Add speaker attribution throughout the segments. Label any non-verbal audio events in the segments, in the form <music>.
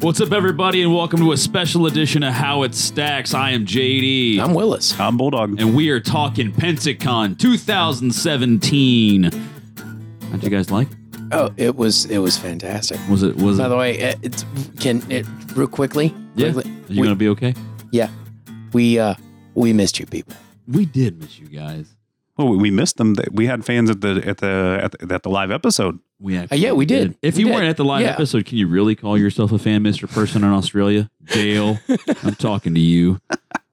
Speaker 1: What's up, everybody, and welcome to a special edition of How It Stacks. I am JD,
Speaker 2: I'm Willis.
Speaker 3: I'm Bulldog.
Speaker 1: and we are talking Pensacon 2017. How'd you guys like?
Speaker 2: Oh, it was it was fantastic.
Speaker 1: Was it? Was
Speaker 2: By
Speaker 1: it?
Speaker 2: the way, it, it's can it real quickly.
Speaker 1: Yeah. Are
Speaker 2: quickly,
Speaker 1: you
Speaker 2: we,
Speaker 1: gonna be okay?
Speaker 2: yeah, we uh we missed you people.
Speaker 1: We did miss you guys.
Speaker 3: Well, we missed them. They- We had fans at the at the at the, at the live episode.
Speaker 1: We actually
Speaker 2: Uh, yeah, we did.
Speaker 1: If
Speaker 2: We
Speaker 1: you
Speaker 2: did.
Speaker 1: weren't at the live
Speaker 2: Yeah.
Speaker 1: episode, can you really call yourself a fan, Mister Person in Australia?
Speaker 2: <laughs>
Speaker 1: Dale, I'm talking to you,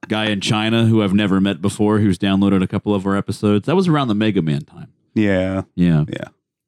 Speaker 1: guy in China who I've never met before, who's downloaded a couple of our episodes. That was around the Mega Man time.
Speaker 3: Yeah,
Speaker 1: Yeah,
Speaker 3: Yeah.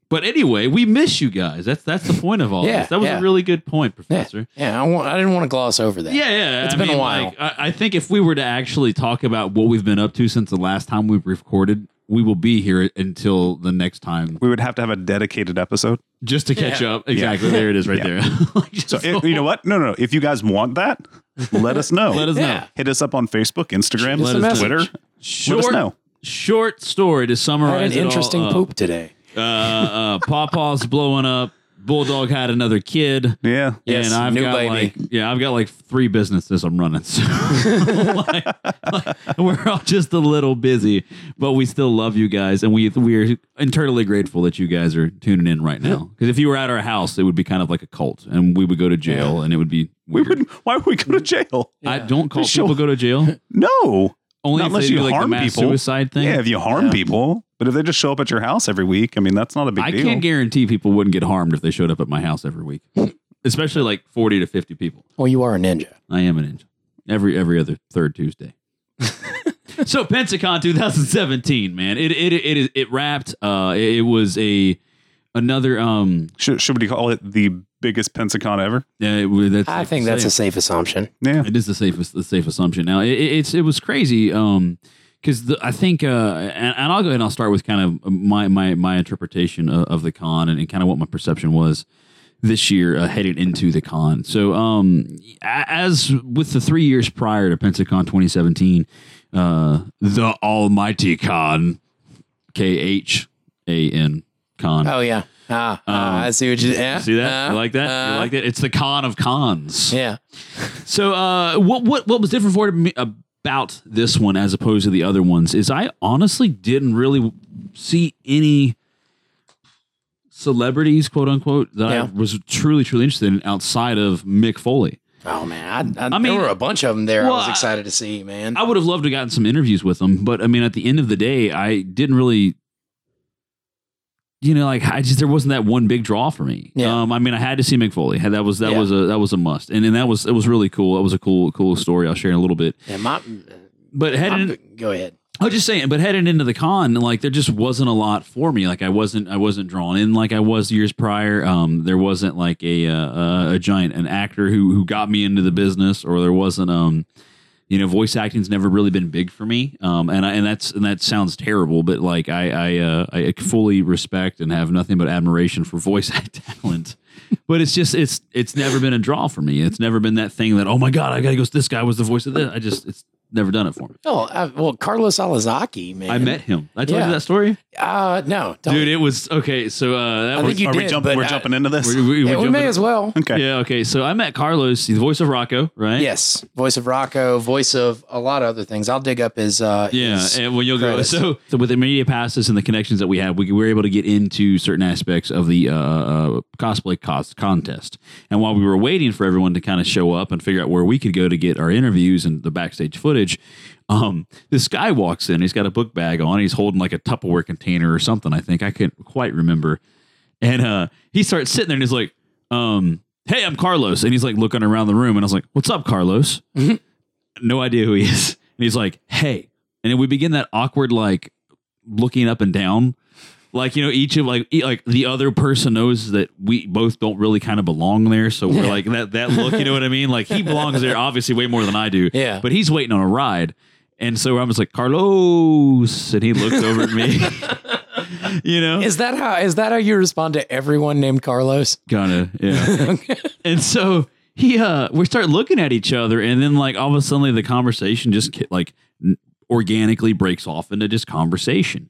Speaker 1: But anyway, we miss you guys. That's that's the point of all
Speaker 2: Yeah,
Speaker 1: this. That was
Speaker 2: yeah.
Speaker 1: a really good point, Professor.
Speaker 2: Yeah, I, want, I didn't want to gloss over that.
Speaker 1: Yeah, yeah.
Speaker 2: It's
Speaker 1: I
Speaker 2: been a
Speaker 1: mean,
Speaker 2: while.
Speaker 1: Like, I, I think if we were to actually talk about what we've been up to since the last time we recorded, we will be here until the next time
Speaker 3: we would have to have a dedicated episode.
Speaker 1: just to catch
Speaker 2: Yeah.
Speaker 1: up. Exactly. There it is, right
Speaker 3: Yeah.
Speaker 1: there. <laughs> Like, just
Speaker 3: So it- you know what? No, no. no. If you guys want that, let us know.
Speaker 1: Let us know.
Speaker 2: Yeah.
Speaker 3: Hit us up on Facebook, Instagram,
Speaker 2: Shoot us a
Speaker 3: Twitter.
Speaker 2: message.
Speaker 1: Short,
Speaker 3: know.
Speaker 1: short story to
Speaker 2: I had
Speaker 1: summarize.
Speaker 2: an
Speaker 1: it all
Speaker 2: interesting
Speaker 1: up.
Speaker 2: poop today.
Speaker 1: Uh, uh, Pawpaw's blowing up. Bulldog had another kid.
Speaker 3: Yeah,
Speaker 1: Yeah,
Speaker 2: Yes,
Speaker 1: and I've
Speaker 2: new
Speaker 1: got
Speaker 2: baby.
Speaker 1: like yeah, I've got like three businesses I'm running. <laughs> So like, like, we're all just a little busy, but we still love you guys, and we we are internally grateful that you guys are tuning in right now. Because if you were at our house, it would be kind of like a cult, and we would go to jail, and it would be
Speaker 3: we
Speaker 1: weird.
Speaker 3: would. Why would we go to jail?
Speaker 1: I don't call
Speaker 3: Sure.
Speaker 1: people go to jail
Speaker 3: <laughs> No.
Speaker 1: only if
Speaker 3: Not unless
Speaker 1: they
Speaker 3: you
Speaker 1: do like the
Speaker 3: harm
Speaker 1: mass
Speaker 3: people.
Speaker 1: suicide thing.
Speaker 3: Yeah, if you harm
Speaker 2: Yeah.
Speaker 3: people, but if they just show up at your house every week, I mean, that's not a big
Speaker 1: I
Speaker 3: deal.
Speaker 1: can't guarantee people wouldn't get harmed if they showed up at my house every
Speaker 3: <laughs>
Speaker 1: week, especially like forty to fifty people.
Speaker 2: Well, you are a ninja.
Speaker 1: I am an angel. Every every other third Tuesday. so Pensacon 2017, man. It it it is it wrapped. Uh it, it was a another um
Speaker 3: should, should we call it the biggest Pensacon ever?
Speaker 1: yeah, it, was- that's
Speaker 2: I think that's a safe assumption.
Speaker 3: Yeah.
Speaker 1: it is the safest the safe assumption. Now it, it- it's it was crazy um because I think uh and, and I'll go ahead and I'll start with kind of my my my interpretation of, of the con and, and kind of what my perception was this year uh, headed into the con. So um a- as with the three years prior to Pensacon 2017, uh the Almighty Con K H A N con.
Speaker 2: Oh yeah. Ah, ah, I see what you yeah,
Speaker 1: See that?
Speaker 2: ah,
Speaker 1: you like that? you
Speaker 2: ah.
Speaker 1: like that? It's the con of cons.
Speaker 2: Yeah.
Speaker 1: So, uh, what what what was different for me about this one as opposed to the other ones is I honestly didn't really see any celebrities, quote unquote, that I
Speaker 2: Yeah.
Speaker 1: was truly truly interested in outside of Mick Foley.
Speaker 2: Oh man, I, I,
Speaker 1: mean-
Speaker 2: there were a bunch of them there.
Speaker 1: Well,
Speaker 2: I was
Speaker 1: I-
Speaker 2: excited to see, man.
Speaker 1: I would have loved to have gotten some interviews with him, but I mean, at the end of the day, I didn't really. You know, like I just there wasn't that one big draw for me.
Speaker 2: Yeah.
Speaker 1: Um, I mean, I had to see McFoley. That was that
Speaker 2: Yeah.
Speaker 1: was a that was a must, and and that was it was really cool. That was a cool cool story. I'll share in a little bit.
Speaker 2: yeah, my,
Speaker 1: But heading
Speaker 2: my- go ahead.
Speaker 1: I was just saying, but heading into the con, like there just wasn't a lot for me. Like I wasn't, I wasn't drawn in like I was years prior. Um, there wasn't like a uh, a giant an actor who who got me into the business, or there wasn't um, you know, voice acting's never really been big for me. Um, and I, and that's and that sounds terrible, but like I I uh, I fully respect and have nothing but admiration for voice <laughs> act talent. But it's just it's it's never been a draw for me. It's never been that thing that oh my god I gotta go. This guy was the voice of this. I just it's never done it for me.
Speaker 2: Oh, I, well, Carlos Alizaki, man.
Speaker 1: I met him. I told
Speaker 2: Yeah.
Speaker 1: you that story,
Speaker 2: Uh, no, don't.
Speaker 1: dude. It was okay. So uh, that
Speaker 2: I
Speaker 1: was
Speaker 2: think you
Speaker 3: Are
Speaker 2: did.
Speaker 3: we jumping?
Speaker 2: but
Speaker 3: We're
Speaker 2: I-
Speaker 3: jumping into this.
Speaker 1: we, we, we
Speaker 2: Yeah, we
Speaker 1: jumped
Speaker 2: may
Speaker 1: in-
Speaker 2: as well.
Speaker 3: okay.
Speaker 1: Yeah, okay. So I met Carlos, he's the voice of Rocco, right?
Speaker 2: Yes, voice of Rocco, voice of a lot of other things. I'll dig up his. Uh,
Speaker 1: Yeah,
Speaker 2: his-
Speaker 1: and when you'll
Speaker 2: credits.
Speaker 1: go so, so with the media passes and the connections that we have, we were able to get into certain aspects of the uh, uh, cosplay cos- contest. And while we were waiting for everyone to kind of show up and figure out where we could go to get our interviews and the backstage footage, um, this guy walks in. He's got a book bag on. He's holding like a Tupperware container or something. I think I can't quite remember. And uh, he starts sitting there and he's like, um, "Hey, I'm Carlos," and he's like looking around the room. And I was like, "What's up, Carlos?" no idea who he is. And he's like, hey. And then we begin that awkward, like looking up and down. Like, you know, each of like, e- like the other person knows that we both don't really kind of belong there. So we're like that, that look, you know what I mean? Like he belongs there obviously way more than I do,
Speaker 2: Yeah.
Speaker 1: but he's waiting on a ride. And so I'm just like, Carlos. And he looks over at me, you know?
Speaker 2: is that how is that how you respond to everyone named Carlos?
Speaker 1: kind of yeah
Speaker 2: <laughs>
Speaker 1: and so he uh we start looking at each other and then like all of a sudden the conversation just ki- like n- organically breaks off into just conversation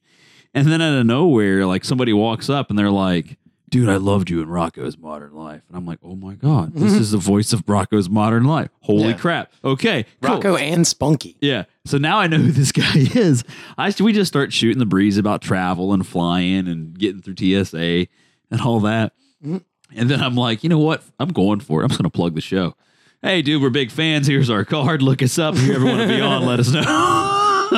Speaker 1: And then out of nowhere, like somebody walks up and they're like, dude, I loved you in Rocco's Modern Life. And I'm like, oh my God, this is the voice of Rocco's Modern Life. Holy
Speaker 2: Mm-hmm. Yeah.
Speaker 1: crap. Okay. cool.
Speaker 2: Rocco and Spunky.
Speaker 1: Yeah. So now I know who this <laughs> guy is. I we just start shooting the breeze about travel and flying and getting through TSA and all that.
Speaker 2: Mhm.
Speaker 1: And then I'm like, you know what? I'm going for it. I'm just gonna plug the show. Hey, dude, we're big fans. Here's our card. Look us up. If you ever want to be on, let us know. <laughs>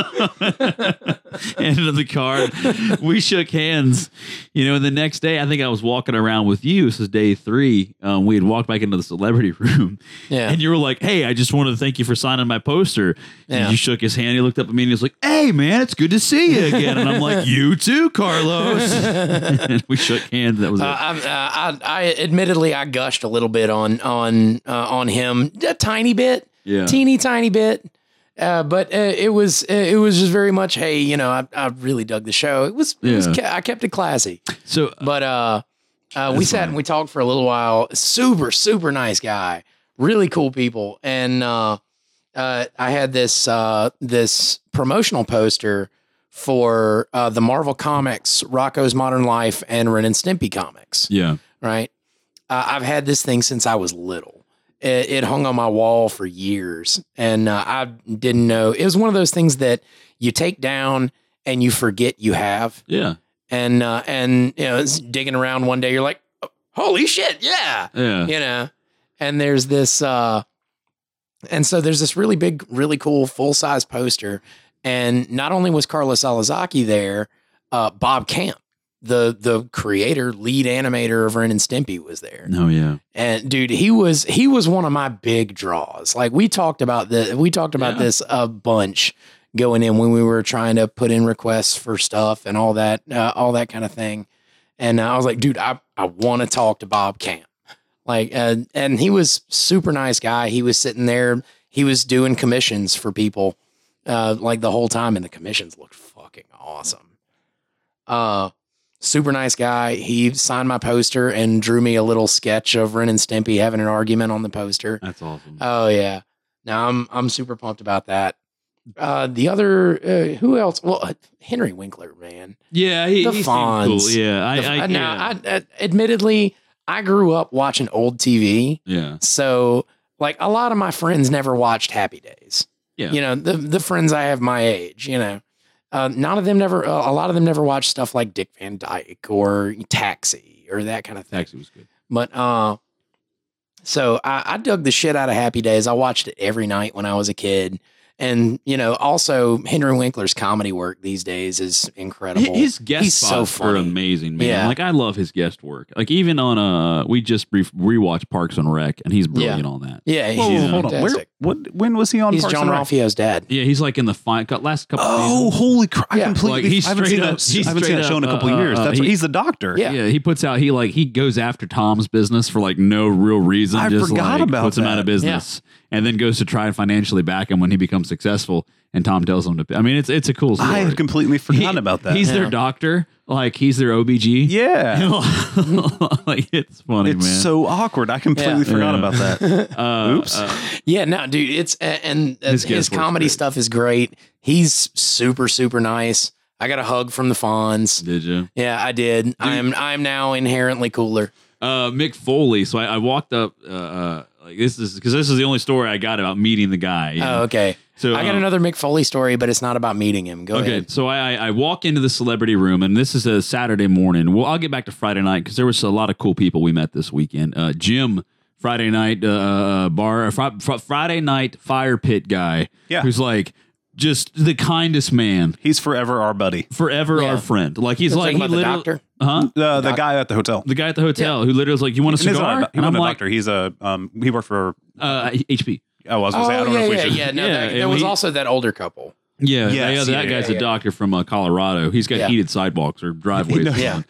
Speaker 1: Handed him the card. We shook hands. You know, and the next day, I think I was walking around with you. This is day three. Um, we had walked back into the celebrity <laughs> room,
Speaker 2: Yeah.
Speaker 1: and you were like, "Hey, I just wanted to thank you for signing my poster."
Speaker 2: Yeah.
Speaker 1: You shook his hand. He looked up at me and he was like, "Hey, man, it's good to see you again." And I'm
Speaker 2: <laughs>
Speaker 1: like, "You too, Carlos." and we shook hands. That was
Speaker 2: Uh,
Speaker 1: it.
Speaker 2: I, uh, I, I admittedly I gushed a little bit on on uh, on him a tiny bit,
Speaker 1: Yeah.
Speaker 2: teeny tiny bit, uh, but uh, it was uh, it was just very much hey you know I, I really dug the show it was, it was
Speaker 1: Yeah.
Speaker 2: ca- I kept it classy
Speaker 1: So uh,
Speaker 2: but uh, uh, we sat and we talked for a little while super super nice guy really cool people and uh, uh, I had this uh, this promotional poster for uh, the Marvel Comics Rocco's Modern Life and Ren and Stimpy comics
Speaker 1: yeah,
Speaker 2: right? Uh, I've had this thing since I was little. It, it hung on my wall for years, and uh, I didn't know. It was one of those things that you take down and you forget you have,
Speaker 1: yeah,
Speaker 2: and uh, and you know, it's digging around one day, you're like, "Holy shit, yeah!"
Speaker 1: yeah,
Speaker 2: you know and there's this uh and so there's this really big really cool full-size poster and not only was carlos alazaki there uh bob camp the the creator lead animator of ren and stimpy was there
Speaker 1: no, yeah,
Speaker 2: and dude he was he was one of my big draws like we talked about this we talked about
Speaker 1: Yeah.
Speaker 2: this a bunch going in when we were trying to put in requests for stuff and all that uh, all that kind of thing and i was like dude i, I want to talk to bob camp like uh, and he was super nice guy he was sitting there he was doing commissions for people uh, like the whole time and the commissions looked fucking awesome uh super nice guy he signed my poster and drew me a little sketch of ren and stimpy having an argument on the poster
Speaker 1: that's awesome.
Speaker 2: oh yeah now i'm i'm super pumped about that uh the other uh, who else well uh, henry winkler man
Speaker 1: yeah, he,
Speaker 2: the
Speaker 1: he seemed cool.
Speaker 2: Fonz.
Speaker 1: Yeah, I, I,
Speaker 2: The-
Speaker 1: yeah.
Speaker 2: now I, I admittedly i grew up watching old tv
Speaker 1: yeah,
Speaker 2: so like a lot of my friends never watched Happy Days.
Speaker 1: Yeah.
Speaker 2: You know, the the friends I have my age, you know. Uh, none of them never uh, a lot of them never watched stuff like Dick Van Dyke or Taxi or that kind of thing.
Speaker 1: taxi was good.
Speaker 2: But uh so I, I dug the shit out of Happy Days. I watched it every night when I was a kid. And you know, also Henry Winkler's comedy work these days is incredible.
Speaker 1: His guest
Speaker 2: He's so
Speaker 1: spots are
Speaker 2: funny.
Speaker 1: amazing, man.
Speaker 2: Yeah.
Speaker 1: Like I love his guest work. Like even on uh, we just re- rewatched Parks and Rec, and he's brilliant on that.
Speaker 2: yeah,
Speaker 3: Whoa,
Speaker 2: he's
Speaker 1: Yeah.
Speaker 3: hold on. Where,
Speaker 2: fantastic.
Speaker 3: what? When was he on?
Speaker 2: He's
Speaker 3: Parks
Speaker 2: John
Speaker 3: and Rec?
Speaker 2: Ralphio's dad.
Speaker 1: Yeah, he's like in the fi- cou- last couple.
Speaker 3: Oh,
Speaker 1: seasons.
Speaker 3: holy crap! I
Speaker 2: Yeah.
Speaker 3: completely.
Speaker 1: Like, he's
Speaker 3: I haven't seen
Speaker 1: straight up-
Speaker 3: that.
Speaker 1: he's
Speaker 3: I haven't seen
Speaker 1: straight
Speaker 3: that show in a
Speaker 1: up,
Speaker 3: couple
Speaker 1: uh,
Speaker 3: of years.
Speaker 1: uh,
Speaker 3: That's
Speaker 1: he-
Speaker 3: he's the doctor.
Speaker 2: Yeah.
Speaker 1: yeah. he puts out he like he goes after Tom's business for like no real reason.
Speaker 3: I
Speaker 1: just
Speaker 3: forgot
Speaker 1: like,
Speaker 3: about
Speaker 1: puts him out
Speaker 3: that.
Speaker 1: of business, and then goes to try and financially back him when he becomes successful. And Tom tells him to. I mean, it's it's a cool story.
Speaker 3: I have completely forgotten about that.
Speaker 1: He's their
Speaker 2: Yeah.
Speaker 1: doctor, like he's their OBG.
Speaker 3: yeah.
Speaker 1: <laughs> like it's funny,
Speaker 3: It's
Speaker 1: man.
Speaker 3: so awkward. I
Speaker 2: Yeah.
Speaker 3: completely forgot
Speaker 1: Yeah.
Speaker 3: about that.
Speaker 1: Uh,
Speaker 3: Oops.
Speaker 1: uh,
Speaker 2: Yeah, no, dude, it's a- and uh,
Speaker 1: His
Speaker 2: his,
Speaker 1: guest work's
Speaker 2: comedy
Speaker 1: great.
Speaker 2: stuff is great. He's super super nice. I got a hug from the Fonz.
Speaker 1: did you?
Speaker 2: Yeah, I did. I'm I'm now inherently cooler.
Speaker 1: uh, Mick Foley. So I, I walked up. Uh, uh, like this is because this is the only story I got about meeting the guy. you know?
Speaker 2: Oh, okay.
Speaker 1: so
Speaker 2: I got
Speaker 1: um,
Speaker 2: another Mick Foley story, but it's not about meeting him. Go
Speaker 1: Okay,
Speaker 2: ahead.
Speaker 1: so I, I I walk into the celebrity room, and this is a Saturday morning. Well, I'll get back to Friday night because there was a lot of cool people we met this weekend. Uh, Jim, Friday night uh, bar, fr- fr- Friday night fire pit guy,
Speaker 3: Yeah.
Speaker 1: who's like just the kindest man,
Speaker 3: he's forever our buddy.
Speaker 1: forever
Speaker 2: Yeah.
Speaker 1: our friend. Like he's
Speaker 2: You're
Speaker 1: like
Speaker 2: talking
Speaker 1: he
Speaker 2: about the
Speaker 1: literally,
Speaker 2: doctor.
Speaker 1: huh?
Speaker 3: The the guy at the hotel.
Speaker 1: The guy at the hotel who literally was like, "You want a
Speaker 3: And he's not
Speaker 1: cigar?"
Speaker 3: a- he
Speaker 1: and I'm
Speaker 3: wasn't a
Speaker 1: like,
Speaker 3: doctor. He's a um. He worked for.
Speaker 1: uh, "HP."
Speaker 3: Oh, I was gonna
Speaker 2: Oh
Speaker 3: say. I don't
Speaker 2: yeah,
Speaker 3: know if we
Speaker 2: yeah,
Speaker 3: should.
Speaker 2: yeah. No,
Speaker 1: Yeah,
Speaker 2: that- there
Speaker 1: and
Speaker 2: was
Speaker 1: we-
Speaker 2: also that
Speaker 1: <laughs>
Speaker 2: older couple.
Speaker 1: Yeah,
Speaker 3: Yes,
Speaker 1: yeah, that
Speaker 3: yeah,
Speaker 1: guy's
Speaker 2: yeah,
Speaker 1: a
Speaker 2: yeah.
Speaker 1: doctor from uh, Colorado. He's got
Speaker 2: Yeah.
Speaker 1: heated sidewalks or driveways.
Speaker 3: <laughs> No.
Speaker 2: Yeah.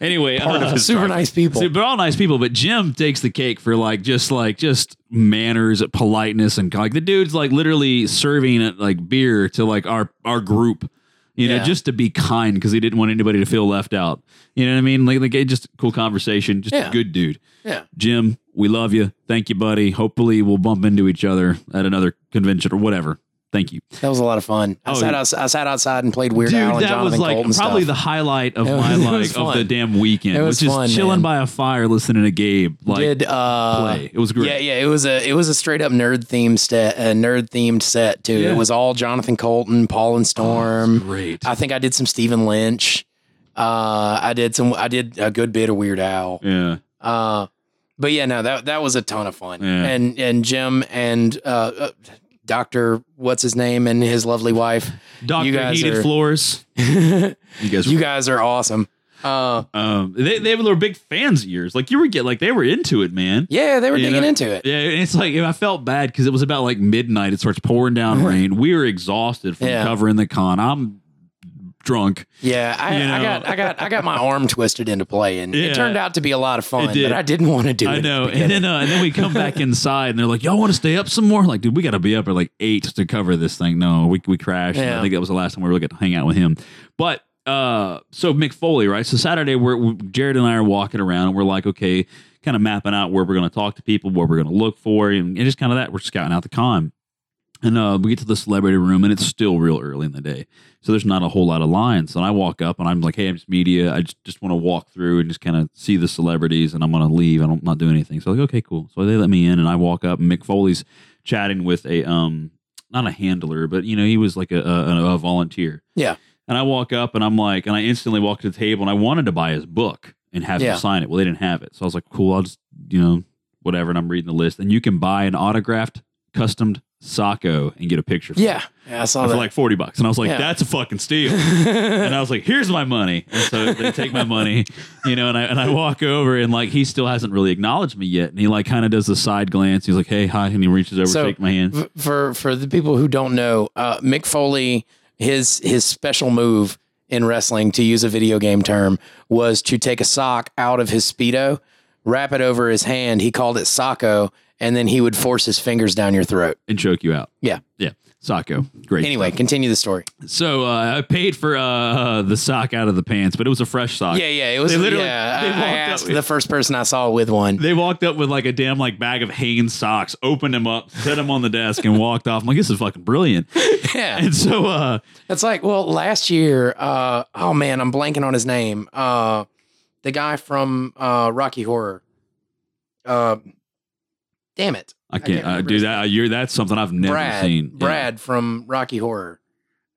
Speaker 1: Anyway,
Speaker 3: Part
Speaker 1: uh,
Speaker 3: of
Speaker 2: <laughs>
Speaker 3: his
Speaker 2: Super
Speaker 3: driver.
Speaker 2: nice people.
Speaker 1: so- but all nice people. But Jim takes the cake for like just like just manners, politeness, and like the dude's like literally serving uh, like beer to like our our group. You know,
Speaker 2: Yeah.
Speaker 1: just to be kind because he didn't want anybody to feel left out. You know what I mean? Like, like it just cool conversation. Just
Speaker 2: Yeah.
Speaker 1: a good dude.
Speaker 2: Yeah.
Speaker 1: Jim, we love you. Thank you, buddy. Hopefully, we'll bump into each other at another convention or whatever. Thank you.
Speaker 2: That was a lot of fun. I
Speaker 1: Oh,
Speaker 2: sat
Speaker 1: yeah.
Speaker 2: outs- I sat outside and played Weird
Speaker 1: Dude,
Speaker 2: Al and
Speaker 1: that
Speaker 2: Jonathan
Speaker 1: was like
Speaker 2: Colt and
Speaker 1: probably the
Speaker 2: stuff.
Speaker 1: highlight of
Speaker 2: It
Speaker 1: my
Speaker 2: was- it
Speaker 1: like
Speaker 2: was
Speaker 1: of the
Speaker 2: fun.
Speaker 1: damn weekend.
Speaker 2: It
Speaker 1: was,
Speaker 2: was
Speaker 1: just
Speaker 2: fun,
Speaker 1: chilling
Speaker 2: man.
Speaker 1: by a fire listening to Gabe like
Speaker 2: did uh
Speaker 1: play. It was great.
Speaker 2: Yeah, yeah, it was a it was a straight up nerd themed set, a nerd themed set too.
Speaker 1: Yeah. Oh,
Speaker 2: It was all Jonathan Colton, Paul
Speaker 1: It
Speaker 2: and
Speaker 1: was
Speaker 2: Storm.
Speaker 1: great.
Speaker 2: I think I did some Stephen Lynch. Uh, I did some. I did a good bit of Weird Al.
Speaker 1: yeah.
Speaker 2: Uh, but yeah, no, that that was a ton of fun.
Speaker 1: Yeah.
Speaker 2: And and Jim and uh, uh, Doctor, what's his name, and his lovely wife. You
Speaker 1: Doctor
Speaker 2: guys
Speaker 1: Heated
Speaker 2: are- <laughs>
Speaker 1: Floors.
Speaker 2: you
Speaker 1: You guys
Speaker 2: guys are awesome. Uh,
Speaker 1: um they, they were big fans of yours. Like you were get like they were into it, man.
Speaker 2: yeah, they were
Speaker 1: You
Speaker 2: digging
Speaker 1: know-
Speaker 2: into it.
Speaker 1: Yeah, and it's like I felt bad because it was about like midnight. It starts pouring down rain. We were exhausted from
Speaker 2: Yeah.
Speaker 1: covering the con. I'm drunk.
Speaker 2: Yeah, I,
Speaker 1: You know.
Speaker 2: I got I got I got my arm twisted into play, and
Speaker 1: Yeah.
Speaker 2: it turned out to be a lot of fun.
Speaker 1: did.
Speaker 2: But I didn't want to do it.
Speaker 1: I
Speaker 2: at the
Speaker 1: know. And
Speaker 2: beginning.
Speaker 1: then uh, and then we come back
Speaker 2: <laughs>
Speaker 1: inside and they're like, Y'all want to stay up some more? Like, dude, we gotta be up at like eight to cover this thing. No, we we crashed. and I
Speaker 2: Yeah.
Speaker 1: think that was the last time we were got to hang out with him. But uh so Mick Foley, right? So Saturday we're we- Jared and I are walking around and we're like, okay, kind of mapping out where we're gonna talk to people, what we're gonna look for, and, and just kind of that. We're scouting out the con. And uh, we get to the celebrity room, and it's still real early in the day, so there's not a whole lot of lines. And I walk up, and I'm like, "Hey, I'm just media. I just, just want to walk through and just kind of see the celebrities, and I'm gonna leave. I don't I'm not do anything." So like, okay, cool. So they let me in, and I walk up. And Mick Foley's chatting with a um, not a handler, but you know, he was like a a, a volunteer.
Speaker 2: Yeah.
Speaker 1: And I walk up, and I'm like, and I instantly walk to the table, and I wanted to buy his book and have
Speaker 2: Yeah.
Speaker 1: him sign it. Well, they didn't have it, so I was like, cool. I'll just you know whatever. And I'm reading the list, and you can buy an autographed customed Sacco and get a picture. from
Speaker 2: yeah, yeah, I saw
Speaker 1: it
Speaker 2: that. <laughs>
Speaker 1: for like 40 bucks. And I was like,
Speaker 2: Yeah.
Speaker 1: that's a fucking steal. and I was like, here's my money. And so they take my money, you know, and I, and I walk over and like, he still hasn't really acknowledged me yet. And he like kind of does the side glance. He's like, hey, hi. And he reaches over,
Speaker 2: So-
Speaker 1: shake my hand.
Speaker 2: V- for for the people who don't know, uh, Mick Foley, his his special move in wrestling, to use a video game term, was to take a sock out of his speedo, wrap it over his hand. He called it socko, and then he would force his fingers down your throat.
Speaker 1: And choke you out.
Speaker 2: Yeah.
Speaker 1: Yeah. Sacco. Great.
Speaker 2: Anyway, continue the story.
Speaker 1: So uh, I paid for uh, the sock out of the pants, but it was a fresh sock.
Speaker 2: Yeah, yeah, it was.
Speaker 1: They literally-
Speaker 2: yeah,
Speaker 1: they
Speaker 2: I- I
Speaker 1: walked up-
Speaker 2: asked the first person I saw
Speaker 1: <laughs>
Speaker 2: with one.
Speaker 1: They walked up with like a damn like bag of Hanes socks, opened them up, set them on the desk, and walked off. I'm like, this is fucking brilliant.
Speaker 2: Yeah,
Speaker 1: And so uh,
Speaker 2: It's like, well, last year, uh, oh man, I'm blanking on his name. Uh, the guy from uh, Rocky Horror. Uh, damn it,
Speaker 1: I can't,
Speaker 2: can't
Speaker 1: uh,
Speaker 2: remember
Speaker 1: do
Speaker 2: his
Speaker 1: that. You're that's something I've never
Speaker 2: Brad.
Speaker 1: seen. Yeah.
Speaker 2: Brad from Rocky Horror.
Speaker 1: <laughs>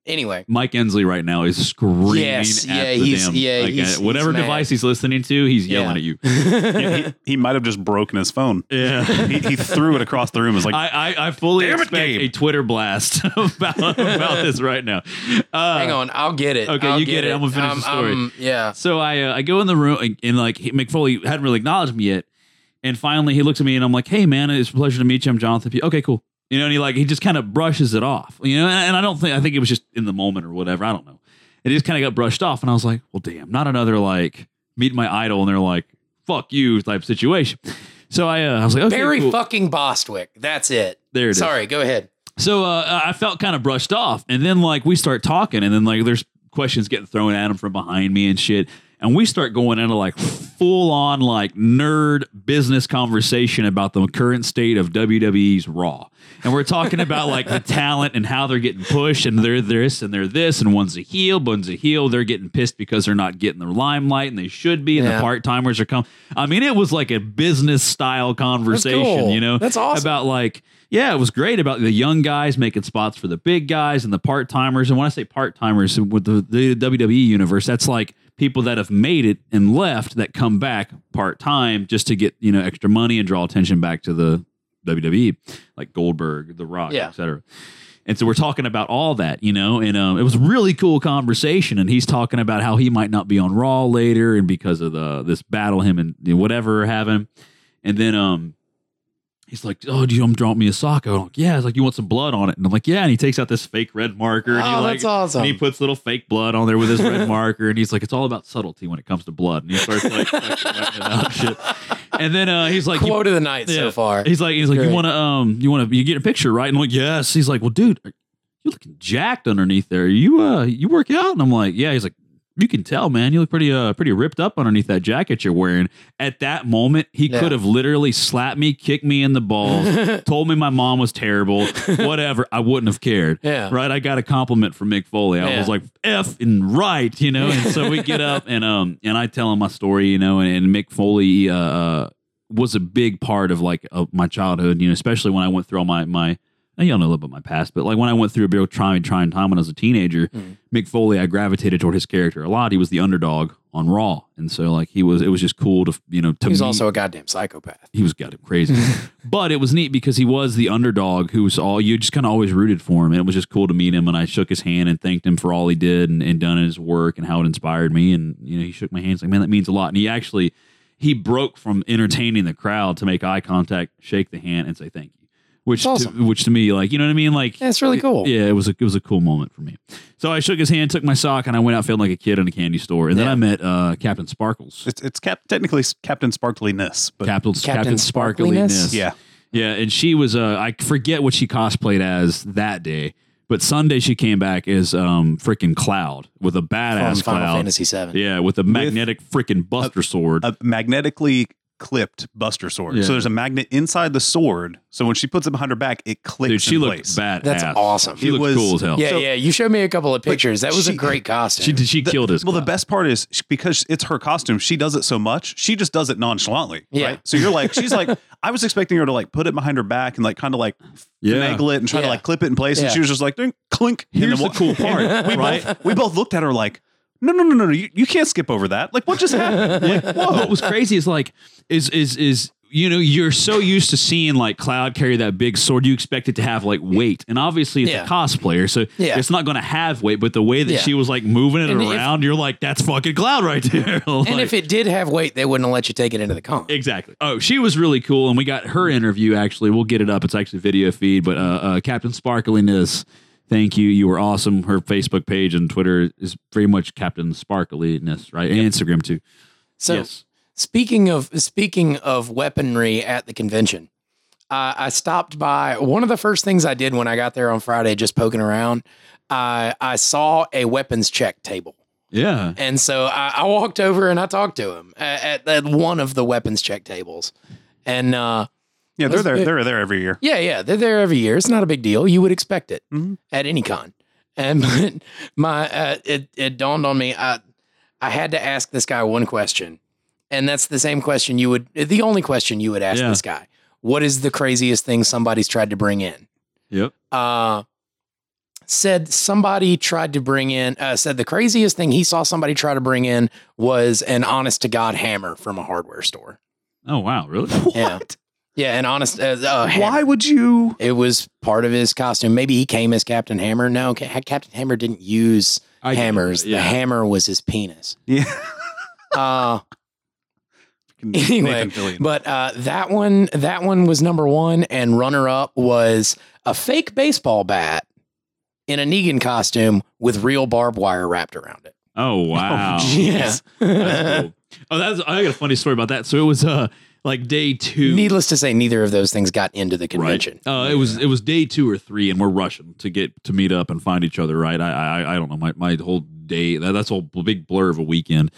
Speaker 2: Anyway, <laughs>
Speaker 1: Mike Ensley right now is screaming.
Speaker 2: Yes,
Speaker 1: at
Speaker 2: yeah,
Speaker 1: the
Speaker 2: he's-
Speaker 1: damn-
Speaker 2: yeah,
Speaker 1: like, uh,
Speaker 2: he's-
Speaker 1: whatever
Speaker 2: he's mad.
Speaker 1: device he's listening to, he's
Speaker 2: Yeah.
Speaker 1: yelling at you.
Speaker 3: <laughs> He, he- he might have just broken his phone.
Speaker 1: Yeah.
Speaker 3: He, he threw it across the room. It's
Speaker 1: <laughs>
Speaker 3: like,
Speaker 1: I, I, I fully
Speaker 3: Damn it,
Speaker 1: expect
Speaker 3: Gabe.
Speaker 1: a Twitter blast <laughs> about, about this right now. Uh,
Speaker 2: Hang on, I'll get it.
Speaker 1: okay,
Speaker 2: I'll
Speaker 1: you get it. I'm gonna finish
Speaker 2: Um,
Speaker 1: the story.
Speaker 2: um, yeah,
Speaker 1: So I uh, I go in the room and, and like he, McFoley hadn't really acknowledged me yet, and finally he looks at me and I'm like, "Hey man, it's a pleasure to meet you. I'm Jonathan." P. Okay, cool. You know, and he like he just kind of brushes it off. You know, and, and I don't think I think it was just in the moment or whatever. I don't know. It just kind of got brushed off, and I was like, "Well, damn, not another like meet my idol," and they're like, "Fuck you" type situation. So I uh, I was like, "Okay,
Speaker 2: Barry
Speaker 1: cool.
Speaker 2: fucking Bostwick. That's it.
Speaker 1: there it is."
Speaker 2: Sorry, go ahead.
Speaker 1: So uh, I felt kind of brushed off, and then like we start talking, and then like there's questions getting thrown at him from behind me and shit, and we start going into like full on like nerd business conversation about the current state of WWE's Raw, and we're talking about like the talent and how they're getting pushed, and they're this and they're this, and one's a heel, one's a heel, they're getting pissed because they're not getting the limelight, and they should be, and the
Speaker 2: Yeah.
Speaker 1: part timers are coming. I mean, it was like a business style conversation,
Speaker 2: cool.
Speaker 1: you know?
Speaker 2: That's awesome.
Speaker 1: About like, yeah, it was great about the young guys making spots for the big guys and the part timers. And when I say part timers with the, the WWE universe, that's like people that have made it and left that come back part time just to get you know extra money and draw attention back to the WWE, like Goldberg, The Rock,
Speaker 2: Yeah.
Speaker 1: et cetera. And so we're talking about all that, you know, and um, it was a really cool conversation. And he's talking about how he might not be on Raw later, and because of the this battle him and you know, whatever are having. And then um, he's like, "Oh, do you um, draw me a sock?" I'm like, "Yeah." He's like, "You want some blood on it?" And I'm like, "Yeah." And he takes out this fake red marker.
Speaker 2: Oh,
Speaker 1: and he, like,
Speaker 2: that's awesome.
Speaker 1: and he puts little fake blood on there with his
Speaker 2: <laughs>
Speaker 1: red marker, and he's like, "It's all about subtlety when it comes to blood." And he starts like, fucking writing about shit. And then uh, he's like, you-
Speaker 2: Quote of the night
Speaker 1: yeah.
Speaker 2: so far.
Speaker 1: He's like, he's like, you
Speaker 2: Great.
Speaker 1: want to, um, you want to, you get a picture, right? And I'm like, yes. He's like, well, dude, are- you're looking jacked underneath there. You, uh, you work out? And I'm like, yeah. He's like, You can tell, man. You look pretty, uh, pretty ripped up underneath that jacket you're wearing. At that moment, he
Speaker 2: Yeah.
Speaker 1: could have literally slapped me, kicked me in the
Speaker 2: <laughs>
Speaker 1: balls, told me my mom was terrible, whatever. I wouldn't have cared.
Speaker 2: Yeah.
Speaker 1: Right? I got a compliment from Mick Foley. I
Speaker 2: Yeah.
Speaker 1: was like, F and right, you know? And so we get up and, um, and I tell him my story, you know, and, and Mick Foley, uh, uh, was a big part of like of my childhood, you know, especially when I went through all my, my, and y'all know a little bit about my past, but like when I went through a real trying, trying time when I was a teenager,
Speaker 2: Mm.
Speaker 1: Mick Foley, I gravitated toward his character a lot. He was the underdog on Raw, and so like he was, it was just cool to you know to
Speaker 2: He's
Speaker 1: meet-
Speaker 2: also a goddamn psychopath.
Speaker 1: he was goddamn
Speaker 2: <laughs>
Speaker 1: crazy, but it was neat because he was the underdog who was all you just kind of always rooted for him, and it was just cool to meet him. And I shook his hand and thanked him for all he did and, and done in his work and how it inspired me. And you know, he shook my hands like, man, that means a lot. And he actually he broke from entertaining the crowd to make eye contact, shake the hand, and say thank you. Which,
Speaker 2: That's
Speaker 1: to,
Speaker 2: awesome.
Speaker 1: which to me, like you know what I mean, like
Speaker 2: That's really cool.
Speaker 1: yeah, it was a it was a cool moment for me. So I shook his hand, took my sock, and I went out feeling like a kid in a candy store. And then
Speaker 2: Yeah.
Speaker 1: I met uh, Captain Sparkles,
Speaker 3: It's it's cap- technically s- Captain Sparkliness, but
Speaker 1: Captain Captain
Speaker 2: Captain
Speaker 1: Sparkliness.
Speaker 2: Sparkliness?
Speaker 3: yeah,
Speaker 1: yeah, and she was uh, I forget what she cosplayed as that day, but Sunday she came back as um freaking Cloud with a
Speaker 2: From
Speaker 1: badass
Speaker 2: Final
Speaker 1: Cloud,
Speaker 2: Fantasy VII.
Speaker 1: yeah, with a magnetic freaking Buster sword.
Speaker 3: a magnetically clipped Buster sword.
Speaker 1: Yeah.
Speaker 3: So there's a magnet inside the sword. So when she puts it behind her back, it clicks.
Speaker 1: Dude, she
Speaker 3: in
Speaker 1: looked
Speaker 3: place.
Speaker 1: badass.
Speaker 2: That's awesome.
Speaker 1: She
Speaker 3: It
Speaker 1: looked
Speaker 3: was-
Speaker 1: cool as hell.
Speaker 2: Yeah,
Speaker 3: So-
Speaker 2: yeah. You showed me a couple of pictures. That was a
Speaker 3: she-
Speaker 2: great costume.
Speaker 1: Oh, She did. She
Speaker 3: The-
Speaker 1: killed us.
Speaker 3: Well, the best part is sh- because it's her costume. She does it so much. She just does it nonchalantly.
Speaker 2: Yeah.
Speaker 3: Right? So you're like, she's like, <laughs> I was expecting her to like put it behind her back and like kind of like
Speaker 1: Yeah.
Speaker 3: finagle it and try to
Speaker 2: Yeah.
Speaker 3: like clip it in place.
Speaker 2: Yeah.
Speaker 3: And she was just like, "Ding, clink. And
Speaker 1: Here's
Speaker 3: then
Speaker 1: the
Speaker 3: <laughs>
Speaker 1: cool part,
Speaker 3: we
Speaker 1: right?
Speaker 3: both we both looked at her like, no, no, no, no, no. You, you can't skip over that. Like, what just
Speaker 2: <laughs>
Speaker 3: happened? Like, whoa.
Speaker 1: what was crazy is like is is is you know you're so used to seeing like cloud carry that big sword you expect it to have like weight and obviously it's
Speaker 2: Yeah.
Speaker 1: a cosplayer so
Speaker 2: Yeah.
Speaker 1: it's not going to have weight but the way that
Speaker 2: Yeah.
Speaker 1: she was like moving it
Speaker 2: And if-
Speaker 1: around you're like that's fucking cloud right there <laughs> Like-
Speaker 2: and if it did have weight, they wouldn't have let you take it into the con.
Speaker 1: Exactly. Oh, she was really cool, and we got her interview. Actually, we'll get it up. It's actually video feed, but uh, uh, Captain Sparkling is. Thank you. You were awesome. Her Facebook page and Twitter is very much Captain Sparkliness, right? And Instagram too.
Speaker 2: so
Speaker 1: yes.
Speaker 2: Speaking of speaking of weaponry at the convention, uh, I stopped by. One of the first things I did when I got there on Friday, just poking around, I I saw a weapons check table,
Speaker 1: Yeah.
Speaker 2: and so I, I walked over and I talked to him at, at, at one of the weapons check tables, and uh,
Speaker 3: yeah, they're there.
Speaker 2: it-
Speaker 3: They're there every year.
Speaker 2: yeah, yeah, they're there every year. It's not a big deal. You would expect it
Speaker 3: Mhm.
Speaker 2: at any con. And <laughs> but my uh, it it dawned on me I I had to ask this guy one question, and that's the same question you would the only question you would ask
Speaker 1: Yeah.
Speaker 2: this guy. What is the craziest thing somebody's tried to bring in?
Speaker 1: Yep.
Speaker 2: Uh, said somebody tried to bring in. Uh, said the craziest thing he saw somebody try to bring in was an honest to god hammer from a hardware store.
Speaker 1: Oh wow, really?
Speaker 2: Yeah.
Speaker 3: What?
Speaker 2: Yeah, an honest. Uh, uh, hammer.
Speaker 3: Why would you?
Speaker 2: It was part of his costume. Maybe he came as Captain Hammer. No, Ca- Captain Hammer didn't use
Speaker 1: I-
Speaker 2: hammers.
Speaker 1: yeah.
Speaker 2: The hammer was his
Speaker 1: <laughs>
Speaker 2: penis.
Speaker 3: Yeah.
Speaker 2: Uh,
Speaker 1: <laughs>
Speaker 2: Anyway,
Speaker 3: Nathan Fillion.
Speaker 2: but uh, that one, that one was number one, and runner up was a fake baseball bat in a Negan costume with real barbed wire wrapped around it. <laughs>
Speaker 1: Oh wow.
Speaker 2: yeah.
Speaker 1: That's
Speaker 2: <laughs>
Speaker 1: cool. Oh, that's I got a funny story about that. So it was uh like day two.
Speaker 2: Needless to say, neither of those things got into the convention.
Speaker 1: Right. Uh, It was it was day two or three, and we're rushing to get to meet up and find each other. Right. I I, I don't know my my whole day. That, that's a whole big blur of a weekend,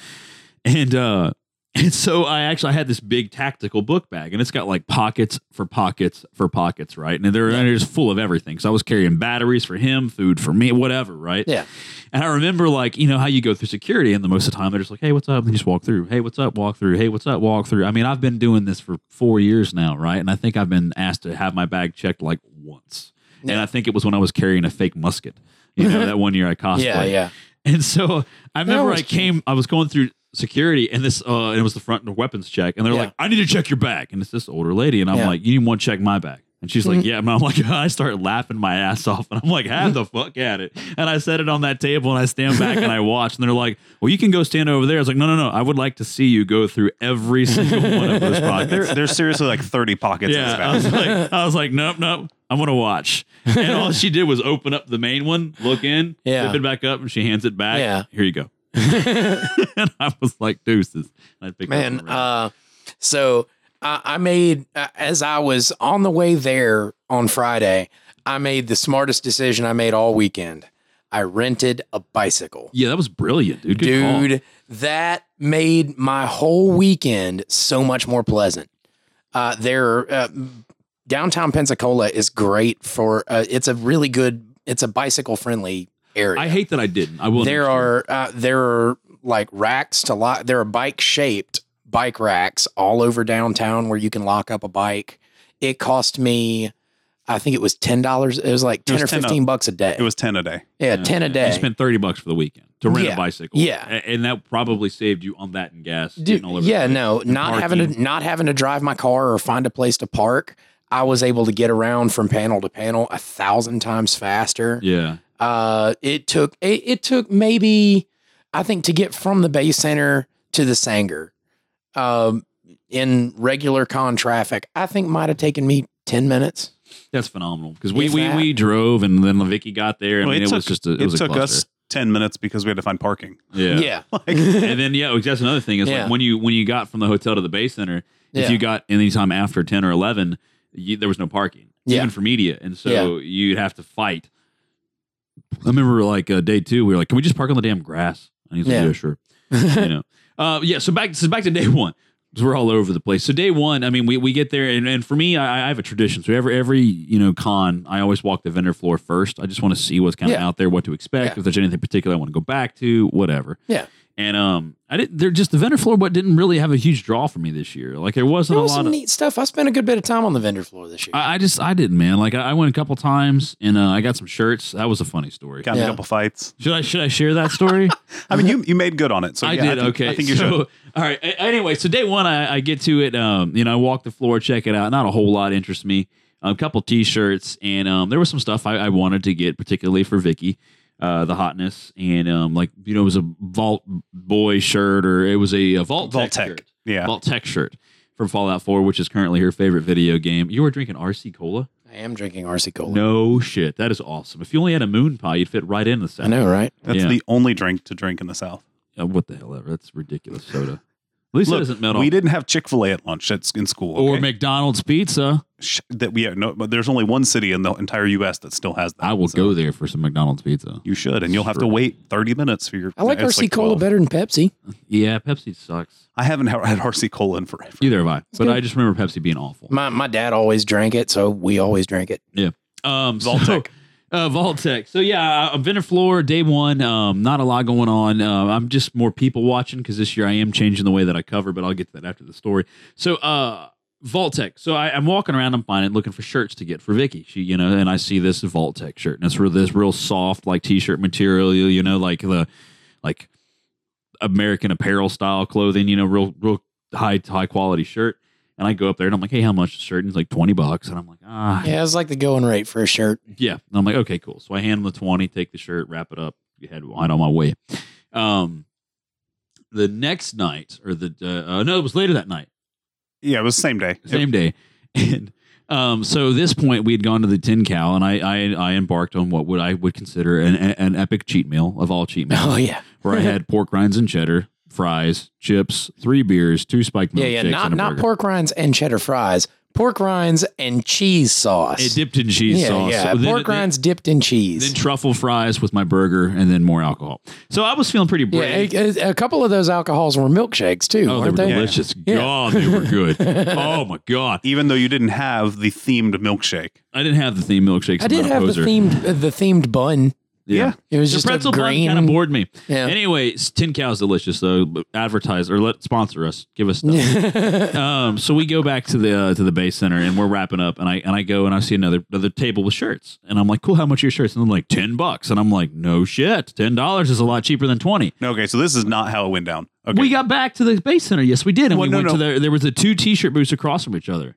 Speaker 1: and uh and so I actually I had this big tactical book bag, and it's got like pockets for pockets for pockets, right? And they're, they're just full of everything. So I was carrying batteries for him, food for me, whatever, right?
Speaker 2: Yeah.
Speaker 1: And I remember like, you know, how you go through security and the most of the time they're just like, hey, what's up? And you just walk through. Hey, what's up? Walk through. Hey, what's up? Walk through. I mean, I've been doing this for four years now, right? And I think I've been asked to have my bag checked like once. And
Speaker 2: Yeah.
Speaker 1: I think it was when I was carrying a fake musket. You
Speaker 2: <laughs>
Speaker 1: know, that one year I cosplayed.
Speaker 2: Yeah, yeah.
Speaker 1: And so I remember
Speaker 2: was
Speaker 1: I came, I was going through security and this, uh, and it was the front weapons check. And they're
Speaker 2: Yeah.
Speaker 1: like, I need to check your bag. And it's this older lady. And I'm
Speaker 2: Yeah. Mm-hmm.
Speaker 1: like, you need one check my bag. And she's like, yeah. And I'm like, <laughs> I start laughing my ass off. And I'm like, have the fuck at it. And I set it on that table and I stand back
Speaker 2: <laughs>
Speaker 1: and I watch. And they're like, well, you can go stand over there. I was like, no, no, no. I would like to see you go through every single one of
Speaker 2: <laughs>
Speaker 1: those pockets.
Speaker 3: There- there's seriously like 30 pockets in
Speaker 1: Yeah,
Speaker 3: this
Speaker 1: I was
Speaker 3: bag.
Speaker 1: like, I was like, nope, nope. I'm gonna watch. And all she did was open up the main one, look in,
Speaker 2: Yeah.
Speaker 1: zip it back up, and she hands it back.
Speaker 2: Yeah.
Speaker 1: here you go. <laughs> and I was like, deuces. And I picked up and
Speaker 2: man
Speaker 1: ran.
Speaker 2: uh so I, I made uh, as i was on the way there on friday i made the smartest decision i made all weekend I rented a bicycle.
Speaker 1: Yeah, that was brilliant, dude. Good call.
Speaker 2: Dude, that made my whole weekend so much more pleasant. Uh, there, uh, downtown Pensacola is great for. Uh, it's a really good. It's a bicycle friendly area.
Speaker 1: I hate that I didn't. I will.
Speaker 2: there are uh, there are like racks to lock. There are bike shaped bike racks all over downtown where you can lock up a bike. It cost me, I think it was ten dollars. It was like ten
Speaker 3: was
Speaker 2: or
Speaker 3: 10
Speaker 2: fifteen bucks a day.
Speaker 3: It was 10 a day.
Speaker 2: yeah, ten a day.
Speaker 1: You spent thirty bucks for the weekend to rent
Speaker 2: Yeah.
Speaker 1: a bicycle.
Speaker 2: Yeah.
Speaker 1: A- and that probably saved you on that and gas.
Speaker 2: Dude,
Speaker 1: and all everything.
Speaker 2: yeah, no, not having to
Speaker 1: parking.
Speaker 2: not having to drive my car or find a place to park. I was able to get around from panel to panel a thousand times faster.
Speaker 1: yeah,
Speaker 2: Uh, it took it, it took maybe I think to get from the Bay Center to the Sanger um, in regular con traffic. I think might have taken me ten minutes.
Speaker 1: that's phenomenal because we
Speaker 2: If
Speaker 1: we,
Speaker 2: that-
Speaker 1: we drove and then Vicky got there. I
Speaker 3: Well,
Speaker 1: mean, it,
Speaker 3: took,
Speaker 1: was just a, it,
Speaker 3: it
Speaker 1: was a
Speaker 3: took
Speaker 1: cluster.
Speaker 3: us 10 minutes because we had to find parking.
Speaker 1: Yeah. <laughs>
Speaker 2: <laughs>
Speaker 1: and then yeah, that's another thing is
Speaker 2: Yeah.
Speaker 1: like when you when you got from the hotel to the Bay Center,
Speaker 2: Yeah.
Speaker 1: if you got anytime after ten or eleven, you, there was no parking,
Speaker 2: Yeah.
Speaker 1: even for media, and so you'd have to fight. I remember like uh, day two, we were like, "Can we just park on the damn grass?" And he's like,
Speaker 2: Yeah.
Speaker 1: "Yeah, sure." you
Speaker 2: <laughs>
Speaker 1: know, uh, yeah. So back so back to day one. 'cause We're all over the place. So day one, I mean, we, we get there, and, and for me, I, I have a tradition. So every every you know con, I always walk the vendor floor first. I just want to see what's kind of
Speaker 2: Yeah.
Speaker 1: out there, what to expect,
Speaker 2: Yeah.
Speaker 1: if there's anything particular I want to go back to, whatever. And um, I didn't. They're just the vendor floor. What didn't really have a huge draw for me this year. Like there wasn't
Speaker 2: there was
Speaker 1: a lot
Speaker 2: some
Speaker 1: of.
Speaker 2: neat stuff. I spent a good bit of time on the vendor floor this year.
Speaker 1: I, I just I didn't, man. Like I, I went a couple times and uh, I got some shirts. That was a funny story.
Speaker 3: Got in
Speaker 2: Yeah.
Speaker 3: a couple fights.
Speaker 1: Should I should I share that story?
Speaker 3: I mean, you you made good on it. <laughs> So
Speaker 1: I
Speaker 3: yeah,
Speaker 1: did.
Speaker 3: I think,
Speaker 1: okay.
Speaker 3: I think you
Speaker 1: so,
Speaker 3: should.
Speaker 1: <laughs> All right. A- Anyway, so day one, I, I get to it. Um, you know, I walk the floor, check it out. Not a whole lot interests me. A couple t-shirts, and um, there was some stuff I, I wanted to get, particularly for Vicky, uh, the hotness, and um, like you know, it was a Vault Boy shirt, or it was a, a Vault Tech
Speaker 3: Vault Tech.
Speaker 1: shirt.
Speaker 3: Yeah.
Speaker 1: Vault Tech shirt from Fallout 4, which is currently her favorite video game. You were drinking RC Cola?
Speaker 2: I am drinking RC Cola.
Speaker 1: No shit. That is awesome. If you only had a moon pie, you'd fit right in the
Speaker 2: I
Speaker 1: set.
Speaker 2: know, right?
Speaker 3: That's
Speaker 1: Yeah.
Speaker 3: the only drink to drink in the South.
Speaker 1: Uh, what the hell ever. That's ridiculous soda. At least it
Speaker 3: Look,
Speaker 1: doesn't melt
Speaker 3: We
Speaker 1: off.
Speaker 3: didn't have Chick fil A at lunch at, in school.
Speaker 1: Or
Speaker 3: okay?
Speaker 1: McDonald's pizza.
Speaker 3: Sh- that we yeah, no, but there's only one city in the entire U.S. that still has that.
Speaker 1: I will
Speaker 3: So
Speaker 1: go there for some McDonald's pizza.
Speaker 3: You should, and you'll have to
Speaker 1: Sure.
Speaker 3: wait 30 minutes for your.
Speaker 2: I like
Speaker 3: it's
Speaker 2: RC Cola
Speaker 3: 12.
Speaker 2: better than Pepsi.
Speaker 1: Yeah, Pepsi sucks.
Speaker 3: I haven't had had RC Cola in forever.
Speaker 1: Either have I. But
Speaker 2: good.
Speaker 1: I just remember Pepsi being awful.
Speaker 2: My my dad always drank it, so we always drank it.
Speaker 1: Um, so-
Speaker 3: Voltec.
Speaker 1: Uh, Voltec. So yeah, uh, vendor floor day one. Um, not a lot going on. Uh, I'm just more people watching because this year I am changing the way that I cover, but I'll get to that after the story. So uh, Voltec. So I, I'm walking around. I'm finding looking for shirts to get for Vicky. She, you know, and I see this Voltec shirt, and it's real this real soft like t-shirt material. You, you know, like the like American Apparel style clothing. You know, real real high high quality shirt. And I go up there and I'm like, hey, how much is the shirt? And he's like, twenty bucks. And I'm like, ah,
Speaker 2: Yeah, it's like the going rate for a shirt. <laughs>
Speaker 1: yeah. And I'm like, okay, cool. So I hand him the 20, take the shirt, wrap it up, head on on my way. Um, the next night, or the, uh, uh, no, it was later that night,
Speaker 3: Yeah, it was the same day.
Speaker 1: same day. <laughs> And um, so at this point, we had gone to the Tin Cow, and I, I, I embarked on what would I would consider an, an epic cheat meal of all cheat
Speaker 2: <laughs>
Speaker 1: meals,
Speaker 2: Oh yeah,
Speaker 1: where I had pork rinds and cheddar, fries, chips, three beers, two spiked
Speaker 2: yeah,
Speaker 1: milkshakes,
Speaker 2: yeah.
Speaker 1: and
Speaker 2: Not
Speaker 1: a
Speaker 2: not
Speaker 1: burger.
Speaker 2: pork rinds and cheddar fries. Pork rinds and cheese sauce.
Speaker 1: It dipped in cheese
Speaker 2: yeah,
Speaker 1: sauce.
Speaker 2: yeah.
Speaker 1: So then-
Speaker 2: pork
Speaker 1: then-
Speaker 2: rinds dipped in
Speaker 1: Then
Speaker 2: cheese.
Speaker 1: truffle fries with my burger, and then more alcohol. So I was feeling pretty
Speaker 2: Yeah,
Speaker 1: brave.
Speaker 2: a, a- a couple of those alcohols were milkshakes too,
Speaker 1: Oh, they
Speaker 2: weren't
Speaker 1: were
Speaker 2: they?
Speaker 1: delicious.
Speaker 2: Yeah.
Speaker 1: God, they were good.
Speaker 2: <laughs>
Speaker 1: oh my god,
Speaker 3: Even though you didn't have the themed milkshake.
Speaker 1: I didn't have the theme milkshakes.
Speaker 2: I did
Speaker 1: I'm not a
Speaker 2: have
Speaker 1: poser.
Speaker 2: the themed uh, the themed bun.
Speaker 3: Yeah.
Speaker 2: It was
Speaker 1: The
Speaker 2: just
Speaker 1: pretzel
Speaker 2: a green.
Speaker 1: bun kind of bored me.
Speaker 2: yeah.
Speaker 1: Anyway, s- Tin Cow's delicious though. But Advertise or let sponsor us. Give us stuff.
Speaker 2: <laughs>
Speaker 1: um, so we go back to the uh, to the base center and we're wrapping up and I and I go and I see another another table with shirts and I'm like, cool, how much are your shirts? And I'm like, ten bucks. And I'm like, no shit, ten dollars is a lot cheaper than twenty.
Speaker 3: No, Okay, so this is not how it went down. Okay.
Speaker 1: We got back to the base center. Yes, we did. And
Speaker 3: Well,
Speaker 1: we
Speaker 3: no,
Speaker 1: went
Speaker 3: no.
Speaker 1: to the there was the two t shirt booths across from each other.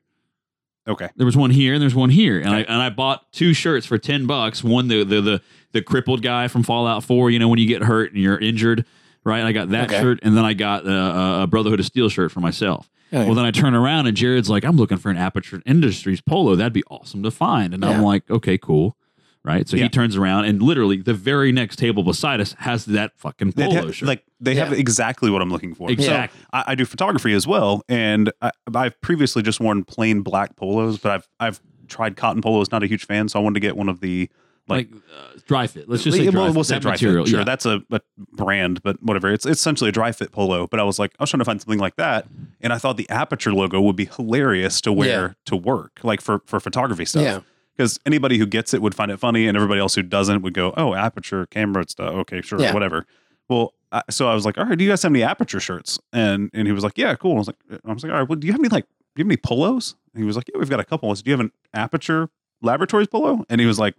Speaker 3: okay.
Speaker 1: There was one here and there's one here, and I and I bought two shirts for ten bucks. One the the the, the crippled guy from Fallout Four. You know when you get hurt and you're injured, right? I got that
Speaker 2: Okay.
Speaker 1: shirt, and then I got uh, a Brotherhood of Steel shirt for myself.
Speaker 2: Oh, yeah.
Speaker 1: Well, then I turn around and Jared's like, "I'm looking for an Aperture Industries polo. That'd be awesome to find." And
Speaker 2: Yeah.
Speaker 1: I'm like, "Okay, cool." Right, so
Speaker 3: Yeah.
Speaker 1: he turns around and literally the very next table beside us has that fucking
Speaker 3: They'd
Speaker 1: polo
Speaker 3: have-
Speaker 1: shirt.
Speaker 3: Like they have
Speaker 2: Yeah.
Speaker 3: exactly what I'm looking for.
Speaker 1: Exactly.
Speaker 3: So I, I do photography as well, and I, I've previously just worn plain black polos, but I've I've tried cotton polos. Not a huge fan, so I wanted to get one of the
Speaker 1: like, uh, dry fit. Let's just
Speaker 3: Yeah,
Speaker 1: say dry,
Speaker 3: we'll, we'll
Speaker 1: fit.
Speaker 3: say
Speaker 1: That
Speaker 3: dry
Speaker 1: material,
Speaker 3: fit. Sure,
Speaker 1: yeah.
Speaker 3: that's a, a brand, but whatever. It's, it's essentially a dry fit polo. But I was like, I was trying to find something like that, and I thought the aperture logo would be hilarious to wear to work, like for for photography stuff.
Speaker 2: Yeah.
Speaker 3: Because anybody who gets it would find it funny, and everybody else who doesn't would go, "Oh, aperture camera stuff. Okay, sure,
Speaker 2: Yeah.
Speaker 3: whatever." Well, I, so I was like, "All right, do you guys have any aperture shirts?" And and he was like, "Yeah, cool." I was like, "I was like, all right, well, do you have any like do you have any polos?" And he was like, "Yeah, we've got a couple." I said, "Do you have an aperture laboratories polo?" And he was like,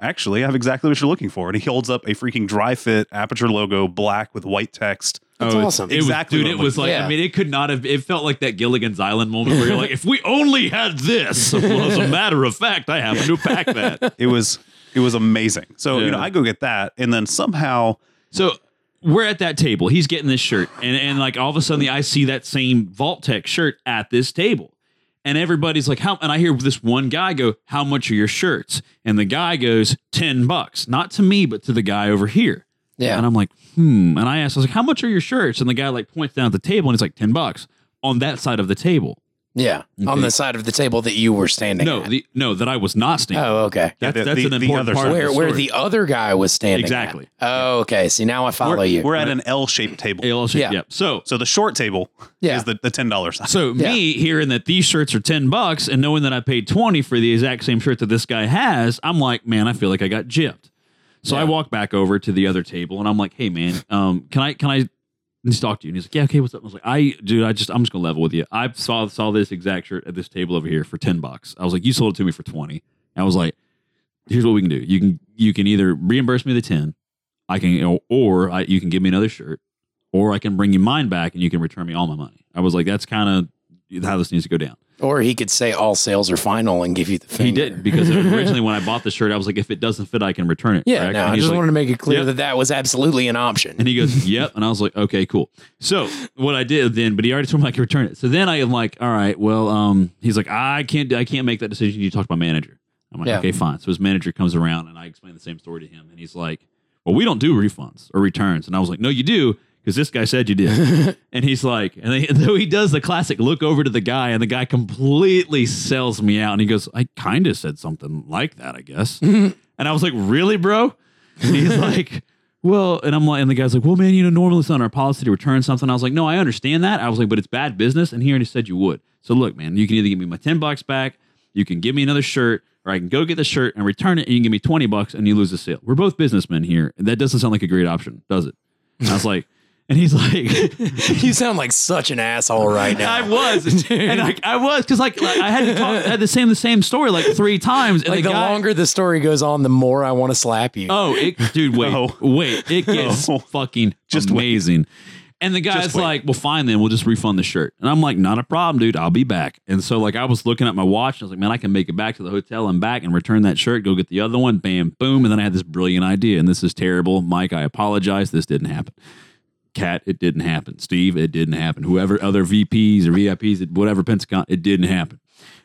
Speaker 3: "Actually, I have exactly what you're looking for." And he holds up a freaking dry fit aperture logo, black with white text.
Speaker 2: That's
Speaker 1: Oh, it's-
Speaker 2: awesome.
Speaker 1: It
Speaker 3: Exactly
Speaker 1: was,
Speaker 3: what
Speaker 1: dude. It
Speaker 3: I'm
Speaker 1: was like,
Speaker 2: looking-
Speaker 1: I
Speaker 2: Yeah.
Speaker 1: mean, it could not have. It felt like that Gilligan's Island moment where you're like, if we only had this. <laughs> Well, as a matter of fact, I happen to pack that.
Speaker 3: It was it was amazing. So you know,
Speaker 1: Yeah.
Speaker 3: I go get that, and then somehow
Speaker 1: <laughs> So we're at that table. He's getting this shirt, and and like all of a sudden, I see that same Vault Tech shirt at this table, and everybody's like, how? And I hear this one guy go, "How much are your shirts?" And the guy goes, 10 bucks." Not to me, but to the guy over here.
Speaker 2: Yeah.
Speaker 1: And I'm like, hmm. And I asked, I was like, how much are your shirts? And the guy like points down at the table and he's like, 10 bucks on that side of the table.
Speaker 2: Yeah. On
Speaker 1: Okay.
Speaker 2: the side of the table that you were standing
Speaker 1: No,
Speaker 2: at.
Speaker 1: the, no, that I was not standing.
Speaker 2: oh, okay.
Speaker 1: That's,
Speaker 3: Yeah, the-
Speaker 1: that's
Speaker 3: the-
Speaker 1: an
Speaker 3: the
Speaker 1: important
Speaker 3: other
Speaker 1: part. of
Speaker 3: side.
Speaker 2: Where
Speaker 1: the
Speaker 2: where
Speaker 1: story.
Speaker 2: the other guy was standing. at.
Speaker 1: Exactly.
Speaker 2: Oh, okay. See, now I follow
Speaker 3: we're,
Speaker 2: you.
Speaker 3: we're at an L shaped table.
Speaker 1: AL shape,
Speaker 2: Yeah.
Speaker 1: yep. So,
Speaker 3: So the short table
Speaker 2: Yeah.
Speaker 3: is the, the ten dollars sign.
Speaker 1: so
Speaker 2: Yeah.
Speaker 1: me hearing that these shirts are ten bucks and knowing that I paid twenty for the exact same shirt that this guy has, I'm like, man, I feel like I got gypped. So I walk back over to the other table and I'm like, hey man, um, can I can I just talk to you? And he's like, yeah, okay, what's up? I was like, I dude, I just I'm just gonna level with you. I saw saw this exact shirt at this table over here for ten bucks. I was like, you sold it to me for twenty. I was like, here's what we can do. You can you can either reimburse me the ten, I can or, or I, you can give me another shirt, or I can bring you mine back and you can return me all my money. I was like, that's kind of how this needs to go down.
Speaker 2: or he could say all sales are final and give you the finger.
Speaker 1: He didn't because
Speaker 2: <laughs>
Speaker 1: originally when I bought the shirt, I was like, if it doesn't fit, I can return it.
Speaker 2: Yeah,
Speaker 1: correct?
Speaker 2: no,
Speaker 1: and
Speaker 2: I
Speaker 1: he's
Speaker 2: just
Speaker 1: like,
Speaker 2: wanted to make it clear
Speaker 1: Yep.
Speaker 2: that that was absolutely an option. <laughs>
Speaker 1: and he goes, yep. And I was like, okay, cool. So what I did then, but he already told me I could return it. So then I am like, all right, well, um, he's like, I can't, do- I can't make that decision. You talk to my manager. I'm like,
Speaker 2: Yeah.
Speaker 1: okay, fine. So his manager comes around and I explain the same story to him. And he's like, well, we don't do refunds or returns. And I was like, no, you do. Because this guy said you did. and he's like, and, they, and so he <laughs> does the classic look over to the guy, and the guy completely sells me out. And he goes, I kind of said something like that, I guess. and I was like, really, bro? And
Speaker 2: <laughs>
Speaker 1: he's like, well, and I'm like, and the guy's like, well, man, you know, normally it's not our policy to return something. I was like, no, I understand that. I was like, but it's bad business. And he already said you would. So look, man, you can either give me my 10 bucks back, you can give me another shirt, or I can go get the shirt and return it, and you can give me 20 bucks and you lose the sale. We're both businessmen here. And that doesn't sound like a great option, does it? And I was like, <laughs> and he's
Speaker 2: <laughs>
Speaker 1: like,
Speaker 2: you sound like such an
Speaker 1: <laughs>
Speaker 2: asshole right now.
Speaker 1: I was, and I, I was, because like I had to talk, I had the same the same story like three times, and
Speaker 2: like
Speaker 1: the,
Speaker 2: the,
Speaker 1: guy,
Speaker 2: longer the story goes on, the more I want to slap you.
Speaker 1: <laughs> Oh, it, dude, wait,
Speaker 3: No.
Speaker 1: wait, it
Speaker 3: <laughs>
Speaker 1: gets
Speaker 3: No.
Speaker 1: fucking just
Speaker 3: Just wait.
Speaker 1: amazing. And the guy's
Speaker 3: Just wait.
Speaker 1: like, "Well, fine then. We'll just refund the shirt." And I'm like, "Not a problem, dude. I'll be back." And so, like, I was looking at my watch. And I was like, "Man, I can make it back to the hotel and back and return that shirt. Go get the other one. Bam, boom." And then I had this brilliant idea. And this is terrible, Mike. I apologize. This didn't happen. Cat, it didn't happen. Steve, it didn't happen. Whoever other VPs or VIPs, at whatever Pensacon, it didn't happen.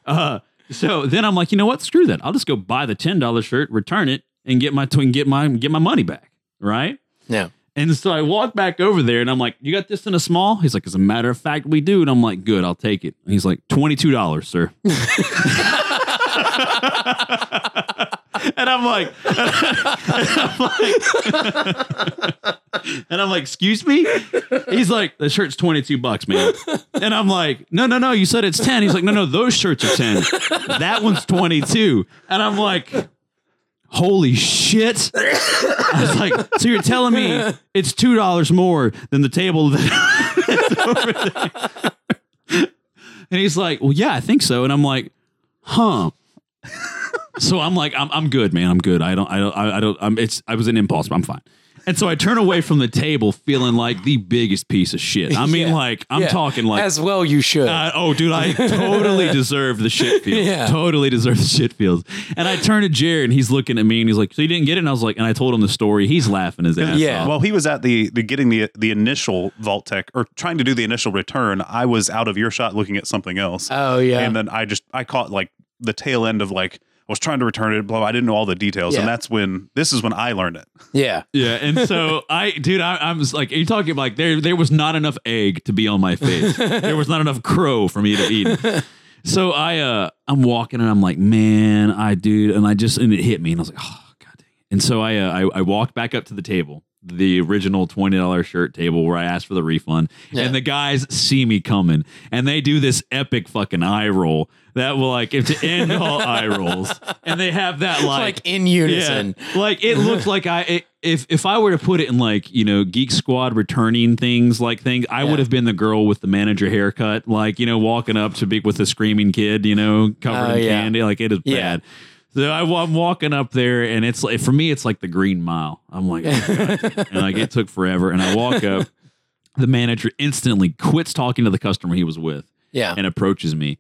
Speaker 1: Uh, so then I'm like, you know what? Screw that. I'll just go buy the ten dollar shirt, return it, and get my twin, get my get my money back. Right.
Speaker 2: Yeah.
Speaker 1: And so I walk back over there and I'm like, You got this in a small? He's like, As a matter of fact, we do. And I'm like, Good, I'll take it. And he's like, $22, sir. and I'm like, and I'm like, and I'm like, Excuse me? He's like, The shirt's 22 bucks, man. And I'm like, No, no, no, you said it's 10. He's like, No, no, those shirts are 10. That one's 22. And I'm like, Holy
Speaker 2: <laughs>
Speaker 1: shit. I was like, so you're telling me it's two dollars more than the table that- that's over there? <laughs> And he's like, well, yeah, I think so. And I'm like, huh. So I'm like, I'm, I'm good, man. I'm good. I don't, I don't, I I don't. I'm. It's. I was an impulse. But I'm fine. And so I turn away from the table, feeling like the biggest piece of shit. I mean,
Speaker 2: Yeah.
Speaker 1: like I'm
Speaker 2: Yeah.
Speaker 1: talking like
Speaker 2: as well you should.
Speaker 1: uh, oh, dude, I
Speaker 2: <laughs>
Speaker 1: totally deserve the shit feels.
Speaker 2: Yeah.
Speaker 1: Totally deserve the shit feels. And I turn to Jared, and he's looking at me, and he's like, "So you didn't get it?" And I was like, and I told him the story. He's laughing his ass
Speaker 2: Yeah.
Speaker 1: off.
Speaker 3: Well, he was at the the getting the the initial Vault Tech or trying to do the initial return. I was out of earshot looking at something else,
Speaker 2: oh yeah.
Speaker 3: and then I just I caught like the tail end of like I was trying to return it. Blah. blah. I didn't know all the details, and
Speaker 2: Yeah.
Speaker 3: that's when this is when I learned it.
Speaker 2: yeah.
Speaker 1: Yeah, and
Speaker 2: <laughs>
Speaker 1: so I, dude, I, I'm just like, you're talking like there, there was not enough egg to be on my face. there was not enough crow for me to eat.
Speaker 2: <laughs>
Speaker 1: So I, uh, I'm walking and I'm like, man, I, dude, and I just, and it hit me, and I was like, oh god, dang And so I, uh, I I walked back up to the table, the original twenty dollar shirt table where I asked for the refund,
Speaker 2: Yeah.
Speaker 1: and the guys see me coming, and they do this epic fucking eye roll that will like if to end all eye rolls, and they have
Speaker 2: <laughs>
Speaker 1: that
Speaker 2: like in unison.
Speaker 1: yeah, like it
Speaker 2: <laughs>
Speaker 1: looked like I it, if if I were to put it in like you know Geek Squad returning things like things, I
Speaker 2: Yeah.
Speaker 1: would have been the girl with the manager haircut, like you know walking up to big with the screaming kid, you know covered
Speaker 2: Oh,
Speaker 1: in
Speaker 2: yeah.
Speaker 1: candy, like it is
Speaker 2: Yeah.
Speaker 1: bad. So I, am walking up there, and it's like for me, it's like the Green Mile. I'm like, oh,
Speaker 2: <laughs>
Speaker 1: God. and like it took forever, and I walk up. The manager instantly quits talking to the customer he was with
Speaker 2: Yeah.
Speaker 1: and approaches me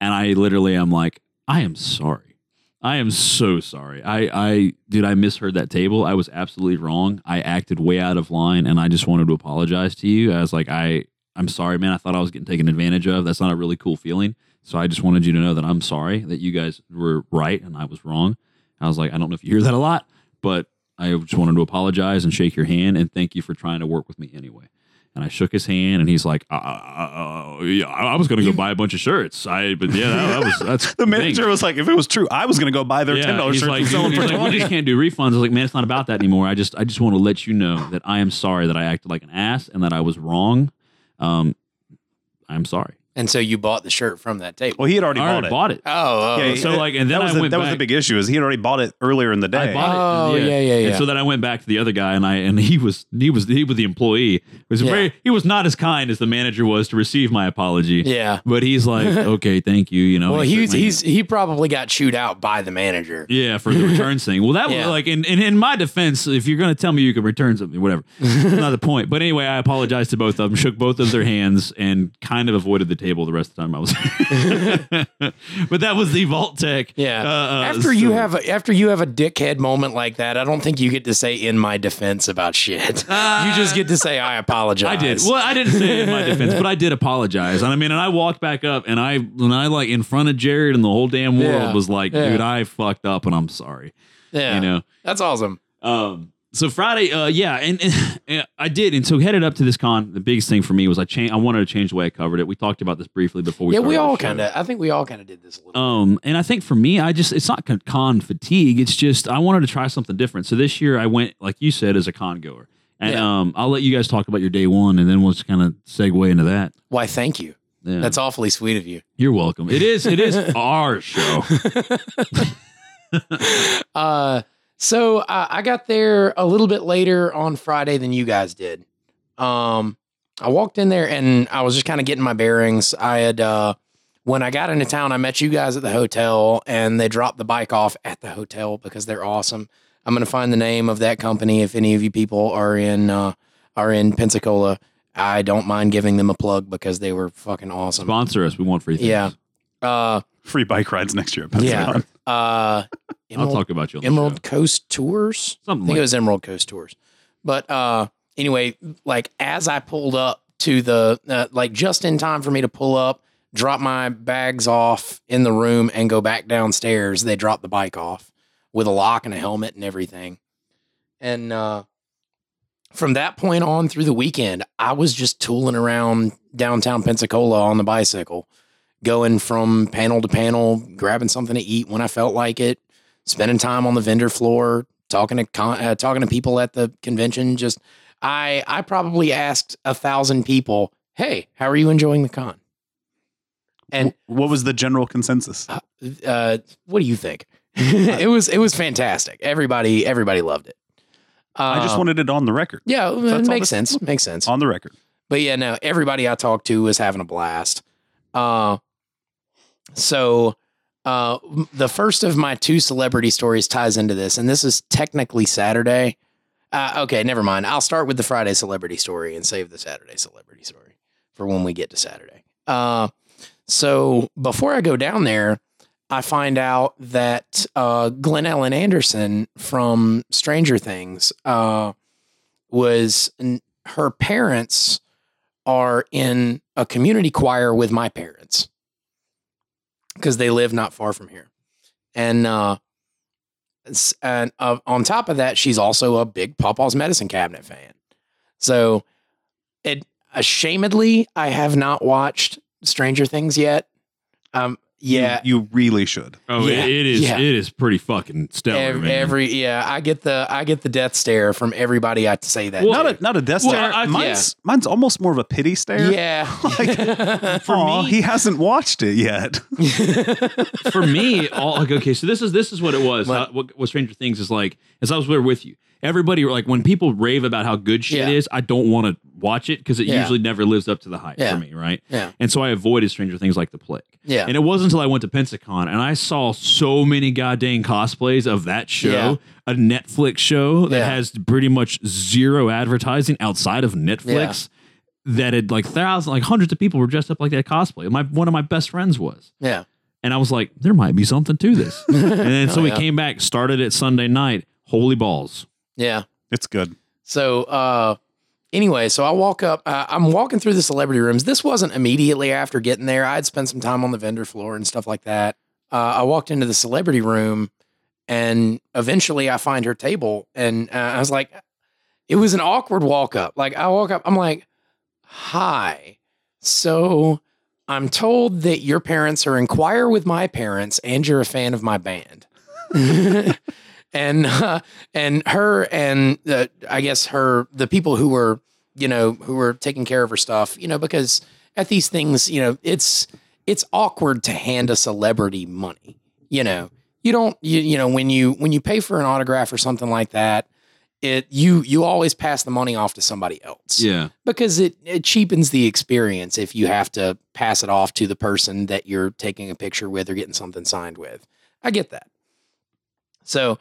Speaker 1: and i literally am like i am sorry i am so sorry i i dude i misheard that table i was absolutely wrong i acted way out of line and i just wanted to apologize to you i was like i i'm sorry man i thought i was getting taken advantage of that's not a really cool feeling so i just wanted you to know that i'm sorry that you guys were right and i was wrong i was like i don't know if you hear that a lot but i just wanted to apologize and shake your hand and thank you for trying to work with me anyway and I shook his hand, and he's like, uh, uh, uh, yeah, I I was going to go buy a bunch of shirts. I, but yeah, that, that was that's
Speaker 3: <laughs> The manager
Speaker 1: thing.
Speaker 3: was like, if it was true, I was going to go buy their ten
Speaker 1: Yeah,
Speaker 3: dollars
Speaker 1: he's
Speaker 3: shirt
Speaker 1: like,
Speaker 3: and sell them
Speaker 1: he's
Speaker 3: for
Speaker 1: like, we
Speaker 3: twenty.
Speaker 1: just can't do refunds. I was like, man, it's not about that anymore. I just, I just want to let you know that I am sorry that I acted like an ass and that I was wrong. Um, I'm sorry.
Speaker 2: And so you bought the shirt from that table.
Speaker 3: Well, he had already
Speaker 1: I
Speaker 3: bought
Speaker 1: already
Speaker 3: it.
Speaker 1: bought it.
Speaker 2: Oh, oh,
Speaker 3: Yeah,
Speaker 1: So like, and then
Speaker 3: that was
Speaker 1: I
Speaker 3: the,
Speaker 1: went
Speaker 3: that
Speaker 1: back.
Speaker 3: was the big issue is he had already bought it earlier in the day.
Speaker 1: I bought
Speaker 2: Oh,
Speaker 1: it.
Speaker 2: yeah, yeah, yeah.
Speaker 1: And so then I went back to the other guy, and I and he was he was he was the employee. It was
Speaker 2: Yeah.
Speaker 1: very he was not as kind as the manager was to receive my apology.
Speaker 2: yeah.
Speaker 1: But he's
Speaker 2: <laughs>
Speaker 1: like, okay, thank you. You know,
Speaker 2: Well,
Speaker 1: he shook
Speaker 2: he's
Speaker 1: my
Speaker 2: he's he probably got chewed out by the manager.
Speaker 1: Yeah, for the returns thing. Well, that was
Speaker 2: Yeah.
Speaker 1: like, in, in, in my defense, if you're going to tell me you can return something, whatever, It's
Speaker 2: <laughs>
Speaker 1: not the point. But anyway, I apologized to both of them, shook both of their hands, and kind of avoided the table the rest of the time I was.
Speaker 2: <laughs>
Speaker 1: but that was <laughs> the Vault Tech.
Speaker 2: Yeah.
Speaker 1: uh, uh,
Speaker 2: after you
Speaker 1: story.
Speaker 2: have a, after you have a dickhead moment like that, I don't think you get to say in my defense
Speaker 1: <laughs>
Speaker 2: about shit. you just get to say I apologize.
Speaker 1: Uh, I did. Well, I didn't say it in my defense,
Speaker 2: <laughs>
Speaker 1: but I did apologize. And I mean, and I walked back up and I, and I like in front of Jared and the whole damn world
Speaker 2: Yeah.
Speaker 1: was like,
Speaker 2: Yeah.
Speaker 1: dude, I fucked up and I'm sorry.
Speaker 2: yeah,
Speaker 1: You know?
Speaker 2: that's awesome.
Speaker 1: Um, so Friday, uh, yeah, and, and, and I did, and so headed up to this con. The biggest thing for me was I changed. I wanted to change the way I covered it. We talked about this briefly before we.
Speaker 2: yeah, we
Speaker 1: started
Speaker 2: all
Speaker 1: the show.
Speaker 2: kind of. I think we all kind of did this a little.
Speaker 1: Um, and I think for me, I just it's not con- con fatigue. It's just I wanted to try something different. So this year I went, like you said, as a con goer. And
Speaker 2: Yeah.
Speaker 1: um, I'll let you guys talk about your day one, and then we'll just kind of segue into that.
Speaker 2: Why? Thank you.
Speaker 1: Yeah.
Speaker 2: That's awfully sweet of you.
Speaker 1: You're welcome. It is. It
Speaker 2: <laughs>
Speaker 1: is our show.
Speaker 2: uh, so I, I got there a little bit later on Friday than you guys did. Um, I walked in there and I was just kind of getting my bearings. I had uh, when I got into town, I met you guys at the hotel, and they dropped the bike off at the hotel because they're awesome. I'm gonna find the name of that company if any of you people are in uh, are in Pensacola. I don't mind giving them a plug because they were fucking awesome.
Speaker 1: Sponsor us. We want free things.
Speaker 2: Yeah. Uh,
Speaker 3: Free bike rides next year.
Speaker 2: yeah. Uh,
Speaker 1: I'll
Speaker 2: Emerald,
Speaker 1: talk about you. On
Speaker 2: Emerald
Speaker 1: Emerald.
Speaker 2: Coast Tours. I
Speaker 1: Something
Speaker 2: think
Speaker 1: like
Speaker 2: it was Emerald Coast Tours. But uh, anyway, like as I pulled up to the, uh, like just in time for me to pull up, drop my bags off in the room and go back downstairs, they dropped the bike off with a lock and a helmet and everything. And uh, from that point on through the weekend, I was just tooling around downtown Pensacola on the bicycle, going from panel to panel, grabbing something to eat when I felt like it, spending time on the vendor floor, talking to con- uh, talking to people at the convention. Just I I probably asked a thousand people, "Hey, how are you enjoying the con?" And
Speaker 3: What was the general consensus?
Speaker 2: uh, what do you think? <laughs> it was it was fantastic. Everybody everybody loved it. Uh,
Speaker 3: I
Speaker 1: Um,
Speaker 3: just wanted it on the record.
Speaker 2: yeah, it
Speaker 3: that's all
Speaker 2: makes
Speaker 3: this-
Speaker 2: sense. Makes sense.
Speaker 3: On the record.
Speaker 2: But yeah, no, everybody I talked to was having a blast. Uh, so uh, m- the first of my two celebrity stories ties into this, and this is technically Saturday. Uh, okay, never mind. I'll start with the Friday celebrity story and save the Saturday celebrity story for when we get to Saturday. Uh, so before I go down there, I find out that uh, Glenn Ellen Anderson from Stranger Things uh, was n- her parents are in a community choir with my parents because they live not far from here. And uh, s- and uh, on top of that, she's also a big Papa's Medicine Cabinet fan. So, it ashamedly, I have not watched Stranger Things yet. Um, yeah.
Speaker 3: you, you really should.
Speaker 1: Oh,
Speaker 2: Yeah,
Speaker 1: it- it is.
Speaker 2: yeah.
Speaker 1: It is pretty fucking stellar,
Speaker 2: Every,
Speaker 1: man.
Speaker 2: every yeah, I get the I get the death stare from everybody. I say that.
Speaker 1: Well,
Speaker 2: to.
Speaker 3: not a not a death
Speaker 1: Well,
Speaker 3: stare.
Speaker 1: I-
Speaker 3: mine's mine's almost more of a pity
Speaker 1: <laughs>
Speaker 3: stare.
Speaker 2: yeah,
Speaker 3: Like, For
Speaker 1: me-
Speaker 3: he hasn't watched
Speaker 1: <laughs>
Speaker 3: it yet.
Speaker 1: <laughs> for me, all like okay, so this is this is what it was.
Speaker 2: Like-
Speaker 1: How- what, what Stranger Things is like, as I was there with you, everybody like when people rave about how good shit
Speaker 2: Yeah.
Speaker 1: is, I don't want to watch it because it
Speaker 2: Yeah.
Speaker 1: usually never lives up to the hype
Speaker 2: Yeah.
Speaker 1: for me, right?
Speaker 2: <laughs> yeah,
Speaker 1: And so I avoided Stranger Things like the plague.
Speaker 2: yeah.
Speaker 1: And it wasn't until I went to Pensacon and I saw so many goddamn cosplays of that show,
Speaker 2: Yeah.
Speaker 1: a Netflix show that
Speaker 2: Yeah.
Speaker 1: has pretty much zero advertising outside of Netflix. That had like thousands, like hundreds of people were dressed up like that cosplay. My one of my best friends was.
Speaker 2: yeah.
Speaker 1: And I was like, there might be something to
Speaker 2: <laughs>
Speaker 1: this. and then so
Speaker 2: Oh,
Speaker 1: we
Speaker 2: yeah.
Speaker 1: came back, started it Sunday night. Holy balls.
Speaker 2: Yeah.
Speaker 3: It's good.
Speaker 2: So uh anyway, so I walk up uh, I'm walking through the celebrity rooms. This wasn't immediately after getting there. I'd spent some time on the vendor floor and stuff like that. Uh, I walked into the celebrity room and eventually I find her table and uh, I was like it was an awkward walk up. Like I walk up I'm like hi. So I'm told that your parents are in choir with my parents and you're a fan of my band. <laughs> and uh, and her and uh, I guess her the people who were you know who were taking care of her stuff you know because at these things you know it's it's awkward to hand a celebrity money you know you don't you, you know when you when you pay for an autograph or something like that it you you always pass the money off to somebody else
Speaker 1: Yeah.
Speaker 2: because it, it cheapens the experience if you have to pass it off to the person that you're taking a picture with or getting something signed with. I get that. So,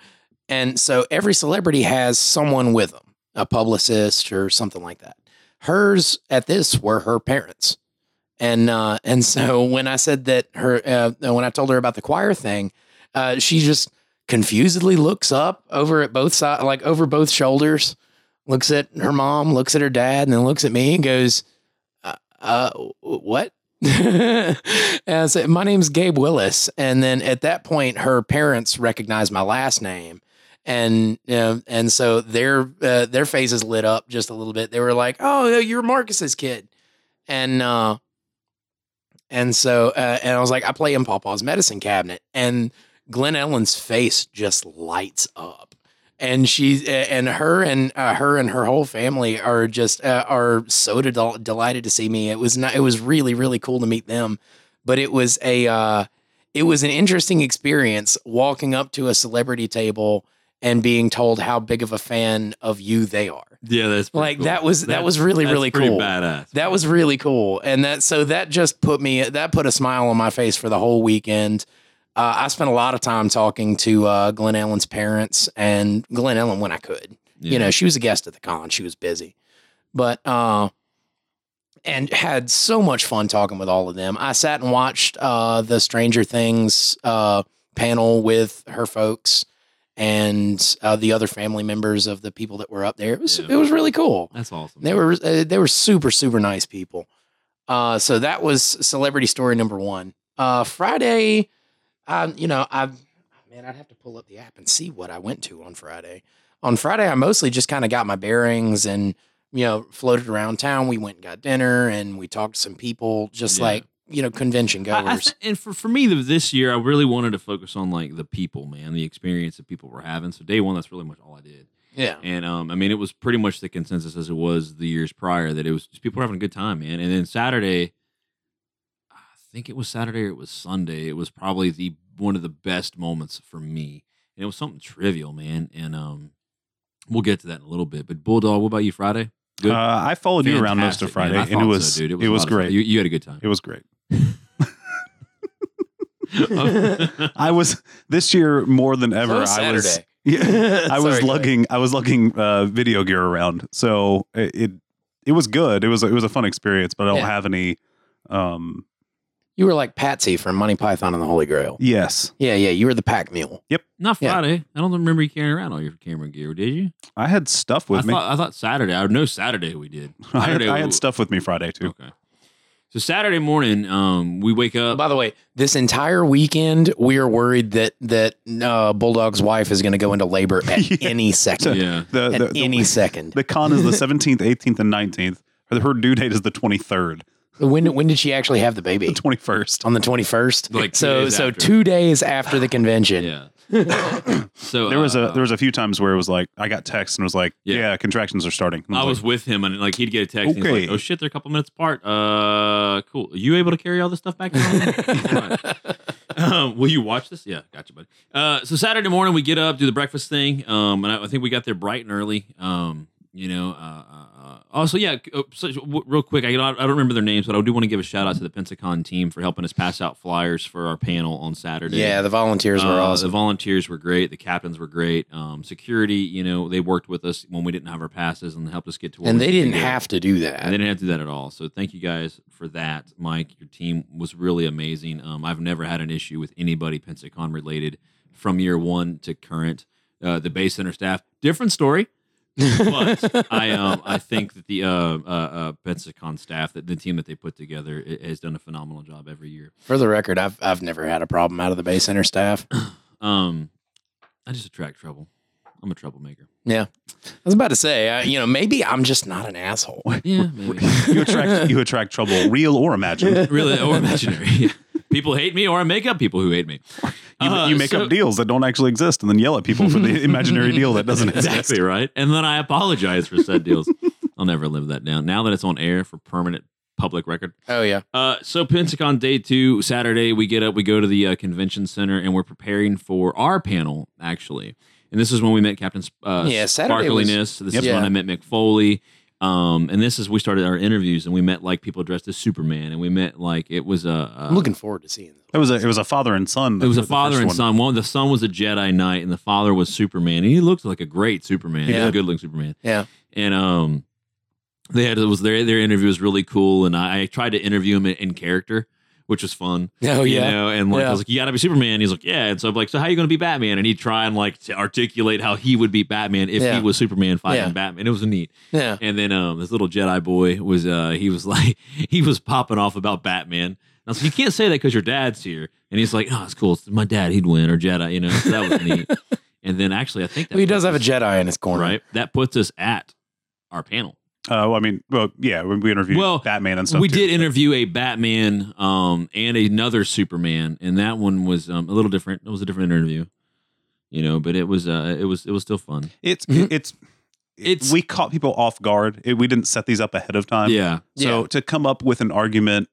Speaker 2: and so every celebrity has someone with them, a publicist or something like that. Hers at this were her parents. And uh, and so when I said that her uh, when I told her about the choir thing, uh, she just confusedly looks up over at both side like over both shoulders, looks at her mom, looks at her dad, and then looks at me and goes, "Uh, uh w- what?" <laughs> and I said, "My name's Gabe Willis." And then at that point, her parents recognized my last name, and uh, and so their uh, their faces lit up just a little bit. They were like, "Oh, you're Marcus's kid," and uh, and so uh, and I was like, "I play in Papa's medicine cabinet," and Glenn Ellen's face just lights up and she's a- and her and uh, her and her whole family are just uh, are so del- delighted to see me. It was not, it was really really cool to meet them, but it was a uh, it was an interesting experience walking up to a celebrity table and being told how big of a fan of you they are.
Speaker 1: Yeah. That's pretty
Speaker 2: Like
Speaker 1: cool.
Speaker 2: that was that,
Speaker 1: That's-
Speaker 2: was really
Speaker 1: that's
Speaker 2: really
Speaker 1: pretty
Speaker 2: cool.
Speaker 1: badass.
Speaker 2: That was really cool, and that so that just put me that put a smile on my face for the whole weekend. Uh, I spent a lot of time talking to uh, Glenn Ellen's parents and Glenn Ellen when I could.
Speaker 1: Yeah.
Speaker 2: You know, she was a guest at the con; she was busy, but uh, and had so much fun talking with all of them. I sat and watched uh, the Stranger Things uh, panel with her folks and uh, the other family members of the people that were up there. It was
Speaker 1: Yeah.
Speaker 2: it was really cool.
Speaker 1: That's awesome.
Speaker 2: They were uh, they were super super nice people. Uh, so that was celebrity story number one. Uh, Friday, um, you know, I man, I'd have to pull up the app and see what I went to on Friday. On Friday, I mostly just kind of got my bearings and you know floated around town. We went and got dinner and we talked to some people, just
Speaker 1: Yeah.
Speaker 2: like you know convention
Speaker 1: I-
Speaker 2: goers.
Speaker 1: I thi- and for, for me th- this year, I really wanted to focus on like the people, man, the experience that people were having. So day one, that's really much all I did.
Speaker 2: yeah,
Speaker 1: And um, I mean, it was pretty much the consensus as it was the years prior that it was just people were having a good time, man. And then Saturday, I think it was Saturday or it was Sunday. It was probably the one of the best moments for me, and it was something trivial, man. And um, we'll get to that in a little bit. But Bulldog, what about you Friday?
Speaker 3: Uh,
Speaker 1: Good.
Speaker 3: I followed you around most
Speaker 1: Fantastic,
Speaker 3: of
Speaker 1: man.
Speaker 3: Friday,
Speaker 1: I
Speaker 3: and
Speaker 1: thought
Speaker 3: it was,
Speaker 1: so,
Speaker 3: it was
Speaker 1: a lot of fun.
Speaker 3: great.
Speaker 1: You, you had a good time.
Speaker 3: It was great.
Speaker 1: <laughs> Um,
Speaker 3: I was this year more than ever.
Speaker 2: So
Speaker 3: I was
Speaker 2: Saturday.
Speaker 3: <laughs>
Speaker 1: <laughs>
Speaker 3: yeah, I
Speaker 2: Sorry,
Speaker 3: was
Speaker 2: go ahead.
Speaker 3: lugging I was lugging uh, video gear around, so it, it it was good. It was it was a fun experience, but I don't
Speaker 2: Yeah.
Speaker 3: have any. Um.
Speaker 2: You were like Patsy from Monty Python and the Holy Grail.
Speaker 3: Yes,
Speaker 2: Yeah, yeah, you were the pack mule.
Speaker 1: Not
Speaker 2: Yeah.
Speaker 1: Friday. I don't remember you carrying around all your camera gear, did you?
Speaker 3: I had stuff with
Speaker 1: I
Speaker 3: me.
Speaker 1: thought I thought Saturday. I know Saturday we did.
Speaker 3: <laughs> I had,
Speaker 1: Saturday
Speaker 3: I
Speaker 1: we-
Speaker 3: had stuff with me Friday too.
Speaker 1: Okay. So Saturday morning, um, we wake up.
Speaker 2: By the way, this entire weekend we are worried that that uh, Bulldog's wife is going to go into labor at
Speaker 3: Yeah.
Speaker 2: any second.
Speaker 1: yeah.
Speaker 3: The
Speaker 2: At
Speaker 3: the, <laughs> the,
Speaker 2: any
Speaker 1: <laughs>
Speaker 2: second.
Speaker 3: the con is the seventeenth, eighteenth, and nineteenth. Her due date is the twenty third.
Speaker 2: When when did she actually have the baby?
Speaker 3: Twenty first.
Speaker 2: On the twenty first.
Speaker 1: Like two
Speaker 2: so
Speaker 1: days
Speaker 2: so
Speaker 1: after.
Speaker 2: two days after the convention.
Speaker 1: Yeah.
Speaker 3: <coughs>
Speaker 1: so
Speaker 3: There was a
Speaker 1: uh,
Speaker 3: there was a few times where it was like I got text and was like,
Speaker 1: Yeah.
Speaker 3: yeah, contractions are starting. And
Speaker 1: I was
Speaker 3: like,
Speaker 1: with him and like he'd get a text. And he's
Speaker 3: Okay.
Speaker 1: like, oh shit, they're a couple minutes apart. Uh, cool. Are you able to carry all this stuff back?
Speaker 3: <laughs>
Speaker 1: home?" um, will you watch this? Yeah, gotcha, buddy. Uh, so Saturday morning we get up, do the breakfast thing, um, and I, I think we got there bright and early. Um, you know. Uh, uh, uh, also, yeah. c- uh, so, w- real quick, I don't, I don't remember their names, but I do want to give a shout out to the Pensacon team for helping us pass out flyers for our panel on Saturday.
Speaker 2: Yeah, the volunteers were
Speaker 1: Uh,
Speaker 2: awesome.
Speaker 1: The volunteers were great. The captains were great. Um, security, you know, they worked with us when we didn't have our passes and helped us get to. Where
Speaker 2: And
Speaker 1: we
Speaker 2: they
Speaker 1: needed to
Speaker 2: didn't
Speaker 1: go.
Speaker 2: have to do
Speaker 1: And they
Speaker 2: that.
Speaker 1: didn't have to do that at all. So thank you guys for that, Mike. Your team was really amazing. Um, I've never had an issue with anybody Pensacon related from year one to current. Uh, the base center staff, different story. But
Speaker 2: <laughs>
Speaker 1: I um, I think that the uh, uh, uh, Pensacon staff, that the team that they put together, i has done a phenomenal job every year.
Speaker 2: For the record, I've I've never had a problem out of the Bay Center staff. I
Speaker 1: Um, I just attract trouble. I'm a troublemaker.
Speaker 2: was about to say, uh, you know, maybe I'm just not an asshole.
Speaker 1: Yeah, maybe. <laughs>
Speaker 3: you attract you attract trouble, real or imagined.
Speaker 1: really or imaginary.
Speaker 3: <laughs>
Speaker 1: Yeah. People hate me, or I make up people who hate me.
Speaker 3: You,
Speaker 1: Uh,
Speaker 3: you make
Speaker 1: so-
Speaker 3: up deals that don't actually exist and then yell at people
Speaker 1: <laughs>
Speaker 3: for the imaginary deal that doesn't exist.
Speaker 1: exactly right. And then I apologize for said deals.
Speaker 3: <laughs>
Speaker 1: I'll never live that down. Now that it's on air for permanent public record.
Speaker 2: Oh yeah.
Speaker 1: Uh, so Pensacon day two, Saturday, we get up, we go to the uh, convention center, and we're preparing for our panel actually. And this is when we met Captain Sp- uh,
Speaker 2: Yeah, Saturday was-
Speaker 1: Sparkliness. This is
Speaker 2: Yep.
Speaker 1: when
Speaker 2: Yeah.
Speaker 1: I met Mick Foley. Um, and this is we started our interviews, and we met like people dressed as Superman, and we met like it was a, a
Speaker 2: I'm looking forward to seeing
Speaker 3: It was a it was a father and son.
Speaker 1: It was
Speaker 3: the
Speaker 1: a father
Speaker 3: first
Speaker 1: and
Speaker 3: one.
Speaker 1: son. One, the son was a Jedi Knight, and the father was Superman. And he looked like a great Superman. He was
Speaker 2: Yeah.
Speaker 1: a good looking Superman.
Speaker 2: Yeah.
Speaker 1: And um, they had it was their their interview was really cool, and I, I tried to interview him in, in character, which was fun.
Speaker 2: them. Oh
Speaker 1: You know, and like I
Speaker 2: Yeah.
Speaker 1: was like, you gotta be Superman. He's like, yeah. And so I'm like, so how you gonna be Batman? And he try and like to articulate how he would be Batman if
Speaker 2: Yeah.
Speaker 1: he was Superman fighting
Speaker 2: Yeah.
Speaker 1: Batman. It was neat.
Speaker 2: Yeah.
Speaker 1: And then um, this little Jedi boy was uh, he was <laughs> like he was popping off about Batman. And I was like, you can't say that because your dad's here. And he's like, oh, it's cool. It's my dad. He'd win or Jedi. You know, so that was
Speaker 2: <laughs>
Speaker 1: neat. and then actually, I think that
Speaker 2: Well, he does
Speaker 1: puts
Speaker 2: have a
Speaker 1: us-
Speaker 2: Jedi in his corner.
Speaker 1: right. That puts us at our panel.
Speaker 3: Uh, well, I mean, well, yeah, we, we interviewed
Speaker 1: Well,
Speaker 3: Batman and stuff.
Speaker 1: we
Speaker 3: too.
Speaker 1: did interview a Batman um, and another Superman, and that one was um, a little different. It was a different interview, you know, but it was uh, it was it was still fun.
Speaker 3: It's
Speaker 2: Mhm.
Speaker 3: it's
Speaker 1: Mm-hmm. It's-
Speaker 3: it's we caught people off guard. It, we didn't set these up ahead of time.
Speaker 1: yeah,
Speaker 3: So to come up with an argument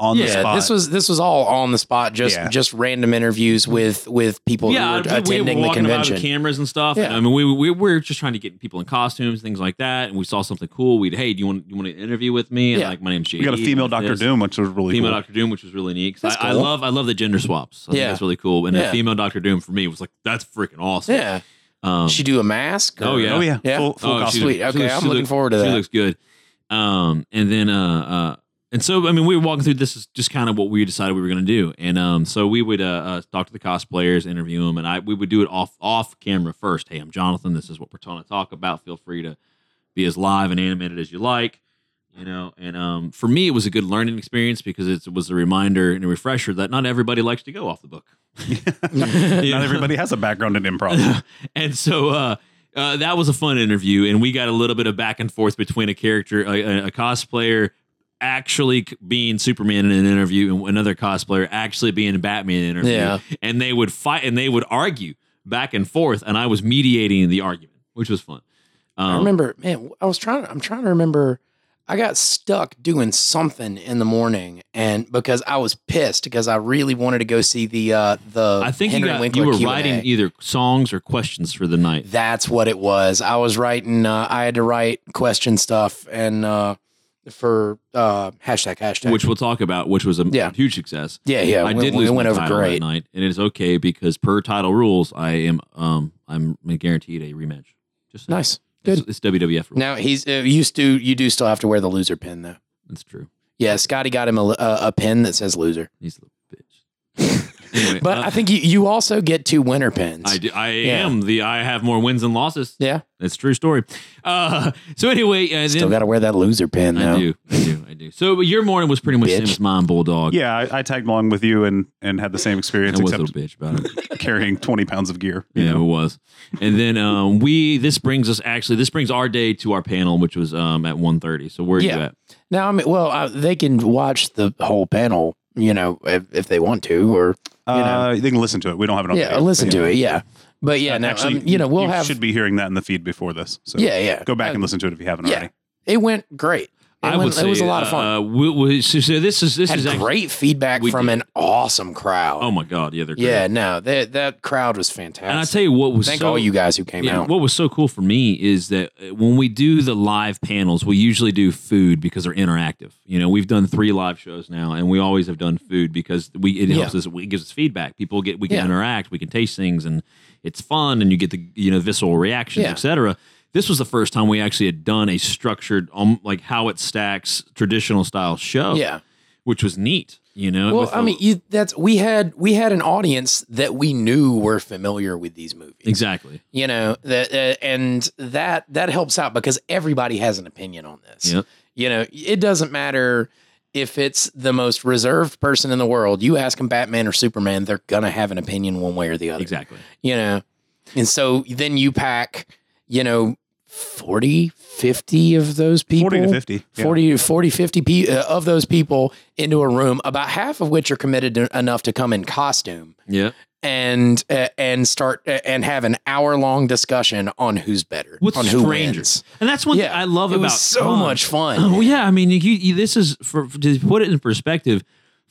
Speaker 3: on the
Speaker 2: yeah,
Speaker 3: spot,
Speaker 2: this was this was all on the spot, just
Speaker 3: Yeah.
Speaker 2: just random interviews with with people who were
Speaker 1: I-
Speaker 2: attending the
Speaker 1: walking around with
Speaker 2: convention.
Speaker 1: cameras and stuff.
Speaker 2: Yeah.
Speaker 1: I mean, we, we we're just trying to get people in costumes, things like that. And we saw something cool. We'd hey, do you want you want to interview with me? And
Speaker 2: Yeah.
Speaker 1: like my name's JD.
Speaker 3: we got a female
Speaker 1: and like
Speaker 3: Doctor
Speaker 1: this.
Speaker 3: Doom, which was really
Speaker 1: Female
Speaker 3: cool.
Speaker 1: Doctor Doom, which was really neat. 'cause
Speaker 2: That's
Speaker 1: I, I
Speaker 2: cool.
Speaker 1: love I love the gender swaps. I think
Speaker 2: Yeah.
Speaker 1: that's really cool. And a
Speaker 2: Yeah.
Speaker 1: female Doctor Doom for me was like that's freaking awesome.
Speaker 2: yeah,
Speaker 1: Um,
Speaker 2: she do a mask.
Speaker 1: Oh, yeah.
Speaker 3: Oh yeah,
Speaker 2: Yeah.
Speaker 3: full, full
Speaker 1: Oh, she
Speaker 3: costume.
Speaker 1: was-
Speaker 2: sweet. Okay,
Speaker 1: looks-
Speaker 2: I'm
Speaker 1: she
Speaker 2: looking
Speaker 1: looks-
Speaker 2: forward to
Speaker 1: she
Speaker 2: that.
Speaker 1: looks good. Um, and then uh, uh, and so I mean, we were walking through. This is just kind of what we decided we were going to do. And um, so we would uh, uh talk to the cosplayers, interview them, and I we would do it off off camera first. Hey, I'm Jonathan. This is what we're trying to talk about. Feel free to be as live and animated as you like. You know, and um, for me, it was a good learning experience because it was a reminder and a refresher that not everybody likes to go off the book. <laughs> You
Speaker 2: <laughs>
Speaker 1: know?
Speaker 3: Not everybody has a background in improv.
Speaker 1: and so uh, uh, that was a fun interview, and we got a little bit of back and forth between a character, a, a, a cosplayer, actually c- being Superman in an interview, and another cosplayer actually being Batman in an interview.
Speaker 2: Yeah.
Speaker 1: And they would fight, and they would argue back and forth, and I was mediating the argument, which was fun.
Speaker 2: I
Speaker 1: Um,
Speaker 2: remember, man. I was trying. I'm trying to remember. I got stuck doing something in the morning, and because I was pissed because I really wanted to go see the uh the
Speaker 1: I think you,
Speaker 2: Henry
Speaker 1: got-
Speaker 2: Winkler
Speaker 1: you were
Speaker 2: Q&A.
Speaker 1: writing either songs or questions for the night.
Speaker 2: That's what it was. I was writing. Uh, I had to write question stuff and uh for uh hashtag hashtag.
Speaker 1: Which we'll talk about, which was a
Speaker 2: Yeah.
Speaker 1: huge success.
Speaker 2: yeah, yeah.
Speaker 1: I
Speaker 2: we-
Speaker 1: did
Speaker 2: we
Speaker 1: lose
Speaker 2: went
Speaker 1: my
Speaker 2: over
Speaker 1: title
Speaker 2: great.
Speaker 1: that night, and it is okay because per title rules, I am um I'm guaranteed a rematch. Just saying.
Speaker 2: Nice.
Speaker 1: It's- It's, WWF rule.
Speaker 2: Now he's uh, used to. You do still have to wear the loser pin though.
Speaker 1: That's true.
Speaker 2: Yeah, Scotty got him a, a, a pin that says loser. <laughs>
Speaker 1: He's the bitch. Anyway,
Speaker 2: But
Speaker 1: uh,
Speaker 2: I think you, you also get two winner pins.
Speaker 1: I, do- I
Speaker 2: Yeah.
Speaker 1: am the I have more wins than losses.
Speaker 2: Yeah.
Speaker 1: That's a true story. Uh, so anyway, and
Speaker 2: Still
Speaker 1: then,
Speaker 2: got to wear that loser pin, though.
Speaker 1: I do, I do, I do. So your morning was pretty much
Speaker 2: Bitch.
Speaker 1: Sim's mom, bulldog.
Speaker 3: Yeah, I, I tagged along with you and and had the same experience
Speaker 1: I was a
Speaker 3: except
Speaker 1: little bitch about it.
Speaker 2: <laughs>
Speaker 3: carrying twenty pounds of gear. you
Speaker 1: Yeah, it
Speaker 3: know?
Speaker 1: was. And then um, we this brings us actually this brings our day to our panel, which was um, at 1.30. So where are you
Speaker 2: Yeah.
Speaker 1: at?
Speaker 2: Now, I mean, well, I, they can watch the whole panel, you know, if, if they want to, or
Speaker 3: Uh, they can listen to it. We don't have it on.
Speaker 2: yeah, listen to it, yeah. But yeah, no,
Speaker 3: actually,
Speaker 2: um, you know, we'll have,
Speaker 3: should be hearing that in the feed before this. So
Speaker 2: yeah, yeah.
Speaker 3: go back and listen to it if you haven't
Speaker 2: yeah.
Speaker 3: already.
Speaker 2: It went great. It, went- it was a
Speaker 1: say,
Speaker 2: lot of fun.
Speaker 1: Uh, we, we, so, so this is this
Speaker 2: Had
Speaker 1: is actually,
Speaker 2: great feedback
Speaker 1: we
Speaker 2: from
Speaker 1: did.
Speaker 2: an awesome crowd.
Speaker 1: oh my god, yeah, they're great.
Speaker 2: yeah, no, that that crowd was fantastic.
Speaker 1: And I tell you what was
Speaker 2: Thank
Speaker 1: so,
Speaker 2: all you guys who came
Speaker 1: Yeah,
Speaker 2: out.
Speaker 1: what was so cool for me is that uh, when we do the live panels, we usually do food because they're interactive. You know, we've done three live shows now, and we always have done food because we it
Speaker 2: Yeah.
Speaker 1: helps us. It gives us feedback. People get we can
Speaker 2: Yeah.
Speaker 1: interact, we can taste things, and it's fun, and you get the you know visceral reactions,
Speaker 2: Yeah.
Speaker 1: etc. This was the first time we actually had done a structured, um, like how it stacks traditional style show,
Speaker 2: yeah.
Speaker 1: which was neat. You know,
Speaker 2: Oh. Well,
Speaker 1: with
Speaker 2: I
Speaker 1: the-
Speaker 2: mean, you, that's we had we had an audience that we knew were familiar with these movies.
Speaker 1: exactly.
Speaker 2: you know that uh, and that that helps out because everybody has an opinion on this
Speaker 1: Yep.
Speaker 2: you know it doesn't matter if it's the most reserved person in the world you ask them batman or superman they're gonna have an opinion one way or the other <laughs>
Speaker 1: Exactly.
Speaker 2: you know and so then you pack you know 40 50 of those people
Speaker 3: Forty to fifty. yeah.
Speaker 2: 40, 40 50 pe- uh, of those people into a room about half of which are committed to, enough to come in costume
Speaker 1: Yeah.
Speaker 2: and uh, and start uh, and have an hour long discussion on who's better
Speaker 1: With
Speaker 2: on
Speaker 1: strangers. And that's one
Speaker 2: wins.
Speaker 1: thing I love
Speaker 2: it
Speaker 1: about
Speaker 2: was so
Speaker 1: cons.
Speaker 2: much fun.
Speaker 1: Oh yeah, I mean, you, you, this is for to put it in perspective.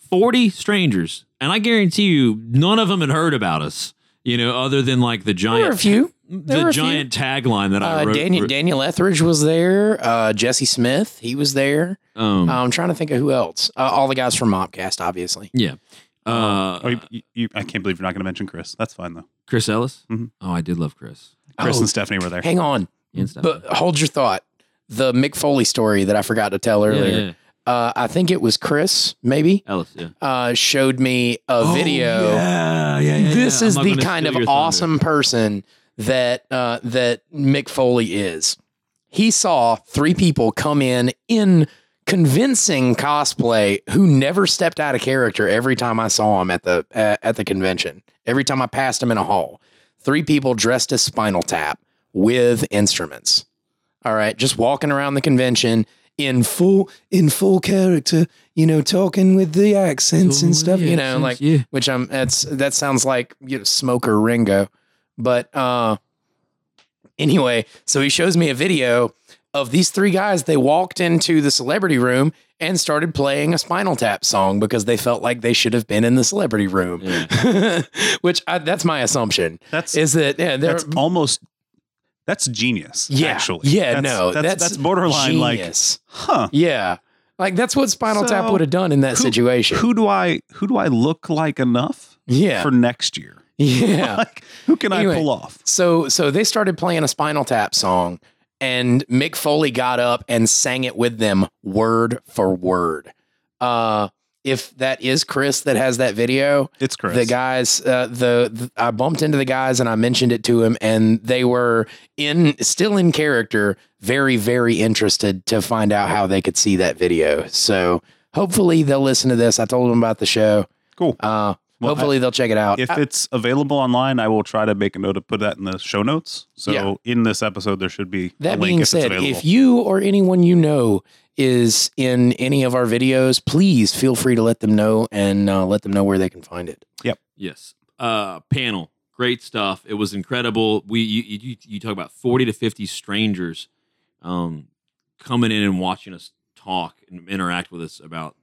Speaker 1: Forty strangers, and I guarantee you, none of them had heard about us. You know, other than like the
Speaker 2: there were a
Speaker 1: giant,
Speaker 2: few. There were
Speaker 1: the
Speaker 2: a few.
Speaker 1: giant tagline that I
Speaker 2: Uh,
Speaker 1: wrote.
Speaker 2: Daniel, Daniel Etheridge was there. Uh, Jesse Smith, he was there.
Speaker 1: um,
Speaker 2: I'm trying to think of who else. Uh, all the guys from Mopcast, obviously.
Speaker 1: yeah,
Speaker 3: Oh,
Speaker 1: uh,
Speaker 3: you, you, you- I can't believe you're not going to mention Chris. That's fine though.
Speaker 1: Chris Ellis.
Speaker 3: Mhm.
Speaker 1: Oh, I did love Chris
Speaker 3: Chris
Speaker 2: Oh.
Speaker 3: and Stephanie were there.
Speaker 2: Hang on,
Speaker 1: and stuff.
Speaker 2: but hold your thought. The Mick Foley story that I forgot to tell
Speaker 1: Yeah,
Speaker 2: earlier.
Speaker 1: yeah,
Speaker 2: Uh, I think it was Chris, maybe,
Speaker 1: Ellis. Yeah,
Speaker 2: uh, showed me a
Speaker 3: Oh,
Speaker 2: video.
Speaker 1: Yeah, yeah, yeah,
Speaker 2: this
Speaker 1: yeah.
Speaker 2: is
Speaker 1: I'm not
Speaker 2: the
Speaker 1: gonna
Speaker 2: kind
Speaker 1: steal
Speaker 2: of
Speaker 1: your thunder.
Speaker 2: awesome person that uh, that Mick Foley is. He saw three people come in in convincing cosplay who never stepped out of character. Every time I saw him at the uh, at the convention, every time I passed him in a hall, three people dressed as Spinal Tap with instruments. All right, just walking around the convention in full in full character, you know, talking with the accents and stuff, you know, like
Speaker 1: yeah.
Speaker 2: which I'm that's that sounds like you know smoker Ringo, but uh anyway, so he shows me a video of these three guys. They walked into the celebrity room and started playing a Spinal Tap song because they felt like they should have been in the celebrity room. <laughs>
Speaker 1: Yeah.
Speaker 2: which I, that's my assumption
Speaker 3: That's
Speaker 2: is that yeah they're
Speaker 3: that's almost that's genius.
Speaker 2: Yeah.
Speaker 3: actually.
Speaker 2: Yeah,
Speaker 3: That's-
Speaker 2: no,
Speaker 3: that's
Speaker 2: that's
Speaker 3: that's borderline like
Speaker 2: genius.
Speaker 3: huh.
Speaker 2: yeah like that's what Spinal Tap
Speaker 3: So,
Speaker 2: would have done in that
Speaker 3: who-
Speaker 2: situation.
Speaker 3: Who do I who do I look like enough
Speaker 2: yeah,
Speaker 3: for next year?
Speaker 2: <laughs>
Speaker 3: <laughs>
Speaker 2: yeah.
Speaker 3: Like who can
Speaker 2: Anyway.
Speaker 3: I pull off?
Speaker 2: So so they started playing a Spinal Tap song, and Mick Foley got up and sang it with them word for word. Uh, if that is Chris that has that video,
Speaker 3: It's Chris.
Speaker 2: the guys, uh, the, the I bumped into the guys and I mentioned it to him, and they were in still in character, very very interested to find out how they could see that video. So hopefully they'll listen to this. I told them about the show.
Speaker 3: Cool.
Speaker 2: Uh,
Speaker 3: Well, I-
Speaker 2: hopefully they'll check it out.
Speaker 3: if
Speaker 2: I-
Speaker 3: it's available online, I will try to make a note to put that in the show notes. So
Speaker 2: Yeah.
Speaker 3: in this episode, there should be a
Speaker 2: That
Speaker 3: link
Speaker 2: being
Speaker 3: if
Speaker 2: said,
Speaker 3: it's available.
Speaker 2: if you or anyone you know is in any of our videos, please feel free to let them know and uh, let them know where they can find it.
Speaker 1: Yes. Uh, panel, great stuff. It was incredible. We you, you you talk about forty to fifty strangers, um, coming in and watching us talk and interact with us about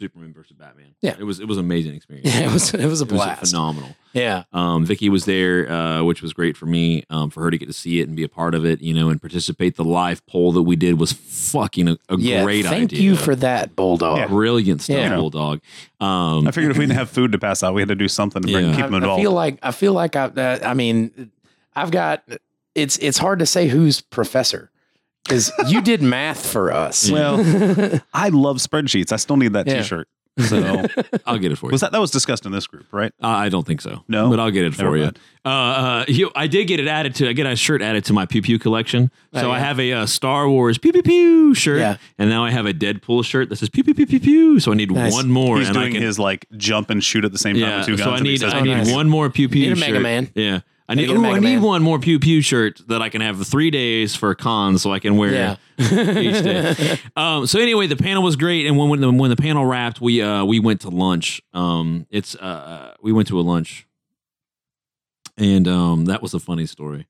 Speaker 1: Superman versus Batman.
Speaker 2: Yeah.
Speaker 1: it was it was an amazing experience.
Speaker 2: Yeah, it was it was
Speaker 1: <laughs>
Speaker 2: a
Speaker 1: It was
Speaker 2: blast.
Speaker 1: phenomenal.
Speaker 2: yeah,
Speaker 1: Um, Vicky was there, uh, which was great for me. Um, for her to get to see it and be a part of it, you know, and participate. The live poll that we did was fucking a, a
Speaker 2: yeah.
Speaker 1: great idea.
Speaker 2: Thank you for that, Bulldog.
Speaker 3: Yeah.
Speaker 1: brilliant stuff,
Speaker 2: Yeah.
Speaker 1: Bulldog. Um,
Speaker 3: I figured if we didn't have food to pass out, we had to do something to bring,
Speaker 1: Yeah.
Speaker 3: keep them
Speaker 2: I, I
Speaker 3: involved.
Speaker 2: feel like I feel like I. Uh, I mean, I've got. It's it's hard to say who's professor because you did math for us.
Speaker 1: Yeah.
Speaker 2: <laughs>
Speaker 3: <laughs> Well, I love spreadsheets. I still need that
Speaker 2: Yeah.
Speaker 3: T-shirt.
Speaker 2: <laughs>
Speaker 3: So
Speaker 1: I'll get it for you.
Speaker 3: was that that was discussed in this group, right?
Speaker 1: Uh, I don't think so.
Speaker 3: No?
Speaker 1: but I'll get it
Speaker 3: Never
Speaker 1: for you.
Speaker 3: mind.
Speaker 1: Uh, uh, you. I did get it added to. I get a shirt added to my pew pew collection. So
Speaker 2: Oh,
Speaker 1: I
Speaker 2: yeah.
Speaker 1: have a uh, Star Wars pew pew pew shirt,
Speaker 2: Yeah.
Speaker 1: and now I have a Deadpool shirt that says pew pew pew pew pew. So I need
Speaker 2: Nice.
Speaker 1: one more.
Speaker 3: He's
Speaker 1: and
Speaker 3: doing
Speaker 1: I can,
Speaker 3: his like jump and shoot at the same time
Speaker 1: Yeah.
Speaker 3: with two guns.
Speaker 1: So I
Speaker 3: and he
Speaker 1: need.
Speaker 3: says,
Speaker 1: I
Speaker 2: "Oh,
Speaker 1: need
Speaker 2: nice."
Speaker 1: one more pew pew.
Speaker 2: Need a
Speaker 1: shirt.
Speaker 2: Mega Man.
Speaker 1: Yeah. I need.
Speaker 2: Gotta get a
Speaker 1: Ooh,
Speaker 2: Mega
Speaker 1: I need
Speaker 2: Man.
Speaker 1: one more pew pew shirt that I can have three days for cons, so I can wear.
Speaker 2: Yeah. <laughs>
Speaker 1: each day. Um, so anyway, the panel was great, and when when the, when the panel wrapped, we uh, we went to lunch. Um, it's uh, we went to a lunch, and um, that was a funny story.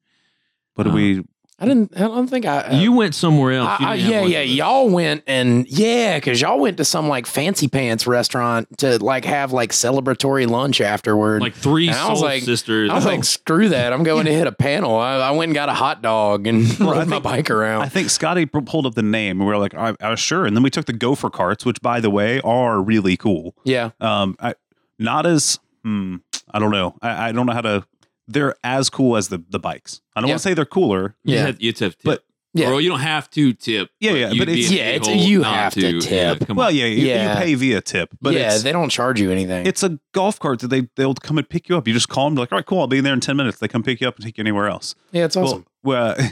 Speaker 3: "What do
Speaker 1: Uh,
Speaker 3: we?"
Speaker 2: I didn't. I don't think I. uh,
Speaker 1: you went somewhere else.
Speaker 2: I,
Speaker 1: You
Speaker 2: I-
Speaker 1: didn't have
Speaker 2: yeah,
Speaker 1: lunch
Speaker 2: yeah.
Speaker 1: with us.
Speaker 2: Y'all went and yeah, because y'all went to some like fancy pants restaurant to like have like celebratory lunch afterward.
Speaker 1: like three
Speaker 2: And I was
Speaker 1: soul
Speaker 2: like-
Speaker 1: sisters.
Speaker 2: I was like, screw that. I'm going to hit a panel. I, I went and got a hot dog and <laughs>
Speaker 3: I
Speaker 2: rode my
Speaker 3: think-
Speaker 2: bike around.
Speaker 3: I think Scotty p- pulled up the name, and we were like, I, I was "Sure." And then we took the Gopher carts, which, by the way, are really cool.
Speaker 2: yeah.
Speaker 3: Um, I, not as hmm, I don't know. I, I don't know how to. They're as cool as the the bikes. I don't
Speaker 2: Yeah.
Speaker 3: want to say they're cooler.
Speaker 1: you
Speaker 2: yeah.
Speaker 1: have, you tip, tip.
Speaker 3: But-
Speaker 2: Yeah.
Speaker 1: Or you don't have to tip.
Speaker 3: Yeah, yeah,
Speaker 1: you'd
Speaker 3: but
Speaker 1: be
Speaker 3: it's-
Speaker 1: an
Speaker 2: yeah, it's-
Speaker 1: a-hole
Speaker 2: you
Speaker 1: not
Speaker 2: have to
Speaker 1: Yeah,
Speaker 2: tip.
Speaker 1: come
Speaker 3: Well,
Speaker 1: on.
Speaker 3: yeah, you,
Speaker 2: Yeah.
Speaker 3: you pay via tip, but
Speaker 2: yeah,
Speaker 3: it's,
Speaker 2: they don't charge you anything.
Speaker 3: it's a golf cart that they they'll come and pick you up. You just call them, like, "All right, cool, I'll be there in ten minutes." They come pick you up and take you anywhere else.
Speaker 2: yeah, it's awesome.
Speaker 3: Well, <laughs> well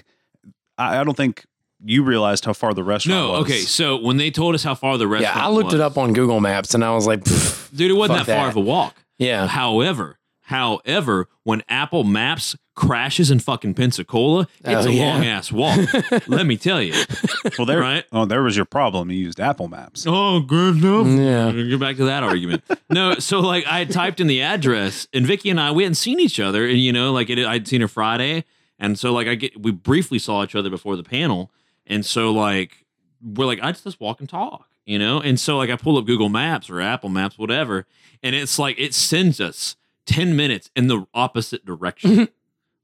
Speaker 3: I, I don't think you realized how far the restaurant
Speaker 1: No,
Speaker 3: was.
Speaker 1: okay. So when they told us how far the
Speaker 2: yeah,
Speaker 1: restaurant,
Speaker 2: I looked it
Speaker 1: was-
Speaker 2: up on Google Maps and I was like, pfft,
Speaker 1: dude. It wasn't
Speaker 2: Fuck
Speaker 1: that far
Speaker 2: that.
Speaker 1: of a walk.
Speaker 2: yeah,
Speaker 1: However, however, when Apple Maps crashes in fucking Pensacola, it's
Speaker 2: Oh,
Speaker 1: a
Speaker 2: yeah.
Speaker 1: long ass
Speaker 2: <laughs>
Speaker 1: walk. Let me tell you.
Speaker 3: <laughs> Well, there,
Speaker 1: Right.
Speaker 3: oh, there was your problem. You used Apple Maps.
Speaker 1: Oh, good enough.
Speaker 3: Mm-hmm.
Speaker 2: yeah.
Speaker 1: Go back to that argument. No, so like I had typed in the address, and Vicky and I we hadn't seen each other, and you know, like it, I'd seen her Friday, and so like I get we briefly saw each other before the panel, and so like we're like I just let's walk and talk, you know, and so like I pull up Google Maps or Apple Maps, whatever, and it's like it sends us ten minutes in the opposite direction.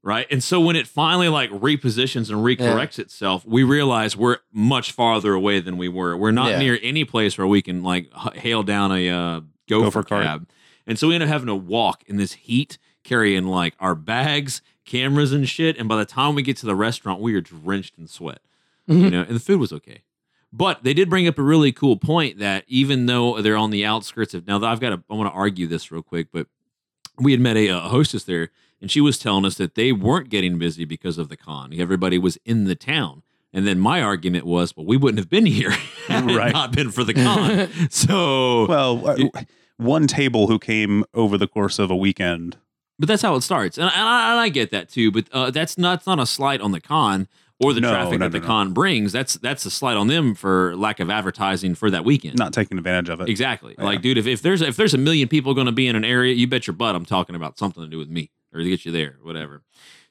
Speaker 1: Right. And so when it finally like repositions and recorrects itself, we realize we're much farther away than we were. We're not
Speaker 2: Yeah.
Speaker 1: near any place where we can like h- hail down a uh, gopher,
Speaker 3: Gopher cart.
Speaker 1: cab. And so we end up having to walk in this heat carrying like our bags, cameras and shit. And by the time we get to the restaurant, we are drenched in sweat, you
Speaker 2: Mhm.
Speaker 1: know, and the food was okay. But they did bring up a really cool point that even though they're on the outskirts of now, I've got to, I want to argue this real quick, but we had met a, uh hostess there and she was telling us that they weren't getting busy because of the con. Everybody was in the town. And then my argument was, well, we wouldn't have been here <laughs> had it
Speaker 3: Right.
Speaker 1: not been for the
Speaker 3: <laughs>
Speaker 1: con. So,
Speaker 3: Well, uh, one table who came over the course of a weekend.
Speaker 1: But that's how it starts, and, and, I, and I get that too. But uh, that's not that's not a slight on the con or the
Speaker 3: No,
Speaker 1: traffic
Speaker 3: no,
Speaker 1: that the
Speaker 3: no, no.
Speaker 1: con brings. That's that's a slight on them for lack of advertising for that weekend.
Speaker 3: Not taking advantage of it.
Speaker 1: exactly.
Speaker 3: Yeah.
Speaker 1: Like, dude, if, if there's if there's a million people going to be in an area, you bet your butt I'm talking about something to do with me or to get you there, whatever.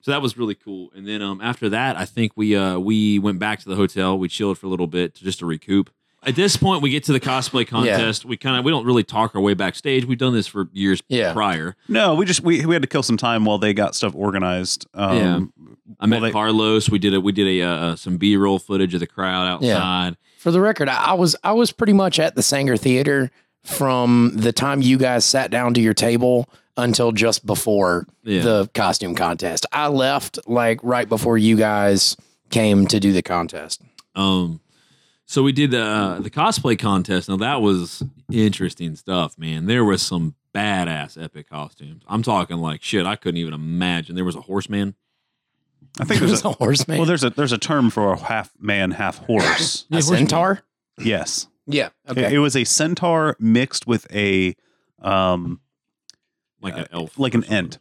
Speaker 1: So that was really cool. And then um, after that, I think we uh, we went back to the hotel. We chilled for a little bit just to recoup. At this point, we get to the cosplay contest. We kind of we don't really talk our way backstage. We've done this for years
Speaker 2: Yeah.
Speaker 1: prior.
Speaker 3: No, we just we, we had to kill some time while they got stuff organized. Um,
Speaker 1: I met
Speaker 3: Well, they-
Speaker 1: Carlos. We did a we did a uh, some B roll footage of the crowd
Speaker 2: Yeah.
Speaker 1: outside.
Speaker 2: For the record, I, I was I was pretty much at the Sanger Theater from the time you guys sat down to your table until just before
Speaker 1: Yeah.
Speaker 2: the costume contest. I left like right before you guys came to do the contest.
Speaker 1: Um, so we did the uh, the cosplay contest. Now that was interesting stuff, man. There was some badass epic costumes. I'm talking like shit. I couldn't even imagine. There was a horseman.
Speaker 3: I think
Speaker 2: <laughs> It was
Speaker 3: there's
Speaker 2: a
Speaker 3: a,
Speaker 2: horseman.
Speaker 3: well, there's a there's a term for a half man, half
Speaker 2: <laughs>
Speaker 3: horse.
Speaker 2: a centaur?
Speaker 3: yes,
Speaker 2: Yeah.
Speaker 3: It- it was a centaur mixed with a um
Speaker 1: like an elf,
Speaker 3: like an ent.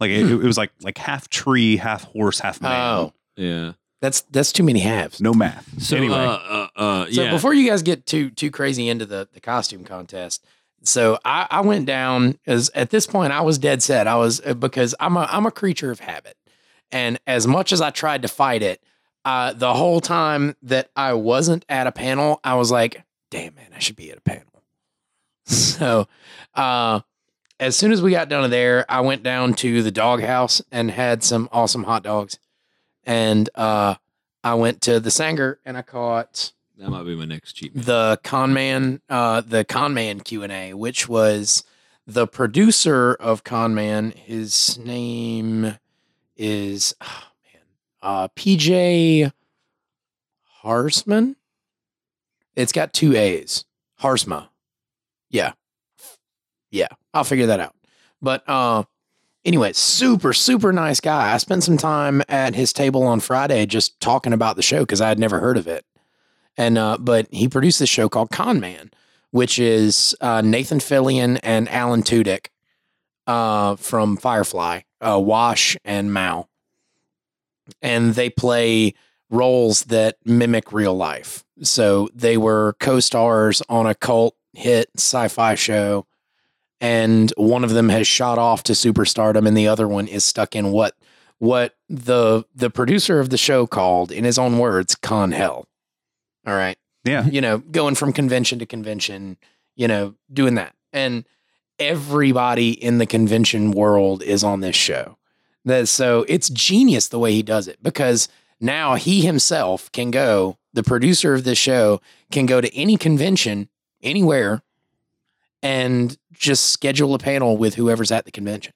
Speaker 3: Like
Speaker 2: Hmm.
Speaker 3: it, it was like like half tree, half horse, half man.
Speaker 2: Oh,
Speaker 1: Yeah.
Speaker 2: that's that's too many halves.
Speaker 3: No math.
Speaker 1: So
Speaker 3: anyway,
Speaker 1: uh, uh, uh,
Speaker 2: So
Speaker 1: yeah.
Speaker 2: before you guys get too too crazy into the the costume contest, so I, I went down as at this point I was dead set. I was uh, because I'm a I'm a creature of habit, and as much as I tried to fight it, uh, the whole time that I wasn't at a panel, I was like, "Damn man, I should be at a panel." <laughs> So, uh, as soon as we got down to there, I went down to the doghouse and had some awesome hot dogs, and uh, I went to the Sanger and I caught
Speaker 1: that might be my next cheat. meal.
Speaker 2: the con man uh the con man q&a which was the producer of con man his name is oh man uh pj harsman it's got two a's harsma Yeah. Yeah. I'll figure that out. But uh anyway, super, super nice guy. I spent some time at his table on Friday just talking about the show because I had never heard of it. And uh but he produced this show called Con Man, which is uh Nathan Fillion and Alan Tudyk uh from Firefly, uh Wash and Mal. And they play roles that mimic real life. So they were co stars on a cult hit sci fi show, and one of them has shot off to superstardom, and the other one is stuck in what what the the producer of the show called in his own words con hell all right
Speaker 3: Yeah.
Speaker 2: you know going from convention to convention you know doing that and everybody in the convention world is on this show that so it's genius the way he does it because now he himself can go the producer of this show can go to any convention anywhere and just schedule a panel with whoever's at the convention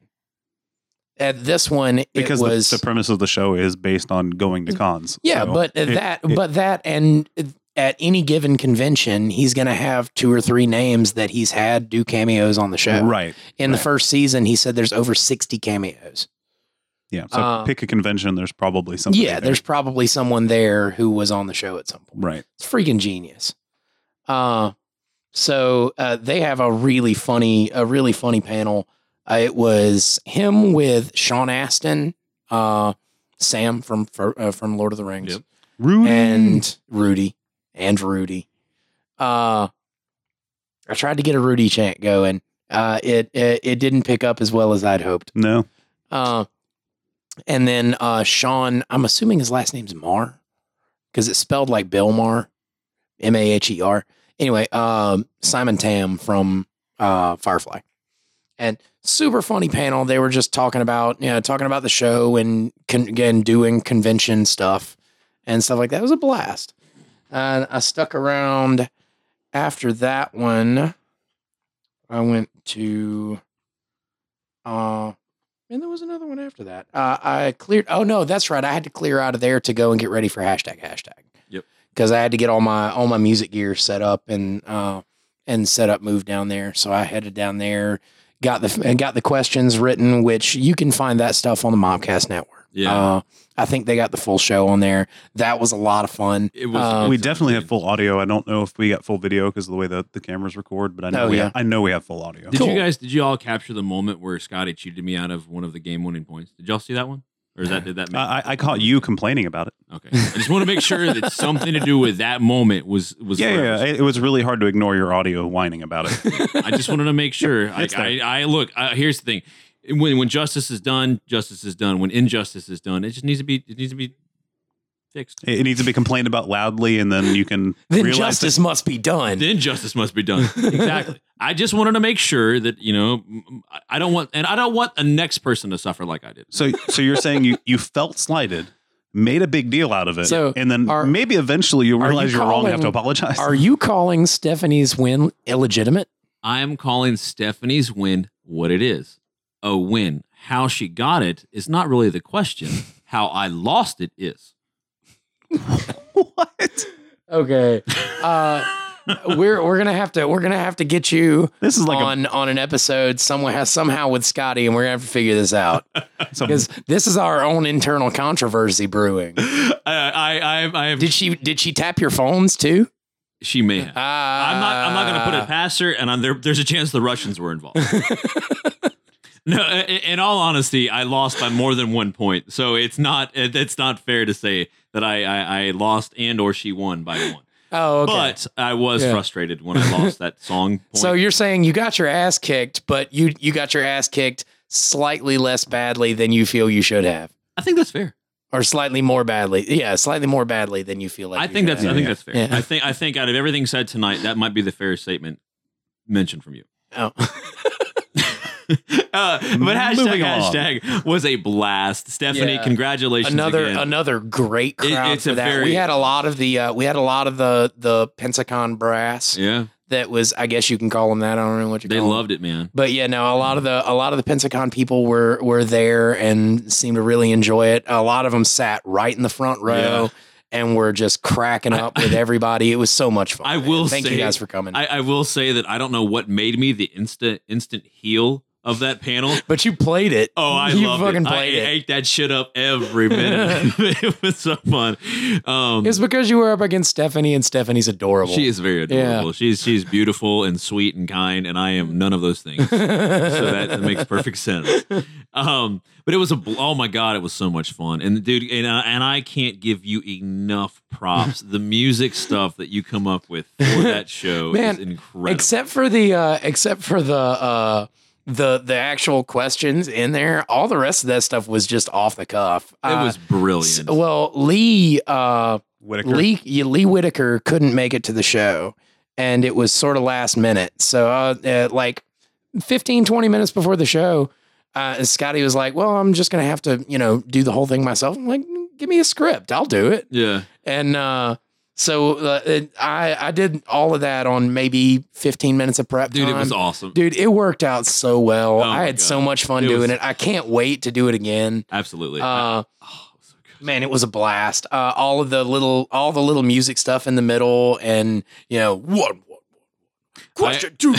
Speaker 2: at this one
Speaker 3: Because
Speaker 2: it
Speaker 3: the-
Speaker 2: was Mm,
Speaker 3: the, premise of the show is based on going to cons.
Speaker 2: yeah,
Speaker 3: So
Speaker 2: but
Speaker 3: it-
Speaker 2: that,
Speaker 3: it-
Speaker 2: but that, and at any given convention, he's going to have two or three names that he's had do cameos on the show.
Speaker 3: right.
Speaker 2: In the
Speaker 3: right.
Speaker 2: first season, he said there's over sixty cameos.
Speaker 3: Yeah. So
Speaker 2: Um,
Speaker 3: pick a convention. There's probably something.
Speaker 2: yeah, there's probably someone there who was on the show at some point.
Speaker 3: right.
Speaker 2: It's freaking genius. Uh, so uh, they have a really funny, a really funny panel. Uh, it was him with Sean Astin, uh, Sam from for, uh, from Lord of the Rings.
Speaker 1: Yep.
Speaker 3: Rudy.
Speaker 2: and Rudy and Rudy. Uh, I tried to get a Rudy chant going. Uh, it, it it didn't pick up as well as I'd hoped.
Speaker 3: no.
Speaker 2: Uh, and then uh, Sean, I'm assuming his last name's Mar because it's spelled like Bill Mar, M A H E R. Anyway, um, Simon Tam from uh, Firefly, and super funny panel. They were just talking about you know talking about the show and con- again doing convention stuff and stuff like that. It was a blast. And I stuck around after that one. I went to. Uh, and there was another one after that. Uh, I cleared. Oh no, that's right. I had to clear out of there to go and get ready for hashtag hashtag.
Speaker 1: Yep.
Speaker 2: Because I had to get all my all my music gear set up and uh, and set up move down there. So I headed down there, got the and got the questions written, which you can find that stuff on the Mobcast Network.
Speaker 1: Yeah.
Speaker 2: Uh, I think they got the full show on there. That was a lot of fun.
Speaker 1: It was.
Speaker 2: Uh, <laughs>
Speaker 3: we definitely have full audio. I don't know if we got full video because of the way that the cameras record, but I know
Speaker 2: Oh,
Speaker 3: we
Speaker 2: yeah.
Speaker 3: have, I know we have full audio.
Speaker 1: Did
Speaker 2: Cool.
Speaker 1: you guys? Did you all capture the moment where Scotty cheated me out of one of the game-winning points? Did y'all see that one? Or is that did that? Make,
Speaker 3: I, I- I caught you complaining about it.
Speaker 1: okay. I just want to make sure that something to do with that moment was was.
Speaker 3: Yeah, yeah,
Speaker 1: first.
Speaker 3: It, it was really hard to ignore your audio whining about
Speaker 2: <laughs>
Speaker 3: it.
Speaker 1: I just wanted to <laughs> make sure.
Speaker 3: It's
Speaker 1: Like, I, I look. Uh, here's the thing: when when justice is done, justice is done. When injustice is done, it just needs to be. It needs to be fixed.
Speaker 3: it, it needs to be complained about loudly, and then you can
Speaker 2: Then
Speaker 3: realize
Speaker 2: justice must be done.
Speaker 1: Then justice must be done. <laughs> Exactly. I just wanted to make sure that you know. m- I- I don't want, and I don't want the next person to suffer like I did.
Speaker 3: So, so you're saying you you felt slighted, made a big deal out of it,
Speaker 2: So,
Speaker 3: and then
Speaker 2: are-
Speaker 3: maybe eventually you
Speaker 2: are you
Speaker 3: realize you are wrong and have to
Speaker 2: calling-
Speaker 3: apologize.
Speaker 2: Are you calling Stephanie's win illegitimate?
Speaker 1: I am calling Stephanie's win what it is a win. How she got it is not really the <laughs> question. How I lost it is.
Speaker 3: <laughs> what?
Speaker 1: <laughs>
Speaker 2: Okay. Uh, we're we're gonna have to we're gonna have to get you
Speaker 3: This is like
Speaker 2: on on an episode somewhere somehow with Scotty, and we're gonna have to figure
Speaker 1: <laughs>
Speaker 2: this out
Speaker 3: a some,
Speaker 2: because this is our own internal controversy brewing.
Speaker 1: I, I, I, I have,
Speaker 2: Did she did she tap your phones too?
Speaker 1: she may have.
Speaker 2: Uh,
Speaker 1: I'm not. I'm not going to put it past her, and I'm, there, there's a chance the Russians were
Speaker 2: <laughs>
Speaker 1: involved. no, i- in all honesty, I lost by more than one point, so it's not. it- It's not fair to say that I, I, I lost and or she won by one.
Speaker 2: Oh, okay.
Speaker 1: But I was
Speaker 2: Yeah.
Speaker 1: frustrated when I lost
Speaker 2: <laughs>
Speaker 1: that song. Point.
Speaker 2: so you're saying you got your ass kicked, but you you got your ass kicked slightly less badly than you feel you should have,
Speaker 1: I think that's fair.
Speaker 2: or slightly more badly. Yeah, slightly more badly than you feel like.
Speaker 1: I
Speaker 2: you
Speaker 1: think
Speaker 2: should
Speaker 1: that's. I
Speaker 2: have.
Speaker 1: think
Speaker 3: Yeah.
Speaker 1: that's fair.
Speaker 2: Yeah.
Speaker 1: I think. I think out of everything said tonight, that might be the fairest statement mentioned from you.
Speaker 2: Oh. <laughs>
Speaker 1: <laughs> uh, but hashtag
Speaker 3: Moving along.
Speaker 1: hashtag was a blast. Stephanie,
Speaker 2: Yeah.
Speaker 1: congratulations
Speaker 2: another
Speaker 1: again.
Speaker 2: another great
Speaker 1: It-
Speaker 2: crowd
Speaker 1: it's
Speaker 2: for
Speaker 1: a
Speaker 2: that.
Speaker 1: very-
Speaker 2: we had a lot of the uh, we had a lot of the the Pensacon brass
Speaker 1: yeah,
Speaker 2: that was I guess you can call them that. I don't know what you
Speaker 1: they
Speaker 2: call 'em.
Speaker 1: loved it, man.
Speaker 2: But yeah, no, a lot of the a lot of the Pensacon people were were there and seemed to really enjoy it. A lot of them sat right in the front row. and we're just cracking up with everybody. It was so much fun.
Speaker 4: I
Speaker 2: man.
Speaker 4: will
Speaker 2: Thank
Speaker 4: say-
Speaker 2: you guys for coming.
Speaker 1: I, I will say that I don't know what made me the instant instant heel of that
Speaker 2: <laughs>
Speaker 1: panel.
Speaker 2: but you played it.
Speaker 1: Oh, I
Speaker 2: you
Speaker 1: loved
Speaker 2: fucking
Speaker 1: it.
Speaker 2: played
Speaker 1: I
Speaker 2: it.
Speaker 1: ate that shit up every
Speaker 2: <laughs>
Speaker 1: minute. <laughs> it was so fun. Um,
Speaker 2: It's because you were up against Stephanie, and Stephanie's adorable. <laughs>
Speaker 1: she is very adorable.
Speaker 2: Yeah.
Speaker 1: She's she's beautiful and sweet and kind, and I am none of those
Speaker 2: <laughs>
Speaker 1: things. so that, that makes perfect sense. Um, but it was a bl- oh my god, it was so much fun. And dude, and I, and I can't give you enough props. the music stuff that you come up with
Speaker 2: <laughs>
Speaker 1: for that show
Speaker 2: Man,
Speaker 1: is incredible.
Speaker 2: Except for the uh except for the uh the the actual questions in there, all the rest of that stuff was just off the cuff.
Speaker 1: it
Speaker 2: Uh,
Speaker 1: was brilliant.
Speaker 2: s- well, Lee uh
Speaker 3: Whitaker.
Speaker 2: Lee yeah, Lee Whitaker couldn't make it to the show and it was sort of last minute. So uh, uh like 15 20 minutes before the show, uh Scotty was like, "Well, I'm just going to have to, you know, do the whole thing myself." I'm like, "Give me a script. I'll do it."
Speaker 1: yeah.
Speaker 2: And uh, so uh, it, I I did all of that on maybe 15 minutes of prep
Speaker 1: Dude,
Speaker 2: time.
Speaker 1: it was awesome.
Speaker 2: um, Dude, it worked out so well.
Speaker 1: Oh my
Speaker 2: I had
Speaker 1: God.
Speaker 2: so much fun
Speaker 1: It
Speaker 2: doing
Speaker 1: was-
Speaker 2: it. I can't wait to do it again.
Speaker 1: Absolutely.
Speaker 2: Uh,
Speaker 1: oh, it was so good.
Speaker 2: man, it was a blast. Uh, all of the little, all the little music stuff in the middle, and you know what. what- what- Question two.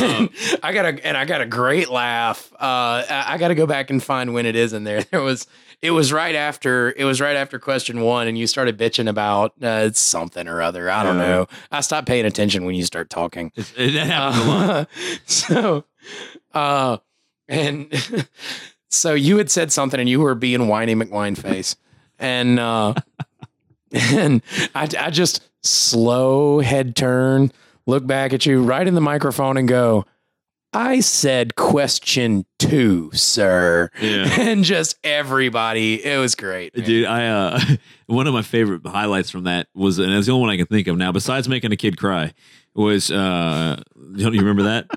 Speaker 1: Um,
Speaker 2: <laughs> I got a and I got a great laugh. Uh, I, I got to go back and find when it is in there. <laughs> There was it was right after it was right after question one, and you started bitching about uh, it's something or other. I don't
Speaker 3: Yeah.
Speaker 2: know. I stopped paying attention when you start talking.
Speaker 1: <laughs> it's- it happened a lot.
Speaker 2: Uh, <laughs> so, uh, and <laughs> so you had said something, and you were being whiny McWine face, and uh, <laughs> and I, I just slow head turn, look back at you right in the microphone, and go. I said question two, sir.
Speaker 1: <laughs> Yeah.
Speaker 2: And just everybody, it was great. man.
Speaker 1: Dude, I uh, <laughs> one of my favorite highlights from that was, and it's the only one I can think of now, besides making a kid cry, was uh, don't you remember
Speaker 2: <laughs>
Speaker 1: that?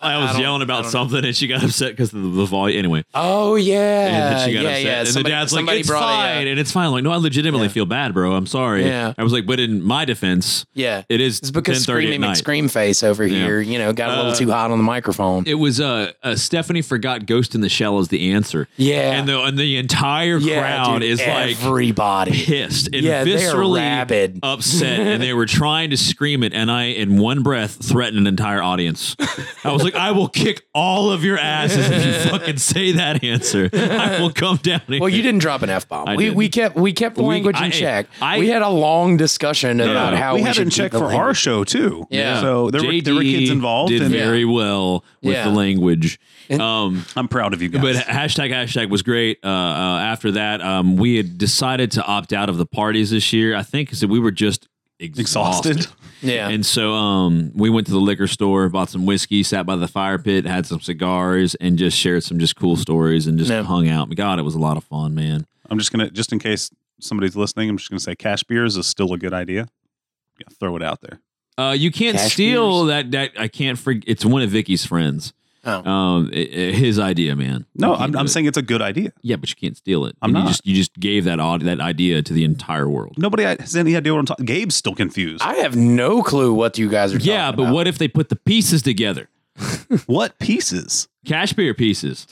Speaker 1: I was
Speaker 2: don't-
Speaker 1: yelling
Speaker 2: I
Speaker 1: about
Speaker 2: don't know.
Speaker 1: something, and she got upset because of the, the volume. Anyway,
Speaker 2: Oh yeah,
Speaker 1: and then she got
Speaker 2: yeah,
Speaker 1: upset,
Speaker 2: yeah.
Speaker 1: and
Speaker 2: Somebody-
Speaker 1: the dad's like,
Speaker 2: somebody
Speaker 1: "It's
Speaker 2: brought a, uh,
Speaker 1: fine," and it's fine. Like, no, I legitimately
Speaker 2: Yeah.
Speaker 1: feel bad, bro. I'm sorry.
Speaker 2: Yeah.
Speaker 1: I was like, but in my defense,
Speaker 2: yeah,
Speaker 1: it is
Speaker 2: It's
Speaker 1: 10:30
Speaker 2: because
Speaker 1: at
Speaker 2: Screaming
Speaker 1: night.
Speaker 2: McScreamface over
Speaker 1: Yeah.
Speaker 2: here, you know, got a little
Speaker 1: Uh,
Speaker 2: too hot on the microphone.
Speaker 1: It was uh, uh Stephanie forgot Ghost in the Shell as the answer.
Speaker 2: yeah.
Speaker 1: And the and the entire crowd
Speaker 2: dude,
Speaker 1: is like <laughs>
Speaker 2: everybody.
Speaker 1: pissed and
Speaker 2: Yeah, they are
Speaker 1: viscerally
Speaker 2: rabid.
Speaker 1: upset and
Speaker 2: <laughs>
Speaker 1: they were trying to scream it and I in one breath threatened an entire audience. I was like, I will kick all of your asses if
Speaker 2: <laughs>
Speaker 1: you fucking say that answer. I will come down here.
Speaker 2: Well, you didn't drop an f
Speaker 1: I
Speaker 2: bomb. We
Speaker 1: didn't.
Speaker 2: we kept we kept the
Speaker 1: We-
Speaker 2: language
Speaker 1: I-
Speaker 2: in check.
Speaker 1: I-
Speaker 2: we had a long discussion about how
Speaker 3: we
Speaker 2: we,
Speaker 3: had
Speaker 2: should
Speaker 3: it in check
Speaker 2: keep the
Speaker 3: for our
Speaker 2: language.
Speaker 3: show too.
Speaker 2: Yeah.
Speaker 3: So there were, there were
Speaker 1: JD
Speaker 3: kids involved,
Speaker 1: Did
Speaker 3: and
Speaker 1: very well with
Speaker 2: Yeah.
Speaker 1: the language. Um,
Speaker 3: I'm proud of you guys.
Speaker 1: But hashtag hashtag was great. Uh, uh, after that, um, we had decided to opt out of the parties this year. I think because we were just <laughs> exhausted.
Speaker 3: Exhausted.
Speaker 2: Yeah.
Speaker 1: <laughs> And so um, we went to the liquor store, bought some whiskey, sat by the fire pit, had some cigars, and just shared some just cool stories and just
Speaker 2: Yeah.
Speaker 1: hung out. God, it was a lot of fun, man.
Speaker 3: <laughs> I'm just gonna just in case somebody's listening. I'm just gonna say cash beers is still a good idea. Yeah, throw it out there.
Speaker 1: Uh, you can't
Speaker 2: Cash
Speaker 1: steal that. That I can't forget. It's one of Vicky's friends.
Speaker 2: Oh.
Speaker 1: Um, i i- his idea, man.
Speaker 3: No,
Speaker 1: You can't
Speaker 3: I'm,
Speaker 1: do
Speaker 3: I'm
Speaker 1: it.
Speaker 3: saying it's a good idea.
Speaker 1: yeah, but you can't steal it.
Speaker 3: I'm
Speaker 1: And
Speaker 3: not.
Speaker 1: You just, you just gave that odd that idea to the entire world.
Speaker 3: Nobody has any idea what I'm talking. Gabe's still confused.
Speaker 2: I have no clue what you guys are.
Speaker 1: Yeah,
Speaker 2: talking
Speaker 1: but
Speaker 2: about.
Speaker 1: what if they put the pieces together?
Speaker 3: what pieces?
Speaker 1: Cash beer pieces.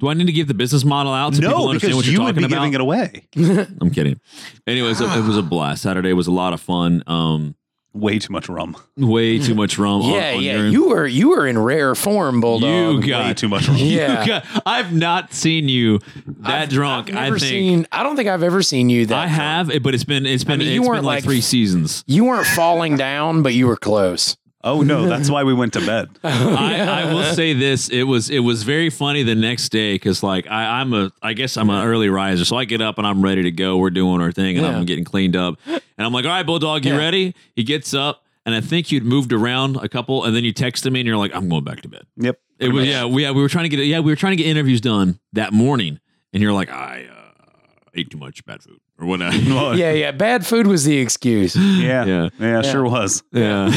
Speaker 1: Do I need to give the business model out so people
Speaker 3: No,
Speaker 1: understand what
Speaker 3: because
Speaker 1: you're
Speaker 3: you would
Speaker 1: talking
Speaker 3: be
Speaker 1: about?
Speaker 3: giving it away.
Speaker 2: <laughs>
Speaker 1: I'm kidding. Anyways, it, it was a blast. Saturday was a lot of fun. Um,
Speaker 3: Way too much rum.
Speaker 1: way too much rum. on-
Speaker 2: Yeah,
Speaker 1: on,
Speaker 2: yeah.
Speaker 1: your-
Speaker 2: You were you were in rare form, bulldog.
Speaker 1: You got-
Speaker 3: Way too much <laughs> rum.
Speaker 1: <laughs> <laughs>
Speaker 2: yeah.
Speaker 1: You got- I've not seen you that
Speaker 2: I've-
Speaker 1: drunk.
Speaker 2: I've
Speaker 1: i
Speaker 2: never
Speaker 1: think
Speaker 2: Seen, I don't think I've ever seen you that.
Speaker 1: I
Speaker 2: drunk.
Speaker 1: have, but it's been it's been
Speaker 2: mean, you
Speaker 1: it's been
Speaker 2: weren't
Speaker 1: like
Speaker 2: like-
Speaker 1: three seasons.
Speaker 2: You weren't falling down, but you were close.
Speaker 3: Oh no, that's why we went to bed.
Speaker 1: <laughs>
Speaker 2: <laughs>
Speaker 1: I, I will say this: it was it was very funny the next day because like I, I'm a I guess I'm an early riser, so I get up and I'm ready to go. We're doing our thing, and
Speaker 2: Yeah.
Speaker 1: I'm getting cleaned up, and I'm like, "All right, bulldog, you
Speaker 2: Yeah.
Speaker 1: ready?" He gets up, and I think you'd moved around a couple, and then you texted me, and you're like, "I'm going back to bed."
Speaker 3: <laughs> Yep.
Speaker 1: It was yeah, we yeah, we were trying to get yeah, we were trying to get interviews done that morning, and you're like, "I uh, ate too much bad food or
Speaker 2: <laughs>
Speaker 1: whatever."
Speaker 3: Well,
Speaker 2: yeah, yeah. Bad food was
Speaker 1: <laughs>
Speaker 2: the excuse.
Speaker 3: yeah, yeah,
Speaker 1: yeah,
Speaker 3: sure was.
Speaker 1: yeah.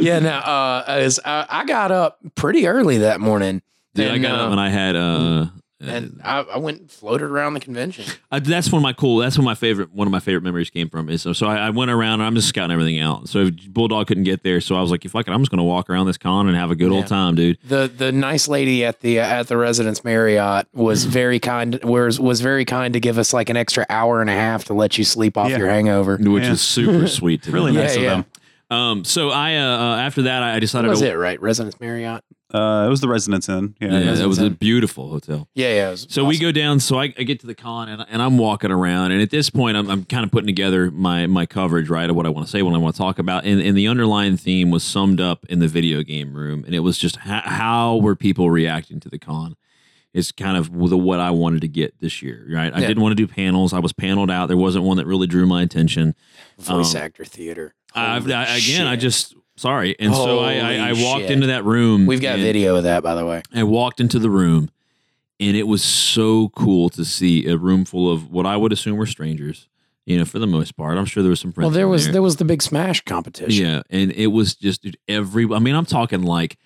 Speaker 2: yeah, no, uh, as I, I got up pretty early that morning.
Speaker 1: Dude, I
Speaker 2: And,
Speaker 1: got
Speaker 2: uh,
Speaker 1: up and I had uh,
Speaker 2: and I, I went and floated around the convention.
Speaker 1: I, that's one of my cool. That's when my favorite. One of my favorite memories came from is so, so I, I went around and I'm just scouting everything out. So Bulldog couldn't get there, so I was like, "Fuck it, I'm just gonna walk around this con and have a good
Speaker 2: Yeah.
Speaker 1: old time, dude."
Speaker 2: the The nice lady at the at the residence Marriott
Speaker 1: <laughs>
Speaker 2: was very kind. Was was very kind to give us like an extra hour and a half to let you sleep off
Speaker 3: Yeah.
Speaker 2: your hangover.
Speaker 1: Which
Speaker 3: Yeah.
Speaker 1: is super sweet. To
Speaker 3: Really
Speaker 1: them.
Speaker 2: Yeah,
Speaker 3: nice
Speaker 2: yeah.
Speaker 3: of
Speaker 1: Um. So I uh, uh after that I I
Speaker 2: That
Speaker 1: decided
Speaker 2: was
Speaker 1: to,
Speaker 2: it, right? Residence Marriott.
Speaker 3: them. Uh, it was the Residence Inn. Yeah.
Speaker 1: Yeah,
Speaker 3: yeah.
Speaker 1: that was a beautiful hotel.
Speaker 2: Yeah, yeah. it was
Speaker 1: So we go down. So I, I get to the con and, and I'm walking around. And at this point, I'm, I'm kind of putting together my my coverage, right, of what I want to say, what I want to talk about. And, and the underlying theme was summed up in the video game room. And it was just how, how were people reacting to the con? Is kind of the what I wanted to get this year, right? I
Speaker 2: Yeah.
Speaker 1: didn't want to do panels. I was paneled out. There wasn't one that really drew my attention.
Speaker 2: voice
Speaker 1: um,
Speaker 2: actor theater.
Speaker 1: I, I,
Speaker 2: Holy
Speaker 1: again, I
Speaker 2: shit.
Speaker 1: just sorry. And so I, I, I
Speaker 2: Holy
Speaker 1: walked
Speaker 2: shit.
Speaker 1: into that room.
Speaker 2: we've got
Speaker 1: and-
Speaker 2: video of that, by the way.
Speaker 1: I walked into the room, and it was so cool to see a room full of what I would assume were strangers. You know, for the most part, I'm sure there was some friends.
Speaker 2: Well, there
Speaker 1: in
Speaker 2: was there was the big Smash competition.
Speaker 1: yeah, and it was just dude, every. I mean, I'm talking like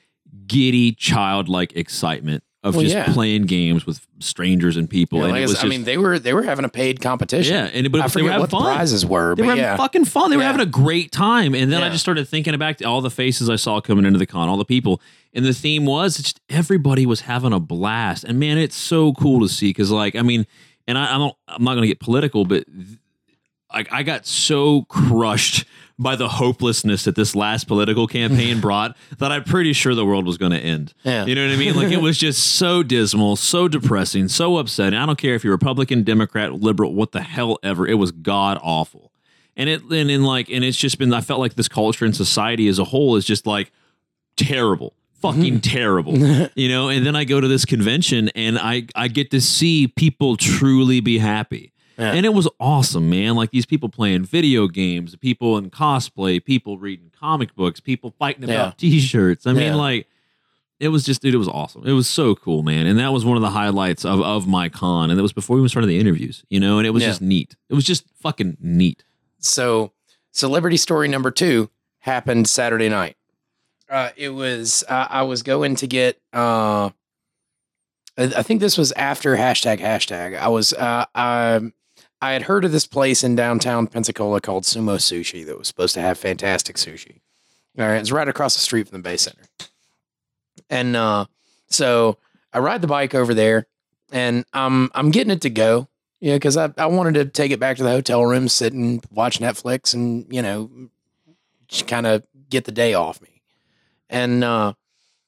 Speaker 1: giddy, childlike excitement of
Speaker 2: Well,
Speaker 1: just
Speaker 2: yeah.
Speaker 1: playing games with strangers and people,
Speaker 2: You know,
Speaker 1: and
Speaker 2: like
Speaker 1: it
Speaker 2: I
Speaker 1: was
Speaker 2: said,
Speaker 1: just
Speaker 2: I mean, they were they were having a paid competition.
Speaker 1: yeah, and it- but
Speaker 2: I
Speaker 1: it- they were
Speaker 2: forget
Speaker 1: having
Speaker 2: what the
Speaker 1: fun.
Speaker 2: prizes were,
Speaker 1: They
Speaker 2: but
Speaker 1: were having
Speaker 2: yeah,
Speaker 1: fucking fun. They were
Speaker 2: Yeah.
Speaker 1: having a great time. And then I
Speaker 2: Yeah.
Speaker 1: just started thinking about all the faces I saw coming into the con, all the people. And the theme was it's just everybody was having a blast. And man, it's so cool to see because, like, I mean, and I, I don't, I'm not going to get political, but th- like, I got so crushed by the hopelessness that this last political
Speaker 2: <laughs>
Speaker 1: campaign brought that I'm pretty sure the world was going to end.
Speaker 2: Yeah.
Speaker 1: You know what I mean? Like it was
Speaker 2: <laughs>
Speaker 1: just so dismal, so depressing, so upsetting. I don't care if you're Republican, Democrat, liberal, what the hell ever. It was god awful. And it and in like and it's just been I felt like this culture and society as a whole is just like terrible.
Speaker 2: <laughs>
Speaker 1: Fucking terrible. You know, and then I go to this convention and I I get to see people truly be happy.
Speaker 2: Yeah.
Speaker 1: And it was awesome, man. Like these people playing video games, people in cosplay, people reading comic books, people fighting about t-shirts. I mean,
Speaker 2: Yeah.
Speaker 1: like it was just dude, it was awesome. It was so cool, man. And that was one of the highlights of of my con. And that was before we even started the interviews, you know, and it was
Speaker 2: Yeah.
Speaker 1: just neat. It was just fucking neat.
Speaker 2: So, celebrity story number two happened Saturday night. Uh, it was uh, I was going to get. Uh, I I think this was after hashtag hashtag. I was uh, I, I had heard of this place in downtown Pensacola called Sumo Sushi that was supposed to have fantastic sushi. All right, it's right across the street from the Bay Center, and uh, so I ride the bike over there, and I'm I'm getting it to go. Yeah, because I, I wanted to take it back to the hotel room, sit and watch Netflix and, you know, just kind of get the day off me. And uh,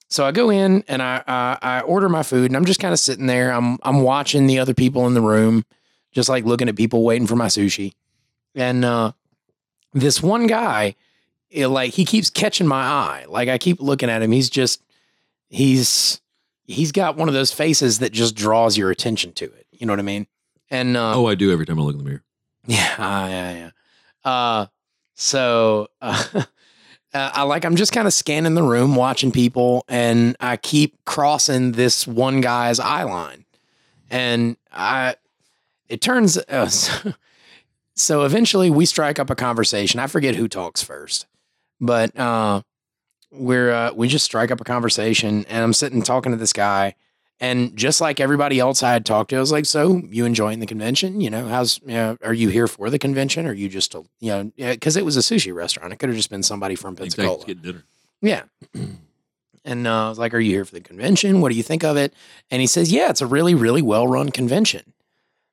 Speaker 2: so I go in and I, I I order my food and I'm just kind of sitting there. I'm I'm watching the other people in the room, just like looking at people waiting for my sushi. And uh, this one guy, it, like he keeps catching my eye. Like I keep looking at him. He's just he's he's got one of those faces that just draws your attention to it. You know what I mean? And uh,
Speaker 1: oh, I do every time I look in the mirror.
Speaker 2: yeah, ah, yeah, yeah. Uh, so <laughs> uh, uh, I like I'm just kind of scanning the room, watching people, and I keep crossing this one guy's eye line, and I it turns uh, <laughs> so, so eventually we strike up a conversation. I forget who talks first, but uh, we're uh, we just strike up a conversation, and I'm sitting talking to this guy. And just like everybody else I had talked to, I was like, "So you enjoying the convention? You know, how's you know, are you here for the convention? Or are you just a, you know, because it was a sushi restaurant. It could have just been somebody from Pensacola.
Speaker 1: Exactly. Get dinner.
Speaker 2: Yeah. And uh, I was like, Are you here for the convention? What do you think of it? And he says, Yeah, it's a really, really well run convention.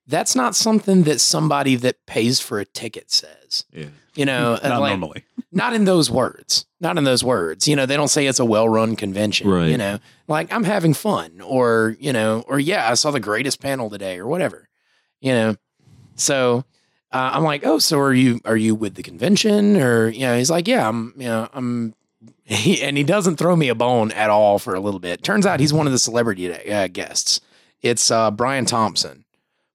Speaker 2: That's not something that somebody that pays for a ticket says.
Speaker 1: Yeah.
Speaker 2: You know,
Speaker 3: Not
Speaker 2: and like,
Speaker 3: normally.
Speaker 2: not in those words. Not in those words. You know, they don't say it's a well run convention.
Speaker 1: Right.
Speaker 2: You know, like I'm having fun or, you know, or yeah, I saw the greatest panel today or whatever. You know. So uh, I'm like, oh, so are you are you with the convention? Or, you know, he's like, Yeah, I'm you know, I'm <laughs> he, and he doesn't throw me a bone at all for a little bit. Turns out he's one of the celebrity uh, guests. It's uh, Brian Thompson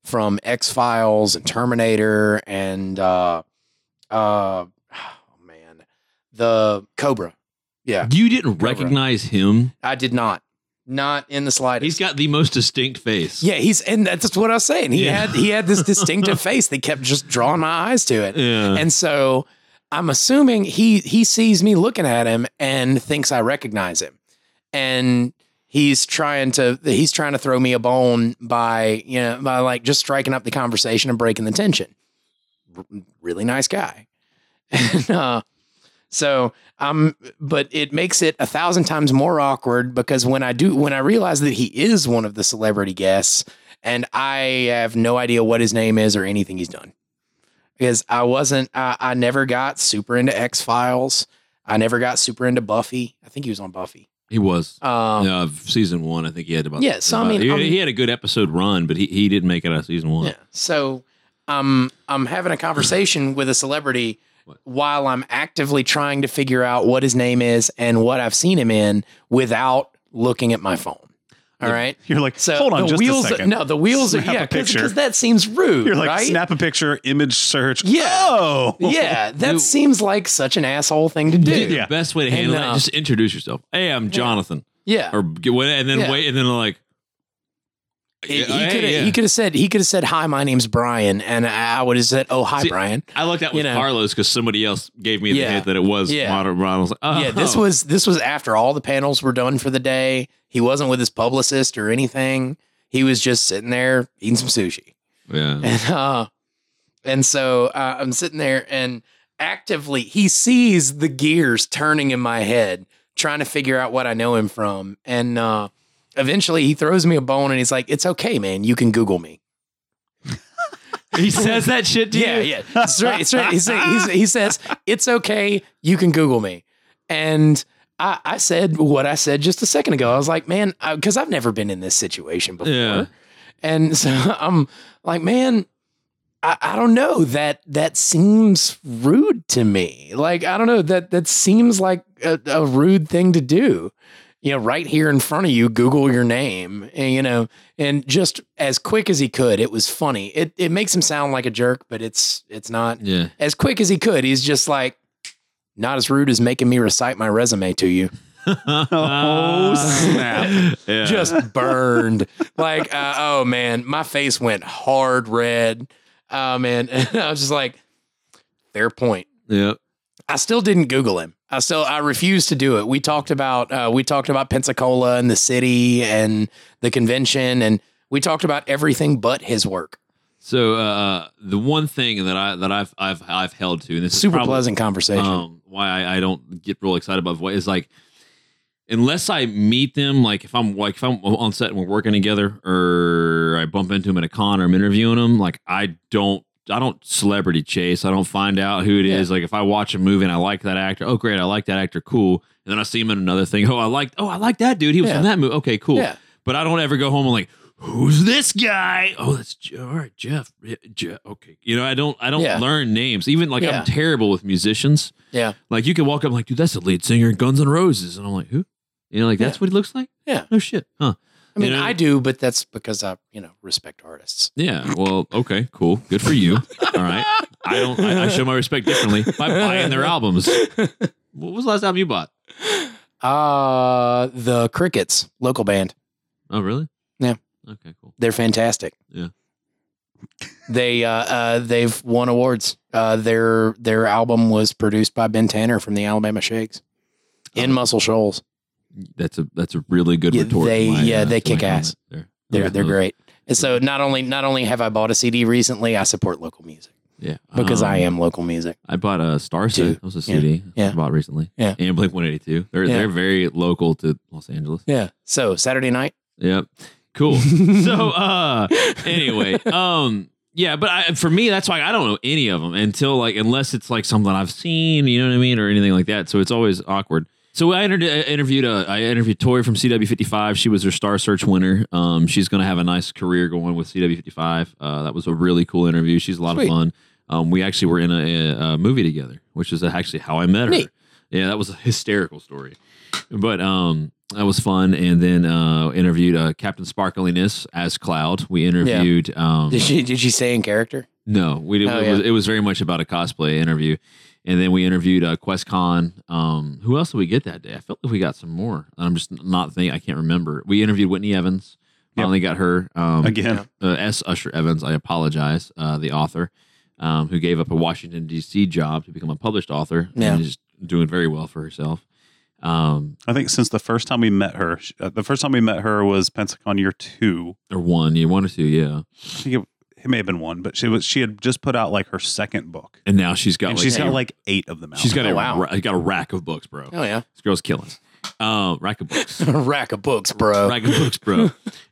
Speaker 2: from X Files and Terminator and uh, uh, oh man, the Cobra. Yeah,
Speaker 1: You didn't
Speaker 2: Cobra.
Speaker 1: recognize him.
Speaker 2: I did not, not in the slightest.
Speaker 1: He's got the most distinct face.
Speaker 2: yeah, he's and that's what I was saying. He
Speaker 1: Yeah.
Speaker 2: had he had this distinctive face that kept just drawing my eyes to it.
Speaker 1: Yeah.
Speaker 2: And so I'm assuming he he sees me looking at him and thinks I recognize him. And he's trying to he's trying to throw me a bone by you know by like just striking up the conversation and breaking the tension. R- really nice guy. <laughs> and, uh, so um, but it makes it a thousand times more awkward because when I do when I realize that he is one of the celebrity guests and I have no idea what his name is or anything he's done because I wasn't I, I never got super into X Files. I never got super into Buffy. I think he was on Buffy.
Speaker 1: He was.
Speaker 2: Um,
Speaker 1: uh, season one, I think he had about.
Speaker 2: Yeah, so I
Speaker 1: about-
Speaker 2: mean,
Speaker 1: he,
Speaker 2: I'm-
Speaker 1: he had a good episode run, but he, he didn't make it out of season one.
Speaker 2: Yeah. So um, I'm having a
Speaker 3: <clears throat>
Speaker 2: conversation with a celebrity
Speaker 1: What?
Speaker 2: while I'm actively trying to figure out what his name is and what I've seen him in without looking at my phone. All right.
Speaker 3: You're like,
Speaker 2: So
Speaker 3: hold on
Speaker 2: the
Speaker 3: just
Speaker 2: wheels,
Speaker 3: a second.
Speaker 2: no, the wheels
Speaker 3: Snap
Speaker 2: are,
Speaker 3: a
Speaker 2: yeah,
Speaker 3: picture.
Speaker 2: because that seems rude.
Speaker 3: You're like,
Speaker 2: right?
Speaker 3: snap a picture, image search.
Speaker 2: Yeah.
Speaker 3: Oh.
Speaker 2: Yeah. That
Speaker 1: You-
Speaker 2: seems like such an asshole thing to do.
Speaker 1: Dude,
Speaker 3: <laughs> Yeah.
Speaker 1: the best way to
Speaker 2: And,
Speaker 1: handle
Speaker 2: uh,
Speaker 1: that just introduce yourself. Hey, I'm Jonathan,
Speaker 2: Yeah.
Speaker 1: or get what- and then
Speaker 2: Yeah.
Speaker 1: wait, and then like
Speaker 2: He-
Speaker 1: Yeah,
Speaker 2: he
Speaker 1: hey,
Speaker 2: could have
Speaker 1: yeah.
Speaker 2: he could have said he could have said hi my name's Brian and I would have said oh hi
Speaker 1: See,
Speaker 2: Brian
Speaker 1: I looked out
Speaker 2: You
Speaker 1: with
Speaker 2: know.
Speaker 1: Carlos because somebody else gave me the
Speaker 2: Yeah.
Speaker 1: hint that it was
Speaker 2: Yeah.
Speaker 1: modern Brian. I was like, oh,
Speaker 2: yeah this was this was after all the panels were done for the day he wasn't with his publicist or anything he was just sitting there eating some sushi <laughs>
Speaker 1: yeah.
Speaker 2: and uh and so uh, I'm sitting there and actively he sees the gears turning in my head trying to figure out what I know him from and uh eventually he throws me a bone and he's like it's okay man you can google me
Speaker 5: He says that shit to
Speaker 2: Yeah,
Speaker 5: you. <laughs>
Speaker 2: yeah. Straight, straight. He, say, he's, he says, It's okay. You can Google me. And I, I said what I said just a second ago. I was like, Man, because I've never been in this situation before.
Speaker 1: Yeah.
Speaker 2: And so <laughs> I'm like, Man, I, I don't know. That that seems rude to me. Like, I don't know. That, that seems like a, a rude thing to do. You know, right here in front of you, Google your name, and, you know, and just as quick as he could, it was funny. It it makes him sound like a jerk, but it's it's not.
Speaker 1: Yeah.
Speaker 2: As quick as he could, he's just like not as rude as making me recite my resume to you.
Speaker 1: <laughs>
Speaker 3: Oh,
Speaker 2: <laughs>
Speaker 3: snap.
Speaker 1: Yeah.
Speaker 2: Just burned. like uh, oh man, my face went hard red. Oh man, <laughs> and I was just like, fair point.
Speaker 1: yeah.
Speaker 2: I still didn't Google him. I still I refused to do it. We talked about uh, we talked about Pensacola and the city and the convention, and we talked about everything but his work.
Speaker 1: So uh, the one thing that I that I've I've I've held to, and this
Speaker 2: Super
Speaker 1: is probably,
Speaker 2: pleasant conversation.
Speaker 1: Um, why I, I don't get real excited about what is like, unless I meet them, like if I'm like if I'm on set and we're working together, or I bump into them at a con or I'm interviewing them, like I don't. I don't celebrity chase. I don't find out who it is.
Speaker 2: Yeah.
Speaker 1: Like if I watch a movie and I like that actor, oh great, I like that actor, cool. And then I see him in another thing. Oh, I like, oh, I like that dude. He was
Speaker 2: Yeah.
Speaker 1: in that movie. Okay, cool.
Speaker 2: Yeah.
Speaker 1: But I don't ever go home and like, who's this guy? Oh, that's Je- all right, Jeff. Yeah, Jeff. Okay, you know, I don't, I don't
Speaker 2: Yeah.
Speaker 1: learn names. Even like
Speaker 2: Yeah.
Speaker 1: I'm terrible with musicians.
Speaker 2: Yeah.
Speaker 1: Like you can walk up and like, dude, that's the lead singer in Guns N' Roses, and I'm like, who? You know, like that's what he looks like.
Speaker 2: Yeah.
Speaker 1: No shit. Huh.
Speaker 2: I mean,
Speaker 1: You know?
Speaker 2: I do, but that's because I, you know, respect artists.
Speaker 1: Yeah. Well. Okay. Cool. Good for you. All right. I don't.
Speaker 2: <laughs>
Speaker 1: I, I show my respect differently by buying their albums. What was the last album you bought?
Speaker 2: Uh the Crickets, local band.
Speaker 1: Oh, really?
Speaker 2: Yeah.
Speaker 1: Okay. Cool.
Speaker 2: They're fantastic.
Speaker 1: Yeah.
Speaker 2: They uh, uh they've won awards. Uh their their album was produced by Ben Tanner from the Alabama Shakes. In
Speaker 1: Uh-huh.
Speaker 2: Muscle Shoals.
Speaker 1: That's a that's a really good
Speaker 2: Yeah,
Speaker 1: retort. to
Speaker 2: they-
Speaker 1: my,
Speaker 2: yeah,
Speaker 1: uh,
Speaker 2: they
Speaker 1: to my
Speaker 2: kick
Speaker 1: comment
Speaker 2: ass.
Speaker 1: There.
Speaker 2: They're
Speaker 1: Okay.
Speaker 2: they're great. And so not only not only have I bought a CD recently, I support local music
Speaker 1: Yeah.
Speaker 2: because I
Speaker 1: Um,
Speaker 2: am local music.
Speaker 1: I bought a Star Set.
Speaker 2: Two.
Speaker 1: That was a
Speaker 2: Yeah.
Speaker 1: CD
Speaker 2: Yeah.
Speaker 1: I bought recently.
Speaker 2: Yeah.
Speaker 1: And Blink 182. They're
Speaker 2: Yeah.
Speaker 1: they're very local to Los Angeles.
Speaker 2: Yeah. So Saturday night.
Speaker 1: Yep. Cool.
Speaker 2: <laughs>
Speaker 1: so <laughs> uh anyway, um yeah, but I, for me that's why I don't know any of them until like unless it's like something I've seen, you know what I mean, or anything like that. So it's always awkward. So I entered, I interviewed uh, I interviewed Tori from CW55. She was her Star Search winner. Um, she's going to have a nice career going with CW55. Uh, that was a really cool interview. She's a lot
Speaker 2: Sweet.
Speaker 1: of fun. Um, we actually were in a, a, a movie together, which is actually how I met her.
Speaker 2: Neat.
Speaker 1: Yeah, that was a hysterical story, but um, that was fun. And then uh, interviewed uh, Captain Sparkliness as Cloud. We interviewed. Um,
Speaker 2: Did she did she stay in character?
Speaker 1: no, we did.
Speaker 2: Oh,
Speaker 1: it,
Speaker 2: yeah.
Speaker 1: was, it was very much about a cosplay interview, and then we interviewed uh, QuestCon. Um, who else did we get that day? I felt like we got some more. I'm just not thinking. I can't remember. We interviewed Whitney Evans.
Speaker 3: Yep.
Speaker 1: Finally got her um,
Speaker 3: Again.
Speaker 2: Yeah.
Speaker 1: uh, S. Usher Evans. I apologize. Uh, the author um, who gave up a Washington D.C. job to become a published author
Speaker 2: Yeah.
Speaker 1: and is doing very well for herself. Um,
Speaker 3: I think since the first time we met her, sh- uh, the first time we met her was Pensacon year two.
Speaker 1: or one, you one or two, yeah.
Speaker 3: I think it, it may have been one, but she was she had just put out like her second book,
Speaker 1: And now she's got
Speaker 3: and
Speaker 1: like
Speaker 3: she's
Speaker 1: a-
Speaker 3: got like eight of them out.
Speaker 1: she's got a
Speaker 2: Oh, wow.
Speaker 1: ra- got a rack of books, bro.
Speaker 2: Oh yeah, <laughs>
Speaker 1: This girl's killing. Um, rack of books.
Speaker 2: rack of books, <laughs> bro.
Speaker 1: Rack of books,
Speaker 2: <laughs>
Speaker 1: bro.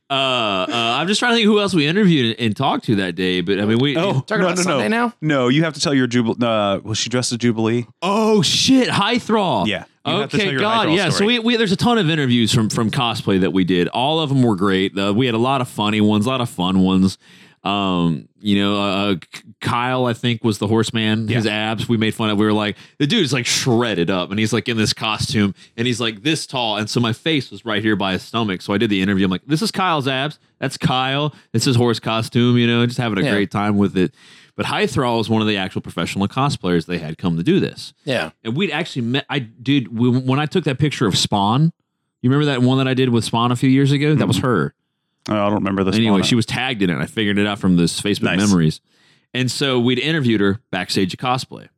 Speaker 1: Uh, uh, I'm just trying to think who else we interviewed and talked to that day, but I mean, we.
Speaker 3: oh
Speaker 2: Talking
Speaker 3: no
Speaker 2: about
Speaker 3: no
Speaker 2: Sunday
Speaker 3: no
Speaker 2: now.
Speaker 3: no! You have to tell your jubilee. Uh, was she dressed as jubilee?
Speaker 1: oh shit, High Thrall.
Speaker 3: Yeah. You have to tell
Speaker 1: Okay,
Speaker 3: your
Speaker 1: God,
Speaker 3: Hydrol
Speaker 1: yeah. So we,
Speaker 3: story.
Speaker 1: we there's a ton of interviews from from cosplay that we did. All of them were great. Uh, we had a lot of funny ones, a lot of fun ones. Um, you know, uh, K- Kyle I think was the horseman. His abs we made fun of. We were like, the dude's like shredded up, and he's like in this costume, and he's like this tall, and so my face was right here by his stomach. So I did the interview. I'm like, this is Kyle's abs. That's Kyle. It's his horse costume. You know, just having a
Speaker 2: Yeah.
Speaker 1: great time with it. But High Thrall is one of the actual professional cosplayers they had come to do this
Speaker 2: Yeah,
Speaker 1: and we'd actually met. I did when when I took that picture of Spawn. You remember that one that I did with Spawn a few years ago? That was
Speaker 2: Mm-hmm.
Speaker 1: her.
Speaker 3: Oh, I don't remember this.
Speaker 1: Anyway,
Speaker 3: one.
Speaker 1: <laughs>
Speaker 2: uh,
Speaker 1: she was tagged in it. I figured it out from this Facebook
Speaker 3: Nice.
Speaker 1: memories. And so we'd interviewed her backstage at cosplay.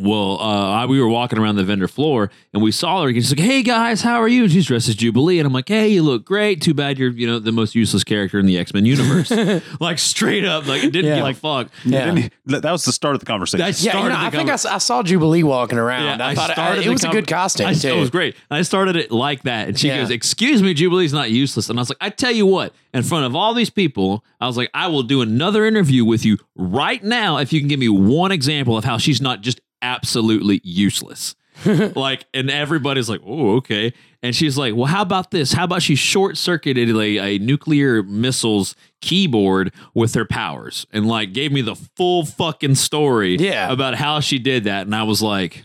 Speaker 1: Well, uh, I, we were walking around the vendor floor and we saw her. And she's like, "Hey guys, how are you?" And she's dressed as Jubilee, and I'm like, "Hey, you look great. Too bad you're you know the most useless character in the X Men
Speaker 2: <laughs>
Speaker 1: universe." like straight up, like it didn't
Speaker 2: Yeah.
Speaker 1: give a fuck.
Speaker 2: yeah.
Speaker 3: Didn't he- that that was the start of the conversation.
Speaker 1: That
Speaker 2: Yeah, you
Speaker 1: started
Speaker 2: know,
Speaker 1: the
Speaker 2: I think
Speaker 1: conver-
Speaker 2: I, s- I saw Jubilee walking around.
Speaker 1: Yeah,
Speaker 2: I
Speaker 1: I
Speaker 2: thought it-
Speaker 1: started
Speaker 2: it,
Speaker 1: the
Speaker 2: was a
Speaker 1: com-
Speaker 2: good costume
Speaker 1: I,
Speaker 2: too.
Speaker 1: It was great. And I started it like that. And she
Speaker 2: Yeah.
Speaker 1: goes, Excuse me, Jubilee's not useless. And I was like, I tell you what, in front of all these people, I was like, I will do another interview with you right now if you can give me one example of how she's not just absolutely
Speaker 2: <laughs>
Speaker 1: useless. like, and everybody's like, Oh, okay. And she's like, Well, how about this? How about she short circuited a, a nuclear missile's keyboard with her powers and like gave me the full fucking story
Speaker 2: Yeah.
Speaker 1: about how she did that. And I was like,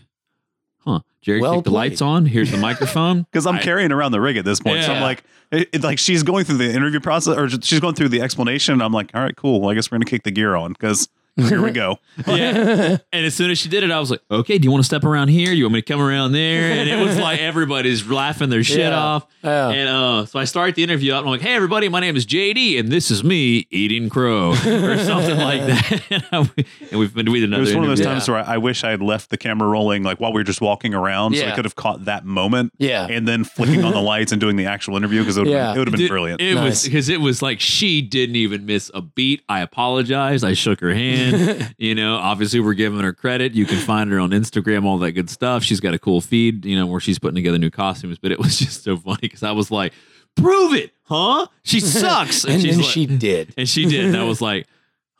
Speaker 1: huh, Jerry
Speaker 2: Well
Speaker 1: kicked the
Speaker 2: played.
Speaker 1: lights on. Here's the
Speaker 3: <laughs>
Speaker 1: microphone.
Speaker 3: because I'm
Speaker 1: I-
Speaker 3: carrying around the rig at this point. So I'm
Speaker 1: Yeah.
Speaker 3: like, it, it- like she's going through the interview process, or she's going through the explanation. And I'm like, all right, cool. Well, I guess we're gonna kick the gear on because here we go.
Speaker 1: yeah. And as soon as she did it, I was like, okay, do you want to step around here? You want me to come around there? And it was like everybody's laughing their shit
Speaker 2: Yeah.
Speaker 1: off.
Speaker 2: Yeah.
Speaker 1: And uh, so I start the interview out and I'm like, hey, everybody, my name is JD and this is me eating crow or something like
Speaker 2: <laughs>
Speaker 1: that. <laughs> and, I- and we've been doing
Speaker 3: It
Speaker 1: another
Speaker 3: was one of those
Speaker 1: interview.
Speaker 3: times where I, I wish I had left the camera rolling, like while we were just walking around, so I
Speaker 2: Yeah.
Speaker 3: could have caught that moment.
Speaker 2: Yeah.
Speaker 3: and then flicking on the lights and doing the actual interview because it would
Speaker 2: Yeah.
Speaker 3: have been,
Speaker 1: Dude,
Speaker 3: brilliant.
Speaker 1: It was
Speaker 2: Nice.
Speaker 1: because it was like she didn't even miss a beat. I apologized. I shook her hand.
Speaker 2: <laughs>
Speaker 1: you know, obviously we're giving her credit. You can find her on Instagram, all that good stuff. She's got a cool feed, you know, where she's putting together new costumes. But it was <laughs> just so funny because I was like, "Prove it, huh?
Speaker 2: <laughs>
Speaker 1: She sucks."
Speaker 2: and
Speaker 1: she's
Speaker 2: then
Speaker 1: like- <laughs>
Speaker 2: she did.
Speaker 1: and she did. And I was like,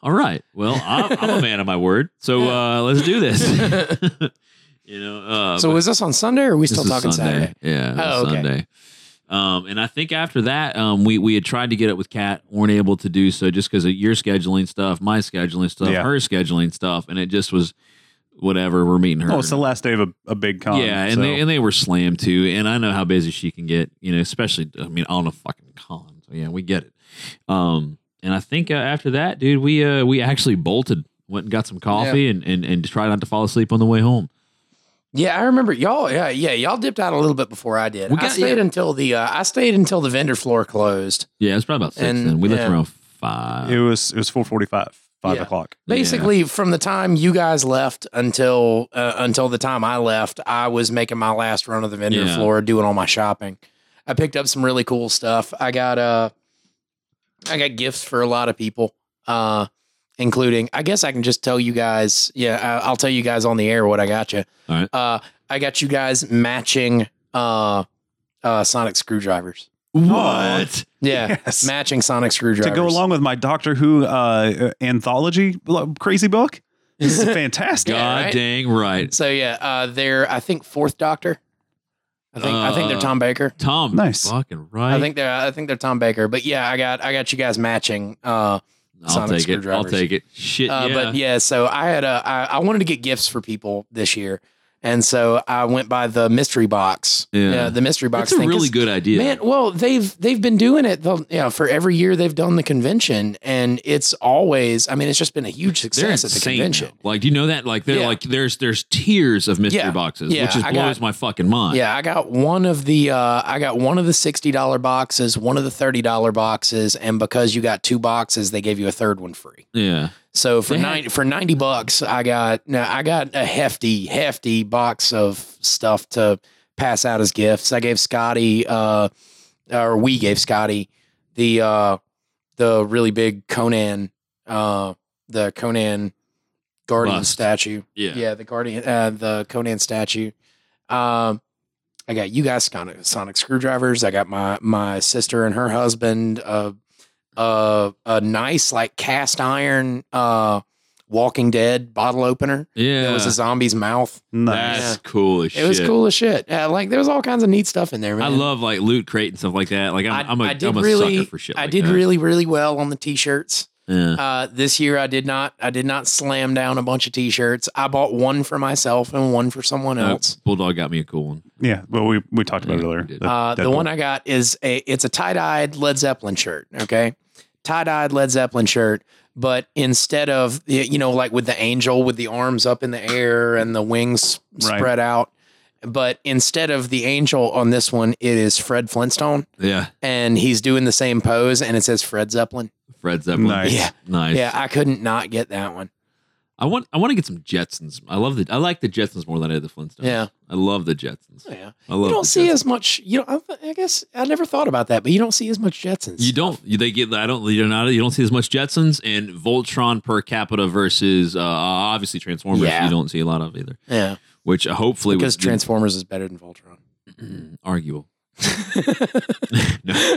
Speaker 1: all right, well, I'm, I'm a man of my word,
Speaker 2: <laughs>
Speaker 1: so uh, let's do this. <laughs> you know. Uh,
Speaker 2: So
Speaker 1: but-
Speaker 2: was this on Sunday or are we still
Speaker 1: this is
Speaker 2: talking
Speaker 1: Sunday.
Speaker 2: Saturday?
Speaker 1: Yeah, this
Speaker 2: Oh, okay.
Speaker 1: Sunday. Um, and I think after that, um, we we had tried to get it with Kat, weren't able to do so just because of your scheduling stuff, my scheduling stuff,
Speaker 3: Yeah.
Speaker 1: her scheduling stuff, and it just was whatever. We're meeting her.
Speaker 3: oh, it's the last day of a, a big con.
Speaker 1: yeah, and
Speaker 3: so-
Speaker 1: they and they were slammed too. And I know how busy she can get, you know, especially I mean on a fucking con. So yeah, we get it. Um, and I think uh, after that, dude, we uh we actually bolted, went and got some coffee, and and and tried not to fall asleep on the way home.
Speaker 2: Yeah, I remember y'all. Yeah, yeah, y'all dipped out a little bit before I did.
Speaker 1: We
Speaker 2: I
Speaker 1: got-
Speaker 2: stayed
Speaker 1: yeah.
Speaker 2: until the uh, I stayed until the vendor floor closed.
Speaker 1: Yeah, it was probably about six.
Speaker 2: And-
Speaker 1: then we left
Speaker 2: yeah.
Speaker 1: around five.
Speaker 3: it was it was four forty five, five
Speaker 2: Yeah.
Speaker 3: o'clock.
Speaker 1: uh, Yeah.
Speaker 2: Basically, from the time you guys left until uh, until the time I left, I was making my last run of the vendor
Speaker 1: Yeah.
Speaker 2: floor, doing all my shopping. I picked up some really cool stuff. I got uh, I got gifts for a lot of people, uh, including. I guess I can just tell you guys. Yeah, I, I'll tell you guys on the air what I got you.
Speaker 1: All right.
Speaker 2: Uh, I got you guys matching uh, uh, sonic screwdrivers.
Speaker 1: What?
Speaker 2: Yeah,
Speaker 1: <laughs>
Speaker 3: Yes.
Speaker 2: matching sonic
Speaker 3: To
Speaker 2: screwdrivers
Speaker 3: go along with my Doctor Who uh, anthology lo- crazy book,
Speaker 2: <laughs>
Speaker 3: this is fantastic.
Speaker 1: God
Speaker 2: right?
Speaker 1: dang right.
Speaker 2: So yeah, uh, they're I think fourth Doctor. I think I think they're
Speaker 1: Uh,
Speaker 2: Tom Baker.
Speaker 1: Tom.
Speaker 3: Nice.
Speaker 1: Fucking right.
Speaker 2: I think they're I think they're Tom Baker. But yeah, I got I got you guys matching. Uh,
Speaker 1: I'll
Speaker 2: Sonic
Speaker 1: take it. I'll
Speaker 2: screwdrivers.
Speaker 1: take it. Shit.
Speaker 2: uh,
Speaker 1: yeah.
Speaker 2: But yeah, so I had a I, I wanted to get gifts for people this year, and so I went by the mystery box.
Speaker 1: Yeah.
Speaker 2: the mystery box.
Speaker 1: That's a
Speaker 2: thing, 'cause-
Speaker 1: really good idea.
Speaker 2: Man, well, they've they've been doing it. The, yeah, for every year they've done the convention, and it's always. I mean, it's just been a huge
Speaker 1: they're
Speaker 2: success at the
Speaker 1: insane.
Speaker 2: convention.
Speaker 1: now. Like, do you know that? Like, they're
Speaker 2: Yeah.
Speaker 1: like, there's there's tiers of mystery
Speaker 2: Yeah.
Speaker 1: boxes,
Speaker 2: Yeah,
Speaker 1: which just
Speaker 2: I
Speaker 1: blows
Speaker 2: got-
Speaker 1: my fucking mind.
Speaker 2: Yeah, I got one of the uh, I got one of the sixty dollar boxes, one of the thirty dollar boxes, and because you got two boxes, they gave you a third one free.
Speaker 1: Yeah.
Speaker 2: So for
Speaker 1: They had-
Speaker 2: ninety for ninety bucks, I got now I got a hefty hefty box of stuff to pass out as gifts. I gave Scotty, uh, or we gave Scotty the uh, the really big Conan, uh, the Conan Guardian
Speaker 1: Bust.
Speaker 2: statue.
Speaker 1: Yeah.
Speaker 2: Yeah, the Guardian, uh, the Conan statue. Um, I got you guys sonic, sonic screwdrivers. I got my my sister and her husband uh, uh, a nice like cast iron uh, Walking Dead bottle opener.
Speaker 1: Yeah.
Speaker 2: It was a zombie's mouth.
Speaker 3: Nice.
Speaker 1: That's cool as
Speaker 2: It
Speaker 1: shit.
Speaker 2: was cool as shit. Yeah, like there was all kinds of neat stuff in there. Man.
Speaker 1: I love like loot crate and stuff like that. Like I'm,
Speaker 2: I-
Speaker 1: am a,
Speaker 2: I did
Speaker 1: am a
Speaker 2: really-
Speaker 1: sucker for shit.
Speaker 2: I
Speaker 1: like
Speaker 2: did
Speaker 1: that.
Speaker 2: really really well on
Speaker 1: <laughs>
Speaker 2: the t-shirts.
Speaker 1: Yeah.
Speaker 2: Uh, this year I did not. I did not slam down a bunch of t-shirts. I bought one for myself and one for someone
Speaker 1: Uh,
Speaker 2: else.
Speaker 1: Bulldog got me a cool one.
Speaker 3: Yeah. Well, we, we talked about it
Speaker 1: Yeah,
Speaker 3: earlier.
Speaker 1: we did.
Speaker 3: The
Speaker 2: Uh, the
Speaker 3: Deadpool.
Speaker 2: one I got is a it's a tie-dyed Led Zeppelin shirt, okay? Tie-dyed Led Zeppelin shirt, but instead of y- you know like with the angel with the arms up in the air and the wings
Speaker 3: Right.
Speaker 2: spread out, but instead of the angel on this one it is Fred Flintstone
Speaker 1: Yeah.
Speaker 2: and he's doing the same pose and it says Fred Zeppelin.
Speaker 1: Fred Zeppelin.
Speaker 3: Nice.
Speaker 2: Yeah.
Speaker 1: Nice.
Speaker 2: Yeah, I couldn't not get that one.
Speaker 1: I want I want to get some Jetsons. I love the I like the Jetsons more than I did the Flintstones.
Speaker 2: Yeah.
Speaker 1: I love the Jetsons.
Speaker 2: Yeah.
Speaker 1: I love
Speaker 2: You
Speaker 1: the
Speaker 2: don't
Speaker 1: Oh,
Speaker 2: see
Speaker 1: Jetsons.
Speaker 2: as much, you know, I, I guess I never thought about that, but you don't see as much Jetsons.
Speaker 1: You don't. You, they get. I don't. You're not. You don't see as much Jetsons and Voltron per capita versus uh, obviously Transformers.
Speaker 2: Yeah.
Speaker 1: You don't see a lot of either.
Speaker 2: Yeah.
Speaker 1: Which uh, hopefully
Speaker 2: Because
Speaker 1: was
Speaker 2: Transformers is better than Voltron.
Speaker 1: arguable. <laughs> no.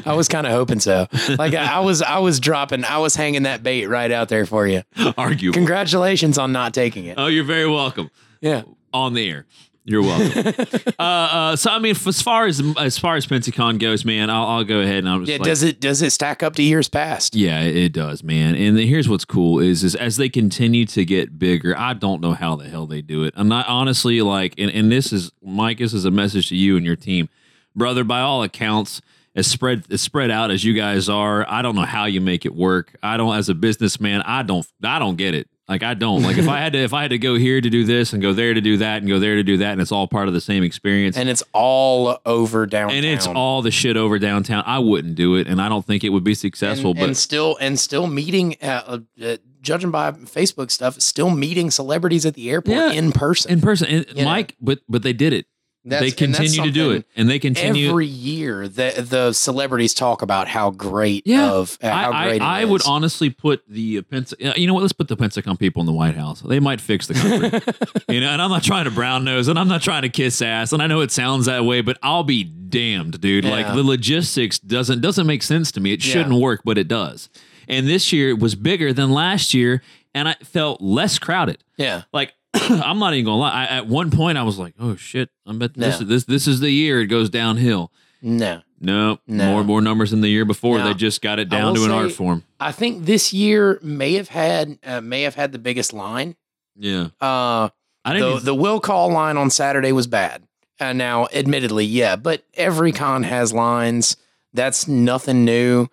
Speaker 2: I was kind of hoping so. Like I, I was, I was dropping, I was hanging that bait right out there for you.
Speaker 1: arguable.
Speaker 2: Congratulations on not taking it.
Speaker 1: oh, you're very welcome.
Speaker 2: Yeah,
Speaker 1: on the air. You're
Speaker 2: <laughs>
Speaker 1: welcome. uh, uh, so I mean, f- as far as as far as Pensacon goes, man, I'll, I'll go ahead and I'm just
Speaker 2: yeah.
Speaker 1: like,
Speaker 2: does it does it stack up to years past?
Speaker 1: yeah, it it does, man. And then here's what's cool is is as they continue to get bigger, I don't know how the hell they do it. I'm not honestly like, and, and this is Mike. This is a message to you and your team, brother. By all accounts, as spread as spread out as you guys are, I don't know how you make it work. I don't, as a businessman, I don't, I don't get it. Like I don't like if I had to if I had to go here to do this and go there to do that and go there to do that and it's all part of the same experience
Speaker 2: And it's all over downtown.
Speaker 1: and it's all the shit over downtown. I wouldn't do it and I don't think it would be
Speaker 2: and,
Speaker 1: successful. but
Speaker 2: and still and still meeting. Uh, uh, uh, judging by Facebook stuff, still meeting celebrities at the airport
Speaker 1: Yeah.
Speaker 2: in person.
Speaker 1: in person. And
Speaker 2: You know?
Speaker 1: Mike, but but they did it. they
Speaker 2: and that's
Speaker 1: continue to do
Speaker 2: something
Speaker 1: it, and they continue.
Speaker 2: Every year, the the celebrities talk about how great
Speaker 1: Yeah.
Speaker 2: of uh, how
Speaker 1: I,
Speaker 2: great
Speaker 1: I, I
Speaker 2: it
Speaker 1: would
Speaker 2: is.
Speaker 1: honestly put the uh, Pence. uh, You know what? Let's put the Pensacon people in the White House. They might fix the country.
Speaker 2: <laughs>
Speaker 1: you know, and I'm not trying to brown nose, and I'm not trying to kiss ass, and I know it sounds that way, but I'll be damned, dude. Like
Speaker 2: Yeah.
Speaker 1: the logistics doesn't doesn't make sense to me. It
Speaker 2: Yeah.
Speaker 1: shouldn't work, but it does. And this year it was bigger than last year, and I felt less crowded.
Speaker 2: yeah.
Speaker 1: like <clears throat> I'm not even gonna lie. I, at one point, I was like, "Oh shit! I bet this
Speaker 2: No.
Speaker 1: this this is the year it goes downhill."
Speaker 2: No.
Speaker 1: No,
Speaker 2: No.
Speaker 1: more more numbers than the year before.
Speaker 2: No.
Speaker 1: They just got it
Speaker 2: I
Speaker 1: down
Speaker 2: will
Speaker 1: to an art
Speaker 2: say-
Speaker 1: form.
Speaker 2: I think this year may have had uh, may have had the biggest line.
Speaker 1: Yeah,
Speaker 2: Uh,
Speaker 1: I didn't.
Speaker 2: the the will call line on Saturday was bad. Uh, now, admittedly, yeah, but every con has lines. That's nothing new.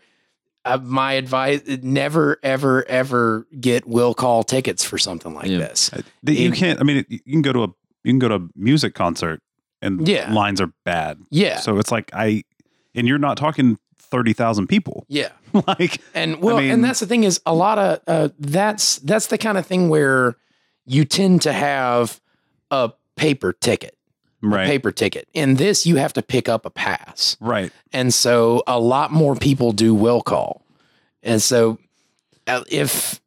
Speaker 2: Uh, my advice: never, ever, ever get will call tickets for something like
Speaker 1: Yeah.
Speaker 2: this.
Speaker 3: Uh, that you
Speaker 2: in-
Speaker 3: can't. I mean, it- you can go to a you can go to a music concert and
Speaker 2: Yeah.
Speaker 3: lines are bad.
Speaker 2: Yeah,
Speaker 3: So it's like I and you're not talking thirty thousand people. <laughs>
Speaker 2: yeah.
Speaker 3: like
Speaker 2: And well,
Speaker 3: mean-
Speaker 2: and that's the thing is a lot of uh, that's that's the kind of thing where you tend to have a paper ticket,
Speaker 3: right,
Speaker 2: paper ticket. In this, you have to pick up a pass.
Speaker 3: right.
Speaker 2: And so a lot more people do will call. And so uh, if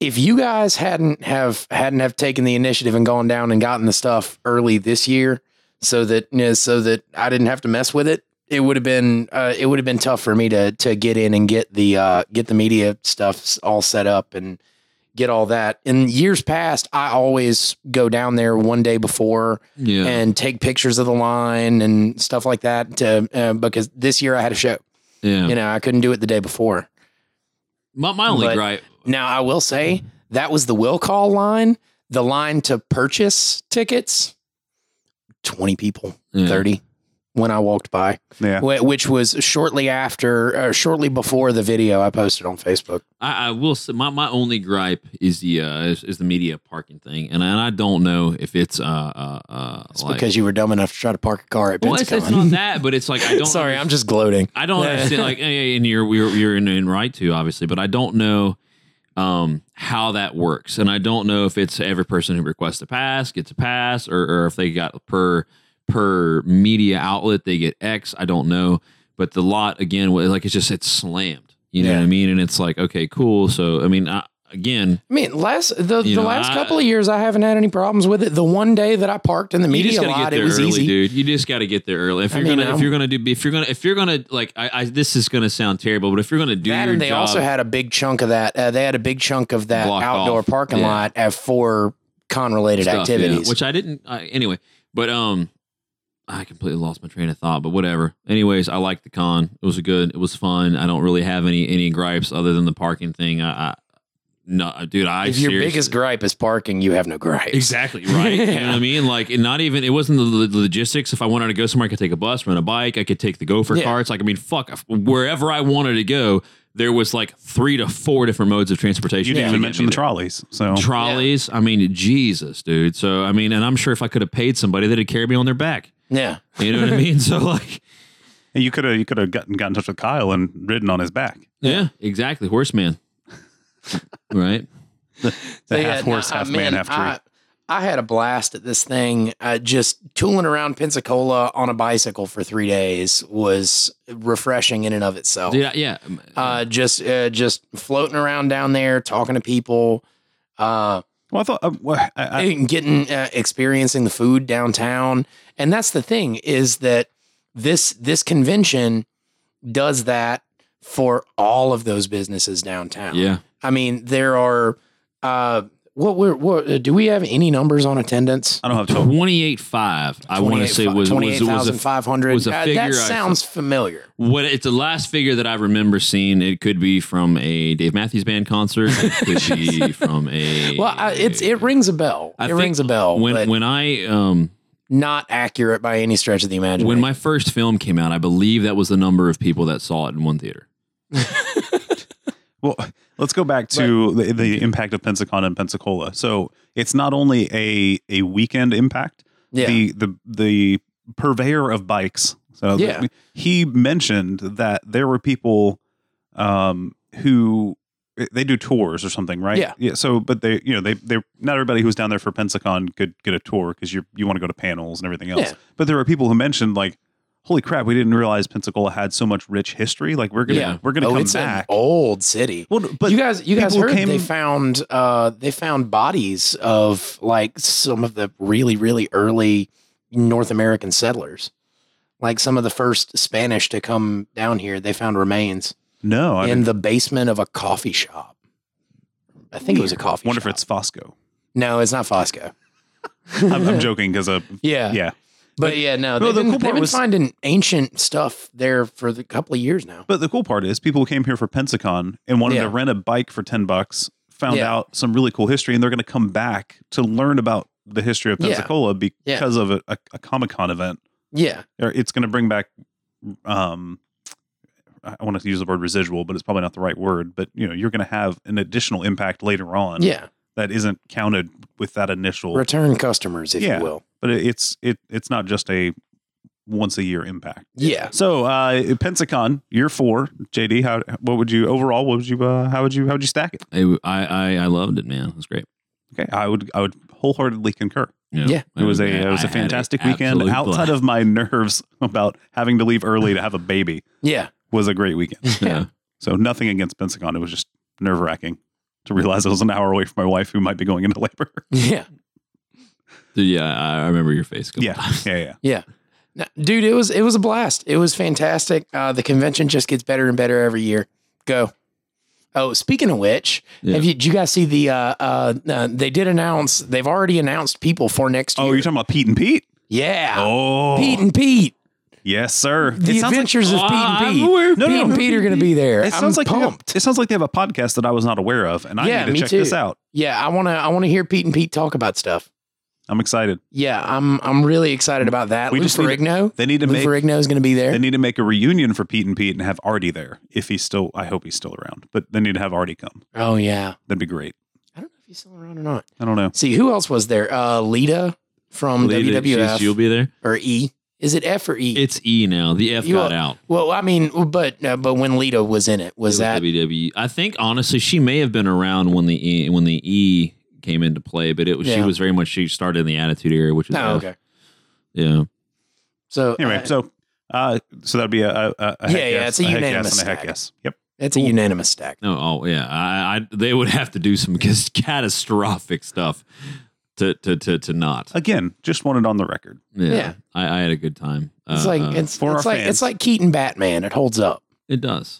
Speaker 2: if you guys hadn't have hadn't have taken the initiative and gone down and gotten the stuff early this year so that you know, so that I didn't have to mess with it, it would have been uh, it would have been tough for me to to get in and get the uh, get the media stuff all set up and get all that. In years past, I always go down there one day before
Speaker 1: yeah,
Speaker 2: and take pictures of the line and stuff like that to uh, because this year I had a show.
Speaker 1: yeah.
Speaker 2: You know, I couldn't do it the day before.
Speaker 1: my, my only
Speaker 2: but-
Speaker 1: gripe.
Speaker 2: Now, I will say that was the will call line, the line to purchase tickets 20 people,
Speaker 1: Yeah.
Speaker 2: 30 when I walked by,
Speaker 3: Yeah.
Speaker 2: wh- which was shortly after or shortly before the video I posted on Facebook.
Speaker 1: I, I will say my, my only gripe is the uh, is, is the media parking thing, and I, and I don't know if it's uh uh, uh
Speaker 2: It's because you were dumb enough to try to park a car at
Speaker 1: well, it's, it's not
Speaker 2: Pensacon.
Speaker 1: that, but it's like
Speaker 2: <laughs>
Speaker 1: I don't
Speaker 2: Sorry, I'm just gloating.
Speaker 1: I don't
Speaker 2: Yeah.
Speaker 1: understand. Like, and you're you're, you're in, in right to obviously, but I don't know um, how that works, and I don't know if it's every person who requests a pass gets a pass, or, or if they got per per media outlet. They get X. I don't know, but the lot again, wa- like it's just it's slammed. You know
Speaker 2: Yeah.
Speaker 1: what I mean? And it's like okay, cool. So I mean, I, again,
Speaker 2: I mean, last the,
Speaker 1: You
Speaker 2: the
Speaker 1: know,
Speaker 2: last
Speaker 1: I-
Speaker 2: couple of years, I haven't had any problems with it. The one day that I parked in the
Speaker 1: you
Speaker 2: media
Speaker 1: just gotta
Speaker 2: lot,
Speaker 1: get
Speaker 2: it
Speaker 1: there
Speaker 2: was
Speaker 1: early,
Speaker 2: easy.
Speaker 1: dude. You just got to get there early. If
Speaker 2: I
Speaker 1: you're
Speaker 2: mean,
Speaker 1: gonna, if
Speaker 2: I'm-
Speaker 1: you're gonna do, if you're gonna, if you're gonna, like, I, I this is gonna sound terrible, but if you're gonna do
Speaker 2: that,
Speaker 1: your
Speaker 2: and they
Speaker 1: job,
Speaker 2: also had a big chunk of that. Uh, they had a big chunk of that
Speaker 1: Blocked
Speaker 2: outdoor
Speaker 1: off.
Speaker 2: parking
Speaker 1: Yeah.
Speaker 2: lot at for con-related
Speaker 1: stuff, yeah,
Speaker 2: activities.
Speaker 1: which I didn't. I, anyway, but um, I completely lost my train of thought. But whatever. Anyways, I liked the con. It was good. It was fun. I don't really have any any gripes other than the parking thing. I, I no, uh, dude. I
Speaker 2: if your
Speaker 1: seriously-
Speaker 2: biggest gripe is parking, you have no gripe.
Speaker 1: Exactly right. You know
Speaker 2: Yeah.
Speaker 1: what I mean? Like, and not even it wasn't the, the logistics. If I wanted to go somewhere, I could take a bus, rent a bike, I could take the Gopher
Speaker 2: Yeah.
Speaker 1: carts. Like, I mean, fuck, if- wherever I wanted to go, there was like three to four different modes of transportation.
Speaker 3: You didn't
Speaker 1: to
Speaker 3: even
Speaker 1: get
Speaker 3: mention
Speaker 1: me
Speaker 3: the
Speaker 1: there
Speaker 3: trolleys.
Speaker 2: Oh,
Speaker 3: So
Speaker 1: trolleys. I mean, Jesus, dude. So I mean, and I'm sure if I could have paid somebody, they'd have carried me on their back.
Speaker 2: Yeah.
Speaker 1: You know what I mean? <laughs> So like,
Speaker 3: And you could have you could have gotten got in touch with Kyle and ridden on his back.
Speaker 1: yeah, exactly.
Speaker 2: <laughs>
Speaker 1: Horseman, right?
Speaker 3: The
Speaker 2: So, yeah,
Speaker 3: half horse,
Speaker 2: no, I
Speaker 3: half man,
Speaker 2: mean,
Speaker 3: half tree.
Speaker 2: I, I had a blast at this thing. Uh, just tooling around Pensacola on a bicycle for three days was refreshing in and of itself.
Speaker 1: Yeah, yeah.
Speaker 2: Oh. Uh, just uh, just floating around down there, talking to people, uh,
Speaker 3: well, I thought uh, well, I, I,
Speaker 2: and getting uh, experiencing the food downtown. And that's the thing is that this this convention does that for all of those businesses downtown.
Speaker 1: yeah.
Speaker 2: I mean, there are. Uh, what were what? uh, Do we have any numbers on attendance?
Speaker 3: I don't have total.
Speaker 1: Twenty eight five. I want to say was was was a,
Speaker 2: five hundred. Uh,
Speaker 1: was a figure I
Speaker 2: That
Speaker 1: saw.
Speaker 2: sounds familiar.
Speaker 1: what it's the last figure that I remember seeing. It could be from a Dave Matthews Band concert. It
Speaker 2: <laughs>
Speaker 1: could be from a
Speaker 2: Well, I, it's it rings a bell.
Speaker 1: I
Speaker 2: it
Speaker 1: think
Speaker 2: rings a bell,
Speaker 1: when
Speaker 2: but
Speaker 1: when I um
Speaker 2: not accurate by any stretch of the imagination.
Speaker 1: when my first film came out, I believe that was the number of people that saw it in one theater.
Speaker 3: Well, let's go back to the, the
Speaker 2: Mm-hmm.
Speaker 3: impact of Pensacon and Pensacola. So it's not only a a weekend impact.
Speaker 2: yeah,
Speaker 3: The the the purveyor of bikes. So
Speaker 2: Yeah.
Speaker 3: th- he mentioned that there were people um, who they do tours or something, right?
Speaker 2: Yeah.
Speaker 3: Yeah. So, but they, you know, they they not everybody who was down there for Pensacon could get a tour because you you want to go to panels and everything else.
Speaker 2: Yeah.
Speaker 3: But there were people who mentioned like. Holy crap! We didn't realize Pensacola had so much rich history. Like we're gonna
Speaker 1: Yeah.
Speaker 3: we're gonna
Speaker 2: oh,
Speaker 3: come
Speaker 2: it's
Speaker 3: back.
Speaker 2: an old city.
Speaker 3: Well, but
Speaker 2: you guys, you guys
Speaker 3: people
Speaker 2: heard
Speaker 3: came-
Speaker 2: they found uh, they found bodies of like some of the really really early North American settlers, like some of the first Spanish to come down here. They found remains
Speaker 3: no, I
Speaker 2: in
Speaker 3: didn't.
Speaker 2: the basement of a coffee shop. I think it was a coffee.
Speaker 3: wonder if
Speaker 2: shop.
Speaker 3: it's Fosco.
Speaker 2: no, it's not Fosco.
Speaker 3: I'm,
Speaker 2: <laughs>
Speaker 3: I'm joking because uh,
Speaker 2: Yeah,
Speaker 3: yeah.
Speaker 2: but yeah, no,
Speaker 3: No,
Speaker 2: they've
Speaker 3: the
Speaker 2: been,
Speaker 3: cool
Speaker 2: they've
Speaker 3: part
Speaker 2: been
Speaker 3: was-
Speaker 2: finding ancient stuff there for the couple of years now.
Speaker 3: But the cool part is people came here for Pensacon and wanted
Speaker 2: Yeah.
Speaker 3: to rent a bike for 10 bucks, found
Speaker 2: Yeah.
Speaker 3: out some really cool history, and they're going to come back to learn about the history of
Speaker 2: Yeah.
Speaker 3: Pensacola
Speaker 2: Yeah.
Speaker 3: because of a, a, a Comic Con event.
Speaker 2: Yeah,
Speaker 3: Or It's going to bring back, um, I want to use the word residual, but it's probably not the right word. But you know, you're going to have an additional impact later on
Speaker 2: yeah,
Speaker 3: that isn't counted with that initial.
Speaker 2: return customers, if
Speaker 3: Yeah.
Speaker 2: you will.
Speaker 3: but it, it's it it's not just a once a year impact.
Speaker 2: Yeah,
Speaker 3: So, uh, Pensacon, year four, JD, how, what would you overall, what would you, uh, how would you, how would you stack it?
Speaker 1: I I, I, I loved it, man. It was great.
Speaker 3: Okay. I would, I would wholeheartedly concur.
Speaker 2: Yeah.
Speaker 1: I
Speaker 3: It was a,
Speaker 1: mean,
Speaker 2: Mm,
Speaker 3: it was
Speaker 1: I
Speaker 3: a
Speaker 1: had an
Speaker 3: fantastic weekend
Speaker 1: absolute
Speaker 3: outside of my nerves about having to leave early to have a baby
Speaker 2: yeah,
Speaker 3: was a great
Speaker 2: <laughs>
Speaker 3: weekend.
Speaker 1: blast. <laughs> Yeah.
Speaker 3: So nothing against Pensacon. It was just nerve wracking to realize I was an hour away from my wife who might be going into labor. <laughs>
Speaker 2: yeah.
Speaker 1: Dude, yeah, I I remember your face. a couple
Speaker 3: yeah.
Speaker 1: times.
Speaker 3: Yeah. Yeah.
Speaker 2: No, dude, it was it was a blast. It was fantastic. Uh, the convention just gets better and better every year. Go. Oh, speaking of which,
Speaker 1: Yeah.
Speaker 2: have you did you guys see the uh, uh, uh, they did announce they've already announced people for next year.
Speaker 3: Oh, you're talking about Pete and Pete?
Speaker 2: yeah.
Speaker 3: Oh,
Speaker 2: Ah, Pete and Pete.
Speaker 3: yes, sir.
Speaker 2: The Adventures of Pete and Pete.
Speaker 3: of no,
Speaker 2: Pete
Speaker 3: no,
Speaker 2: and
Speaker 3: no.
Speaker 2: Pete are going to be there.
Speaker 3: It sounds
Speaker 2: I'm
Speaker 3: like they have-
Speaker 2: pumped.
Speaker 3: it sounds like they have a podcast that I was not aware of, and I
Speaker 2: Yeah,
Speaker 3: need to
Speaker 2: me
Speaker 3: check this
Speaker 2: too.
Speaker 3: out.
Speaker 2: Yeah, I want to I want to hear Pete and Pete talk about stuff.
Speaker 3: I'm excited.
Speaker 2: Yeah, I'm I'm really excited about that.
Speaker 3: We
Speaker 2: Lou
Speaker 3: just need to
Speaker 2: Ferrigno.
Speaker 3: They need to
Speaker 2: Lou
Speaker 3: make
Speaker 2: Ferrigno is going to be
Speaker 3: they
Speaker 2: there.
Speaker 3: need to make a reunion for Pete and Pete and have Artie there if he's still. I hope he's still around, but they need to have Artie come.
Speaker 2: Oh yeah.
Speaker 3: That'd be great.
Speaker 2: I don't know if he's still around or not.
Speaker 3: I don't know.
Speaker 2: See who else was there? Uh, Lita from
Speaker 1: Lita, she's-
Speaker 2: WWF
Speaker 1: She'll be there.
Speaker 2: or E? Is it F or E?
Speaker 1: It's E now. The F
Speaker 2: You
Speaker 1: got
Speaker 2: are-
Speaker 1: out.
Speaker 2: well, I mean, but uh, but when Lita was in it, was
Speaker 1: It
Speaker 2: that
Speaker 1: WWE? E. I think honestly, she may have been around when the E when the E came into play, but it was she
Speaker 2: Yeah. Oh,
Speaker 1: was very much she started in the Attitude Era, which is F.
Speaker 2: no? okay,
Speaker 1: yeah.
Speaker 2: So
Speaker 3: Anyway,
Speaker 2: uh,
Speaker 3: so uh, so that'd be a, a, a
Speaker 2: Yeah,
Speaker 3: heck
Speaker 2: yeah,
Speaker 3: yes,
Speaker 2: it's a
Speaker 3: heck yes,
Speaker 2: unanimous
Speaker 3: and a heck
Speaker 2: stack.
Speaker 3: yes. Yep.
Speaker 2: it's a unanimous stack.
Speaker 1: No, oh yeah, I, I they would have to do some <laughs> cas- catastrophic stuff to to to, to not.
Speaker 3: Again, just wanted on the record.
Speaker 1: Yeah,
Speaker 2: Yeah.
Speaker 1: I, I had a good time.
Speaker 2: It's
Speaker 1: Uh,
Speaker 2: like
Speaker 1: uh,
Speaker 2: it's
Speaker 3: for
Speaker 2: it's
Speaker 3: our
Speaker 2: like
Speaker 3: fans.
Speaker 2: it's like Keaton Batman. It holds up.
Speaker 1: it does.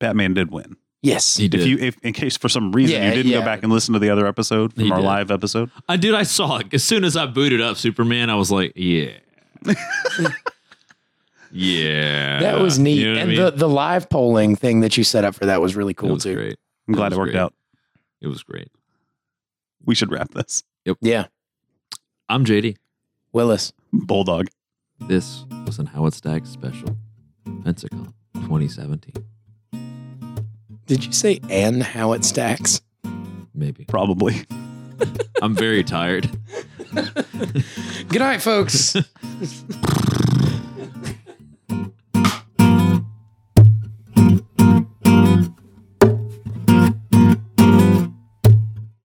Speaker 3: Batman did win.
Speaker 2: Yes.
Speaker 1: He did.
Speaker 3: If you, if in case for some reason
Speaker 2: Yeah,
Speaker 3: you didn't
Speaker 2: yeah.
Speaker 3: go back and listen to the other episode from
Speaker 1: He
Speaker 3: our
Speaker 1: did.
Speaker 3: live episode,
Speaker 1: I dude, I saw it as soon as I booted up Superman. I was like, yeah, yeah.
Speaker 2: That was neat.
Speaker 1: You know what I
Speaker 2: and
Speaker 1: mean?
Speaker 2: the, the live polling thing that you set up for that was really
Speaker 1: it
Speaker 2: cool
Speaker 1: was
Speaker 2: too.
Speaker 1: great.
Speaker 3: I'm glad
Speaker 1: was
Speaker 3: it worked
Speaker 1: great.
Speaker 3: out.
Speaker 1: It was great.
Speaker 3: We should wrap this. <laughs>
Speaker 2: Yeah.
Speaker 1: I'm JD.
Speaker 2: Willis.
Speaker 3: Bulldog.
Speaker 1: This was an Howard Stagg special, Pensacon 2017,
Speaker 2: Did you say and how it stacks?
Speaker 1: maybe.
Speaker 3: Probably.
Speaker 1: I'm very tired.
Speaker 2: Good night, folks.